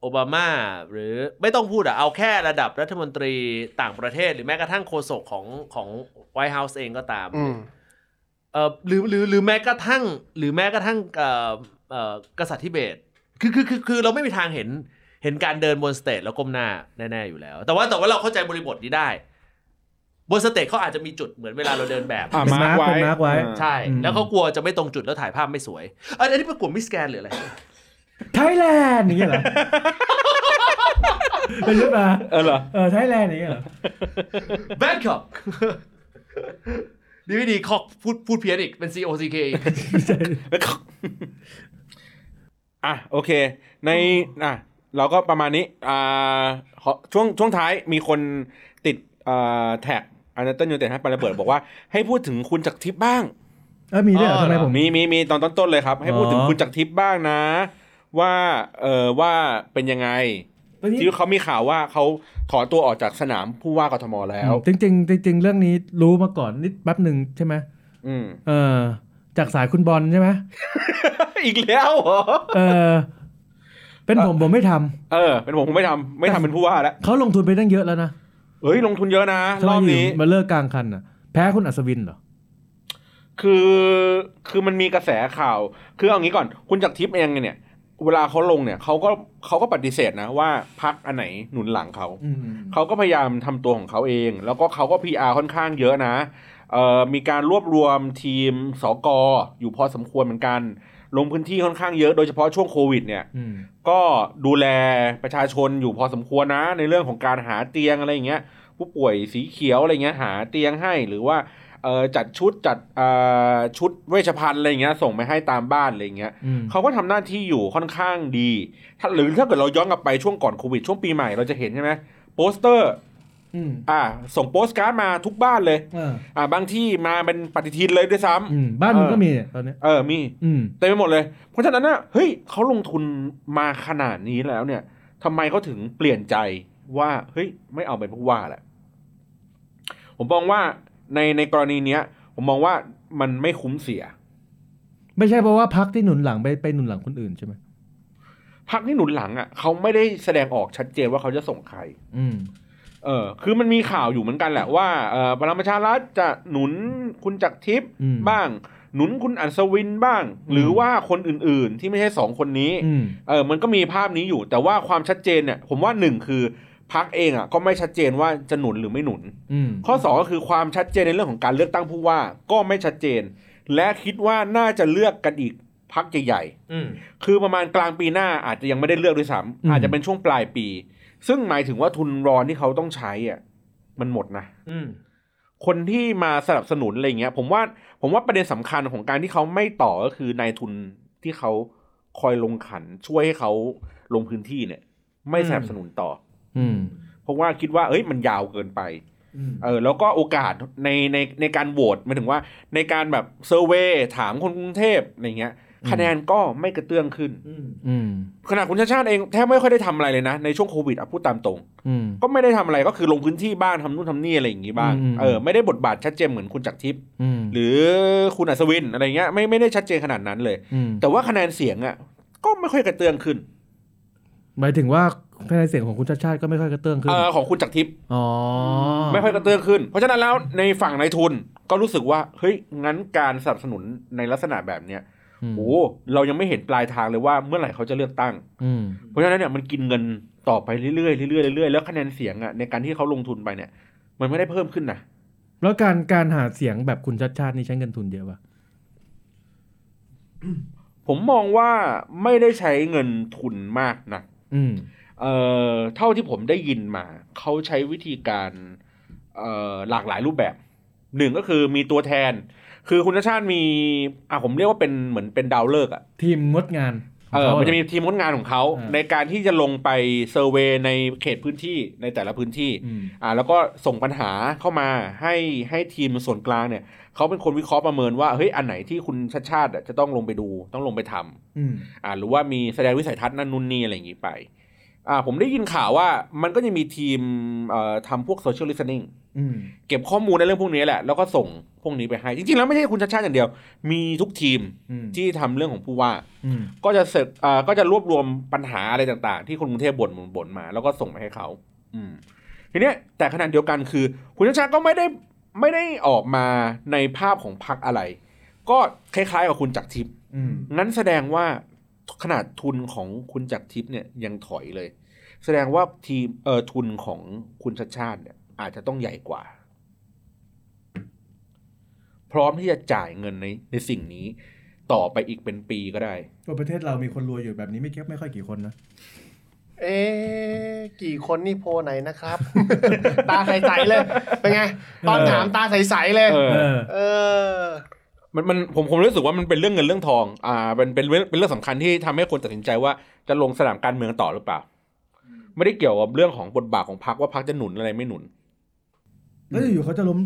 โอบามาหรือไม่ต้องพูดอะเอาแค่ระดับรัฐมนตรีต่างประเทศ หรือแม้กระทั่งโฆษกของของไวท์เฮาส์เองก็ตาม อืม เออหรือหรือหรือแม้กระทั่งหรือแม้กระทั่งเอ่อเอ่อกษัตริย์ทิเบตคือคือคือคือเราไม่มีทางเห็นเห็นการเดินบนสเตจแล้วก้มหน้าแน่ๆอยู่แล้ว แต่ว่าแต่ว่าเราเข้าใจบริบทนี้ได้ บนสเตจเขาอาจจะมีจุดเหมือนเวลาเราเดินแบบ อ่ะ เป็น มาร์กไว้ มาร์คเป็นมาร์คไว้ อ่า ใช่ อืม แล้วเขากลัวจะไม่ตรงจุดแล้วถ่ายภาพไม่สวยอันอันนี้ประกวดมิสแกนหรืออะไร ไทยแลนด์อย่างเงี้ยเหรอ เป็นรึ *laughs* เปล่า เออเหรอ *laughs* เออไทยแลนด์อย่างเงี้ยเหรอ แบงค *laughs* อกดีไม่ดีคอกพูดพูดเพี้ยนอีกเป็น C O C K อีก แล้วก็อ่ะโอเค ในอ่ะเราก็ประมาณนี้อ่าขอช่วงช่วงท้ายมีคนติดอ่าแท็กอันนั้นต้นยูเต็ดให้ปาระเบิดบอกว่าให้พูดถึงคุณจักรทิพย์บ้าง เออมีด้วยเหรอทำไมผม มีมีมีตอนต้นๆเลยครับ ให้พูดถึง อ๋อ คุณจักรทิพย์บ้างนะ ว่าเออว่าเป็นยังไง ตอนนี้ ที่เขามีข่าวว่าเขาถอนตัวออกจากสนามผู้ว่ากทมแล้ว จริงจริงๆจริง ๆ เรื่องนี้รู้มาก่อนนิดแป๊บหนึ่งใช่ไหม อืม เออ จากสายคุณบอลใช่ไหม อีกแล้วเหรอ เออ เป็นผมผมไม่ทำ เออ เป็นผมผมไม่ทำไม่ทำเป็นผู้ว่าแล้ว เขาลงทุนไปตั้งเยอะแล้วนะ เฮ้ยลงทุนเยอะนะ ทำ ร ไม อบ อยู่ นี้ มาเลิกกลางคันอ่ะ แพ้คุณอัศวินเหรอ คือคือมันมีกระแสข่าว คือเอางี้ก่อน คุณจักรทิพย์เองเนี่ย เวลาเขาลงเนี่ยเขาก็เขาก็ปฏิเสธนะว่าพักอันไหนหนุนหลังเขา อืมอืม เขาก็พยายามทำตัวของเขาเอง แล้วก็เขาก็ PR ค่อนข้างเยอะนะเอ่อมีการรวบรวมทีมสกออยู่พอสมควรเหมือนกัน ลงพื้นที่ค่อนข้างเยอะโดยเฉพาะช่วงโควิดเนี่ย อืม ก็ดูแลประชาชนอยู่พอสมควรนะ ในเรื่องของการหาเตียงอะไรอย่างเงี้ย ผู้ป่วยสีเขียวอะไรเงี้ยหาเตียงให้หรือว่าเอ่อจัดชุดจัดเอ่อชุดเวชภัณฑ์อะไรเงี้ยส่งไปให้ตามบ้านอะไรเงี้ย อืม เขาก็ทำหน้าที่อยู่ค่อนข้างดี ถ้าหรือถ้าเกิดเราย้อนกลับไปช่วงก่อนโควิด ช่วงปีใหม่เราจะเห็นใช่ไหมโปสเตอร์ อืม อ่า ส่งโปสการ์ดมาทุกบ้านเลย เออ อ่า บางที่มาเป็นปฏิทินเลยด้วยซ้ำ อืมบ้านมึง เออ ก็มีเนี่ยตอนเนี้ย เออ มี อืม เต็มไปหมดเลย เพราะฉะนั้นน่ะเฮ้ยเขาลงทุนมาขนาดนี้แล้วเนี่ยทำไมเขาถึงเปลี่ยนใจว่า เฮ้ย ไม่เอาเป็นผู้ว่าแหละ ผมมองว่าในในกรณีเนี้ย ผมมองว่ามันไม่คุ้มเสีย ไม่ใช่เพราะว่าพักที่หนุนหลังไปไปหนุนหลังคนอื่นใช่ไหม พักที่หนุนหลังอ่ะเขาไม่ได้แสดงออกชัดเจนว่าเขาจะส่งใคร อืม เออคือมันมีข่าวอยู่เหมือนกันแหละว่าเออพลังประชารัฐจะหนุนคุณจักรทิพย์ อืม บ้าง หนุนคุณอัศวินบ้าง หรือว่าคนอื่นๆ ที่ไม่ใช่สองคนนี้ อืม เออมันก็มีภาพนี้อยู่ แต่ว่าความชัดเจนเนี่ย ผมว่าหนึ่งคือพักเองอ่ะก็ไม่ชัดเจนว่าจะหนุนหรือไม่หนุน อืม ข้อสองก็คือความชัดเจนในเรื่องของการเลือกตั้งผู้ว่าก็ไม่ชัดเจน และคิดว่าน่าจะเลือกกันอีกพักใหญ่ๆ อืม คือประมาณกลางปีหน้าอาจจะยังไม่ได้เลือกด้วยซ้ำอาจจะเป็นช่วงปลายปี ซึ่งหมายถึงว่าทุนรอนที่เขาต้องใช้อ่ะมันหมดนะ อืม คนที่มาสนับสนุนอะไรเงี้ย ผมว่าผมว่าประเด็นสำคัญของการที่เขาไม่ต่อก็คือนายทุนที่เขาคอยลงขันช่วยให้เขาลงพื้นที่เนี่ย ไม่สนับสนุนต่อ อืม เพราะว่าคิดว่าเอ้ยมันยาวเกินไป เออแล้วก็โอกาสในในในการโหวตหมายถึงว่าในการแบบเซอร์เวยถามคนกรุงเทพอะไรเงี้ย คะแนนก็ไม่กระเตื้องขึ้น อืม อืม ขนาดคุณชาติชาติเองแทบไม่ค่อยได้ทำอะไรเลยนะ ในช่วงโควิดอ่ะพูดตามตรง อืม ก็ไม่ได้ทำอะไรก็คือลงพื้นที่บ้างทำนู่นทำนี่อะไรอย่างงี้บ้าง อืม เออไม่ได้บทบาทชัดเจนเหมือนคุณจักรทิพย์ อืม หรือคุณอัศวินอะไรเงี้ยไม่ไม่ได้ชัดเจนขนาดนั้นเลย อืม แต่ว่าคะแนนเสียงอ่ะก็ไม่ค่อยกระเตื้องขึ้น หมายถึงว่าภายในเสียงของคุณชาติชาติก็ไม่ค่อยกระเตื้องขึ้น เออของคุณจักรทิพย์ อ๋อ ไม่ค่อยกระเตื้องขึ้น เพราะฉะนั้นแล้วในฝั่งนายทุนก็รู้สึกว่าเฮ้ยงั้นการสนับสนุนในลักษณะแบบเนี้ย อืม โอ้เรายังไม่เห็นปลายทางเลยว่าเมื่อไหร่เขาจะเลือกตั้ง อืม เพราะฉะนั้นเนี่ยมันกินเงินต่อไปเรื่อยๆเรื่อยๆเรื่อยๆแล้วคะแนนเสียงอ่ะในการที่เขาลงทุนไปเนี่ย มันไม่ได้เพิ่มขึ้นนะ แล้วการการหาเสียงแบบคุณชาติชาตินี่ใช้เงินทุนเยอะป่ะ ผมมองว่าไม่ได้ใช้เงินทุนมากนะ อืม เอ่อเท่าที่ผมได้ยินมาเขาใช้วิธีการเอ่อหลากหลายรูปแบบหนึ่งก็คือมีตัวแทน คือคุณชาติมีอ่ะผมเรียกว่าเป็นเหมือนเป็นดาวเลิกษ์อ่ะ ทีมงดงาน เออ ขา มันจะมีทีมงดงานของเขา อ่า ในการที่จะลงไปเซอร์เวย์ในเขตพื้นที่ในแต่ละพื้นที่ อืม อ่าแล้วก็ส่งปัญหาเข้ามาให้ให้ทีมส่วนกลางเนี่ยเขาเป็นคนวิเคราะห์ประเมินว่าเฮ้ยอันไหนที่คุณชาติชาติอะจะต้องลงไปดูต้องลงไปทำ อืม อ่าหรือว่ามีแสดงวิสัยทัศน์นั่นนู่นนี่อะไรอย่างนี้ไปอ่าผมได้ยินข่าวว่ามันก็จะมีทีมเอ่อทำพวกโซเชียลลิส e n ิ n ง อืม เก็บข้อมูลในเรื่องพวกนี้แหละ แล้วก็ส่งพวกนี้ไปให้ จริงๆแล้วไม่ใช่คุณชาติชาติอย่างเดียว มีทุกทีม อืม ที่ทำเรื่องของผู้ว่า อืม ก็จะเสร็จอ่าก็จะรวบรวมปัญหาอะไรต่างๆ ที่คนกรุงเทพบ่นบ่นบ่นมา แล้วก็ส่งไปให้เขา อืม ทีเนี้ยแต่ขณะเดียวกันคือ คุณชัชชาติก็ไม่ได้ไม่ได้ออกมาในภาพของพักอะไร ก็คล้ายๆกับคุณจักรทิพย์ อืม งั้นแสดงว่าขนาดทุนของคุณจักรทิพย์เนี่ยยังถอยเลย แสดงว่าทีมเอ่อทุนของคุณชัชชาติเนี่ย อาจจะต้องใหญ่กว่า พร้อมที่จะจ่ายเงินในในสิ่งนี้ ต่อไปอีกเป็นปีก็ได้ ก็ประเทศเรามีคนรวยอยู่แบบนี้ไม่เก็บไม่ค่อยกี่คนนะ เอ๊ะกี่คนนี่โพลไหนนะครับ ตาใสๆเลย เป็นไง ตอนถามตาใสๆเลย เออ เออ เออ มันมันผมผมรู้สึกว่ามันเป็นเรื่องเงินเรื่องทอง อ่าเป็นเป็นเรื่องเป็นเรื่องสำคัญที่ทำให้คนตัดสินใจว่าจะลงสนามการเมืองต่อหรือเปล่า ไม่ได้เกี่ยวกับเรื่องของบทบาทของพรรคว่าพรรคจะหนุนอะไรไม่หนุน แล้วอยู่ๆเขาจะล้ม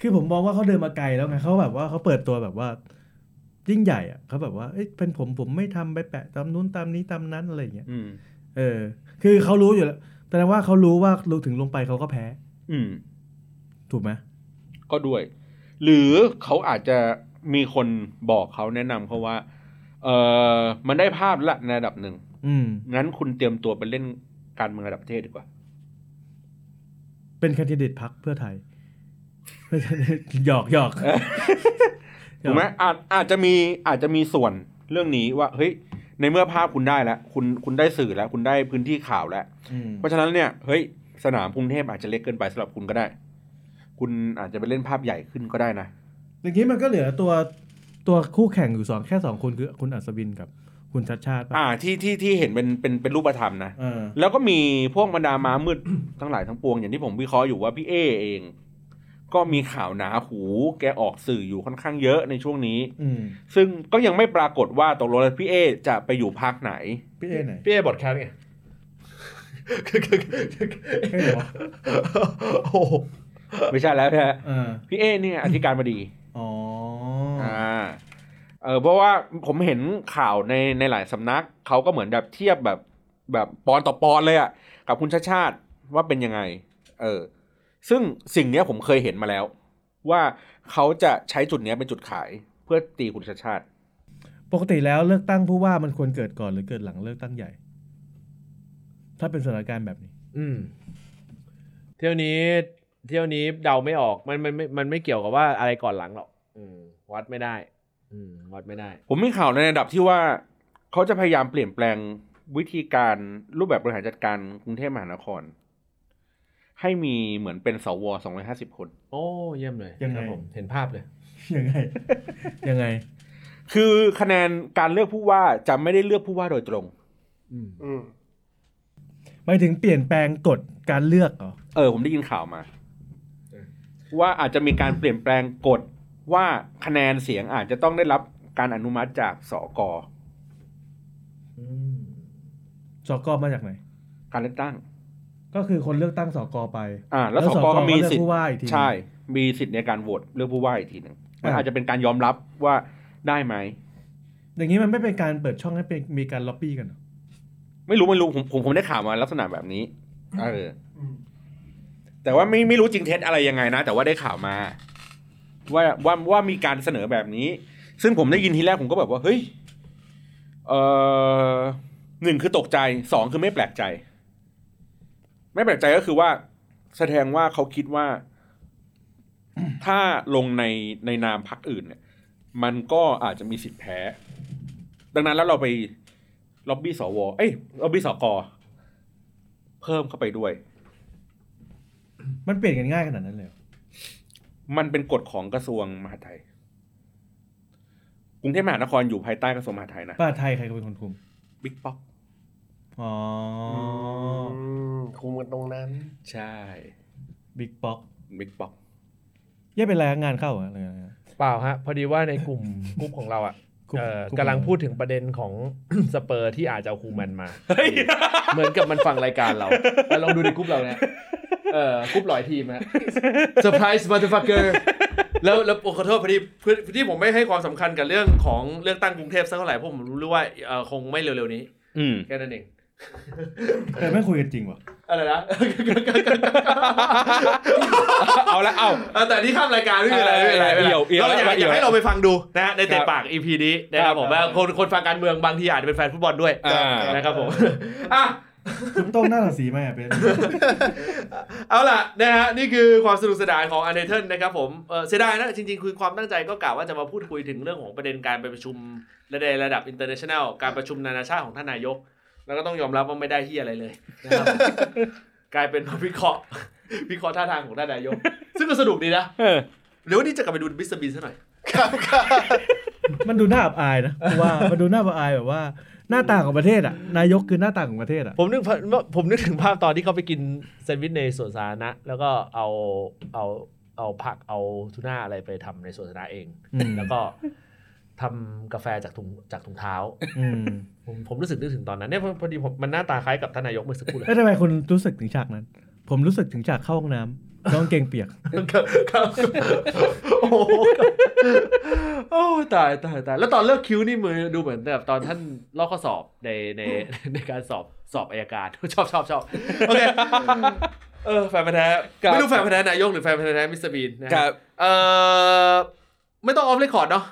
คือผมมองว่าเขาเดินมาไกลแล้วไงเขาแบบว่าเขาเปิดตัวแบบว่า ยิ่งใหญ่อะเขาแบบว่า เอ้ยเป็นผมผมไม่ทำไปแปะตามนู้นตามนี้ตามนั้นอะไรอย่างเงี้ย อืม เออ คือเขารู้อยู่แล้วแสดงว่าเขารู้ว่ารู้ถึงลงไปเขาก็แพ้ อืม ถูกไหม ก็ด้วย หรือเขาอาจจะมีคนบอกเขาแนะนำเขาว่า เออมันได้ภาพละในระดับหนึ่ง อืม งั้นคุณเตรียมตัวไปเล่นการเมืองระดับประเทศดีกว่า เป็นแคนดิเดตพักเพื่อไทย *laughs* หยอกหยอก ถูกไหมอาจอาจจะมีอาจจะมีส่วนเรื่องนี้ว่าเฮ้ย ในเมื่อภาพคุณได้แล้วคุณคุณได้สื่อแล้ว คุณได้พื้นที่ข่าวแล้ว อืม เพราะฉะนั้นเนี่ยเฮ้ยสนามกรุงเทพอาจจะเล็กเกินไปสำหรับคุณก็ได้ คุณอาจจะไปเล่นภาพใหญ่ขึ้นก็ได้นะ อย่างนี้มันก็เหลือตัวตัวคู่แข่งอยู่สองแค่สองคนคือคุณอัศวินกับคุณชัดชาติป่ะ อ่าที่ที่ที่เห็นเป็นเป็นเป็นรูปธรรมนะ เออ แล้วก็มีพวกบรรดาม้ามืด *coughs* ทั้งหลายทั้งปวงอย่างที่ผมวิเคราะห์อยู่ว่าพี่เอเอง ก็มีข่าวหนาหู แกออกสื่ออยู่ค่อนข้างเยอะในช่วงนี้ อืม ซึ่งก็ยังไม่ปรากฏว่าตกลงแล้วพี่เอจะไปอยู่พักไหน *coughs* พี่เอไหน พี่เอบอดแคส *laughs* ไง เอ้ยเหรอ โอ้โห ไม่ใช่แล้วพี่ เออ พี่เอเนี่ยอธิการบดี อ๋อ อ่าเออเพราะว่าผมเห็นข่าวในในหลายสำนักเขาก็เหมือนแบบเทียบแบบแบบปอนต่อปอนเลยอะกับคุณชาติชาติว่าเป็นยังไง เออ ซึ่งสิ่งเนี้ยผมเคยเห็นมาแล้ว ว่าเขาจะใช้จุดเนี้ยเป็นจุดขายเพื่อตีคุณชาติชาติ ปกติแล้วเลือกตั้งผู้ว่ามันควรเกิดก่อนหรือเกิดหลังเลือกตั้งใหญ่ ถ้าเป็นสถานการณ์แบบนี้ อืมเที่ยวนี้ เที่ยวนี้เดาไม่ออกมันมันมันมันไม่เกี่ยวกับว่าอะไรก่อนหลังหรอกอืมวัดไม่ได้ อืมวัดไม่ได้ ผมมีข่าวในระดับที่ว่าเขาจะพยายามเปลี่ยนแปลงวิธีการรูปแบบบริหารจัดการกรุงเทพมหานคร ให้มีเหมือนเป็นสวสองร้อยห้าสิบคน โอ้เยี่ยมเลย ยังไง ครับผมเห็นภาพเลย ยัง *laughs* ไง ยังไง คือคะแนนการเลือกผู้ว่าจะไม่ได้เลือกผู้ว่าโดยตรง อืม อืม หมายถึงเปลี่ยนแปลงกฎการเลือกเหรอ เออ ผมได้ยินข่าวมา ว่าอาจจะมีการเปลี่ยนแปลงกฎว่าคะแนนเสียงอาจจะต้องได้รับการอนุมัติจากสก สกมาจากไหน การเลือกตั้ง ก็คือคนเลือกตั้งสกไป อ่า แล้ว แล้ว ส ส ก ก ก็มี ก็เลือก สิท ผู้ ธิ์ ว่าอีกที ใช่ มีสิทธิ์ในการโหวตเลือกผู้ว่าอีกทีหนึ่งมัน อ่า อาจจะเป็นการยอมรับว่าได้ไหม อย่างนี้มันไม่เป็นการเปิดช่องให้เป็นมีการล็อบบี้กันเหรอ ไม่รู้ไม่รู้ผมผมผมได้ข่าวมาลักษณะแบบนี้ เออ แต่ว่าไม่ไม่รู้จริงเท็จอะไรยังไงนะ แต่ว่าได้ข่าวมา ว่าว่าว่ามีการเสนอแบบนี้ ซึ่งผมได้ยินทีแรกผมก็แบบว่าเฮ้ยเออหนึ่งคือตกใจสองคือไม่แปลกใจ ไม่แปลกใจก็คือว่า แสดงว่าเขาคิดว่า ถ้าลงในในนามพรรคอื่นเนี่ย มันก็อาจจะมีสิทธิ์แพ้ ดังนั้นแล้วเราไปล็อบบี้สวเอ้ยล็อบบี้สกเพิ่มเข้าไปด้วย มันเปลี่ยนกันง่ายขนาดนั้นเลยเหรอ มันเป็นกฎของกระทรวงมหาดไทย กรุงเทพมหานครอยู่ภายใต้กระทรวงมหาดไทยนะ ป้าไทยใครเป็นคนคุม บิ๊กป๊อก อ๋อ มคุมกันตรงนั้น ใช่ บิ๊กป๊อก บิ๊กป๊อก แย่เป็นไรครับงานเข้าเหรออะไรนะ เปล่าฮะ พอดีว่าในกลุ่ม *coughs* กลุ่มของเราอ่ะ กลุ่ม เอ่อก ลุ่ม กำลังพูดถึงประเด็นของ *coughs* สเปอร์ที่อาจจะเอาคูแมนมา เหมือนกับมันฟังรายการ *laughs* เราแต่ลองดูในกลุ่มเราเนี่ยเออกลุ่มลอยทีมฮ *laughs* ะเซอร์ไพรส์มัตเตอร์ฟักเกอร์แล้วแล้วโอ้ขอโทษพอดีพอดีที่ผมไม่ให้ความสำคัญกับเรื่องของเลือกตั้งกรุงเทพสักเท่าไหร่เพราะผมรู้ว่าเอ่อคงไม่เร็วๆนี้ อืม แค่นั้นเอง แต่ไม่คุยกันจริงว่ะ อะไรนะ เอาละเอา *laughs* เออแต่นี่ข้ามรายการไม่มีอะไร เออ ไม่มีอะไรไม่มี เอี่ยวเอี่ยว อะไรเราอยาก เอี่ อวยยากให้เราไปฟังดูนะฮะในเตะ ครับ ปาก EP นี้นะครับผคมรับ ว่าคนคนฟังการเมืองบางทีอาจจะเป็นแฟนฟุตบอลด้วย อ่า นะครับผมอ่ะ คุณโต้งหน้าราศีไหมอ่ะเป็น เอาล่ะนะฮะนี่คือความสนุกสนานของอันเดอร์เทนนะครับผมเออเสียดายนะ จริงๆ คือความตั้งใจก็กล่าวว่าจะมาพูดคุยถึงเรื่องของประเด็นการไปประชุมระดับระดับ international การประชุมนานาชาติของท่านนายก แล้วก็ต้องยอมรับว่าไม่ได้เฮียอะไรเลยนะครับ *laughs* กลายเป็นวิเคราะห์วิเคราะห์ท่าทางของท่านนายก ซึ่งก็สนุกดีนะ เออ เดี๋ยววันนี้จะกลับไปดูบิสบินซะหน่อย ครับครับ มันดูน่าอับอายนะเพราะว่ามันดูน่าอับอายแบบว่า หน้าตาของประเทศอ่ะ นายกคือหน้าตาของประเทศอ่ะ ผมนึกภาพผมนึกถึงภาพตอนที่เขาไปกินแซนด์วิชในสวนสาธารณะแล้วก็เอาเอาเอาผักเอาทูน่าอะไรไปทำในสวนสาธารณะเอง อืม แล้วก็ทำกาแฟจากถุงจากถุงเท้า อืม ผมผมรู้สึกนึกถึงตอนนั้นเนี่ยพอพอดีผมมันหน้าตาคล้ายกับท่านนายกเมื่อสักครู่เลย *laughs* แล้วทำไมคุณรู้สึกถึงฉากนั้น ผมรู้สึกถึงฉากเข้าห้องน้ำน้องเกงเปียก ครับครับโอ้โหครับโอ้ตายตายตายแล้วตอนเลิกคิวนี่มือดูเหมือนแบบตอนท่านลอกข้อสอบในใน *laughs* ในการสอบสอบอายการ *laughs* ชอบชอบชอบโอเค เออแฟนพันธุ์แท้ ครับ ไม่รู้แฟนพันธุ์แท้นายกหรือแฟนพันธุ์แท้มิสเตอร์บีนนะ จะ ฮะเออไม่ต้องออฟเรคคอร์ดเนาะ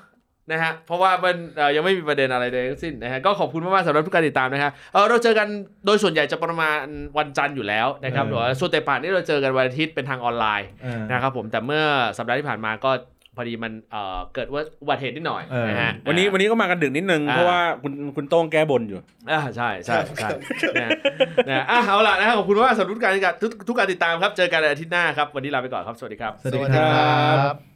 นะฮะเพราะว่ามันเอ่อยังไม่มีประเด็นอะไรเลยทั้งสิ้นนะฮะก็ขอบคุณมากๆสำหรับทุกการติดตามนะฮะเออเราเจอกันโดยส่วนใหญ่จะประมาณวันจันทร์อยู่แล้วนะครับ เออ หรือว่าส่วนเตะปาดนี่เราเจอกันวันอาทิตย์เป็นทางออนไลน์ เออ นะครับผมแต่เมื่อสัปดาห์ที่ผ่านมาก็ พอดีมันเอ่อเกิดว่าอุบัติเหตุนิดหน่อย เออ นะฮะ วันนี้วันนี้ก็มากันดึกนิดนึง เพราะว่าคุณคุณโต้งแก้บนอยู่ อ่าใช่ใช่ใช่นะนะอ่ะเอาล่ะนะขอบคุณว่ากสำหรับทุกการติดตามทุกทุกการติดตามครับ เจอกันอาทิตย์หน้าครับ วันนี้ลาไปก่อนครับ สวัสดีครับ สวัสดีครับ บ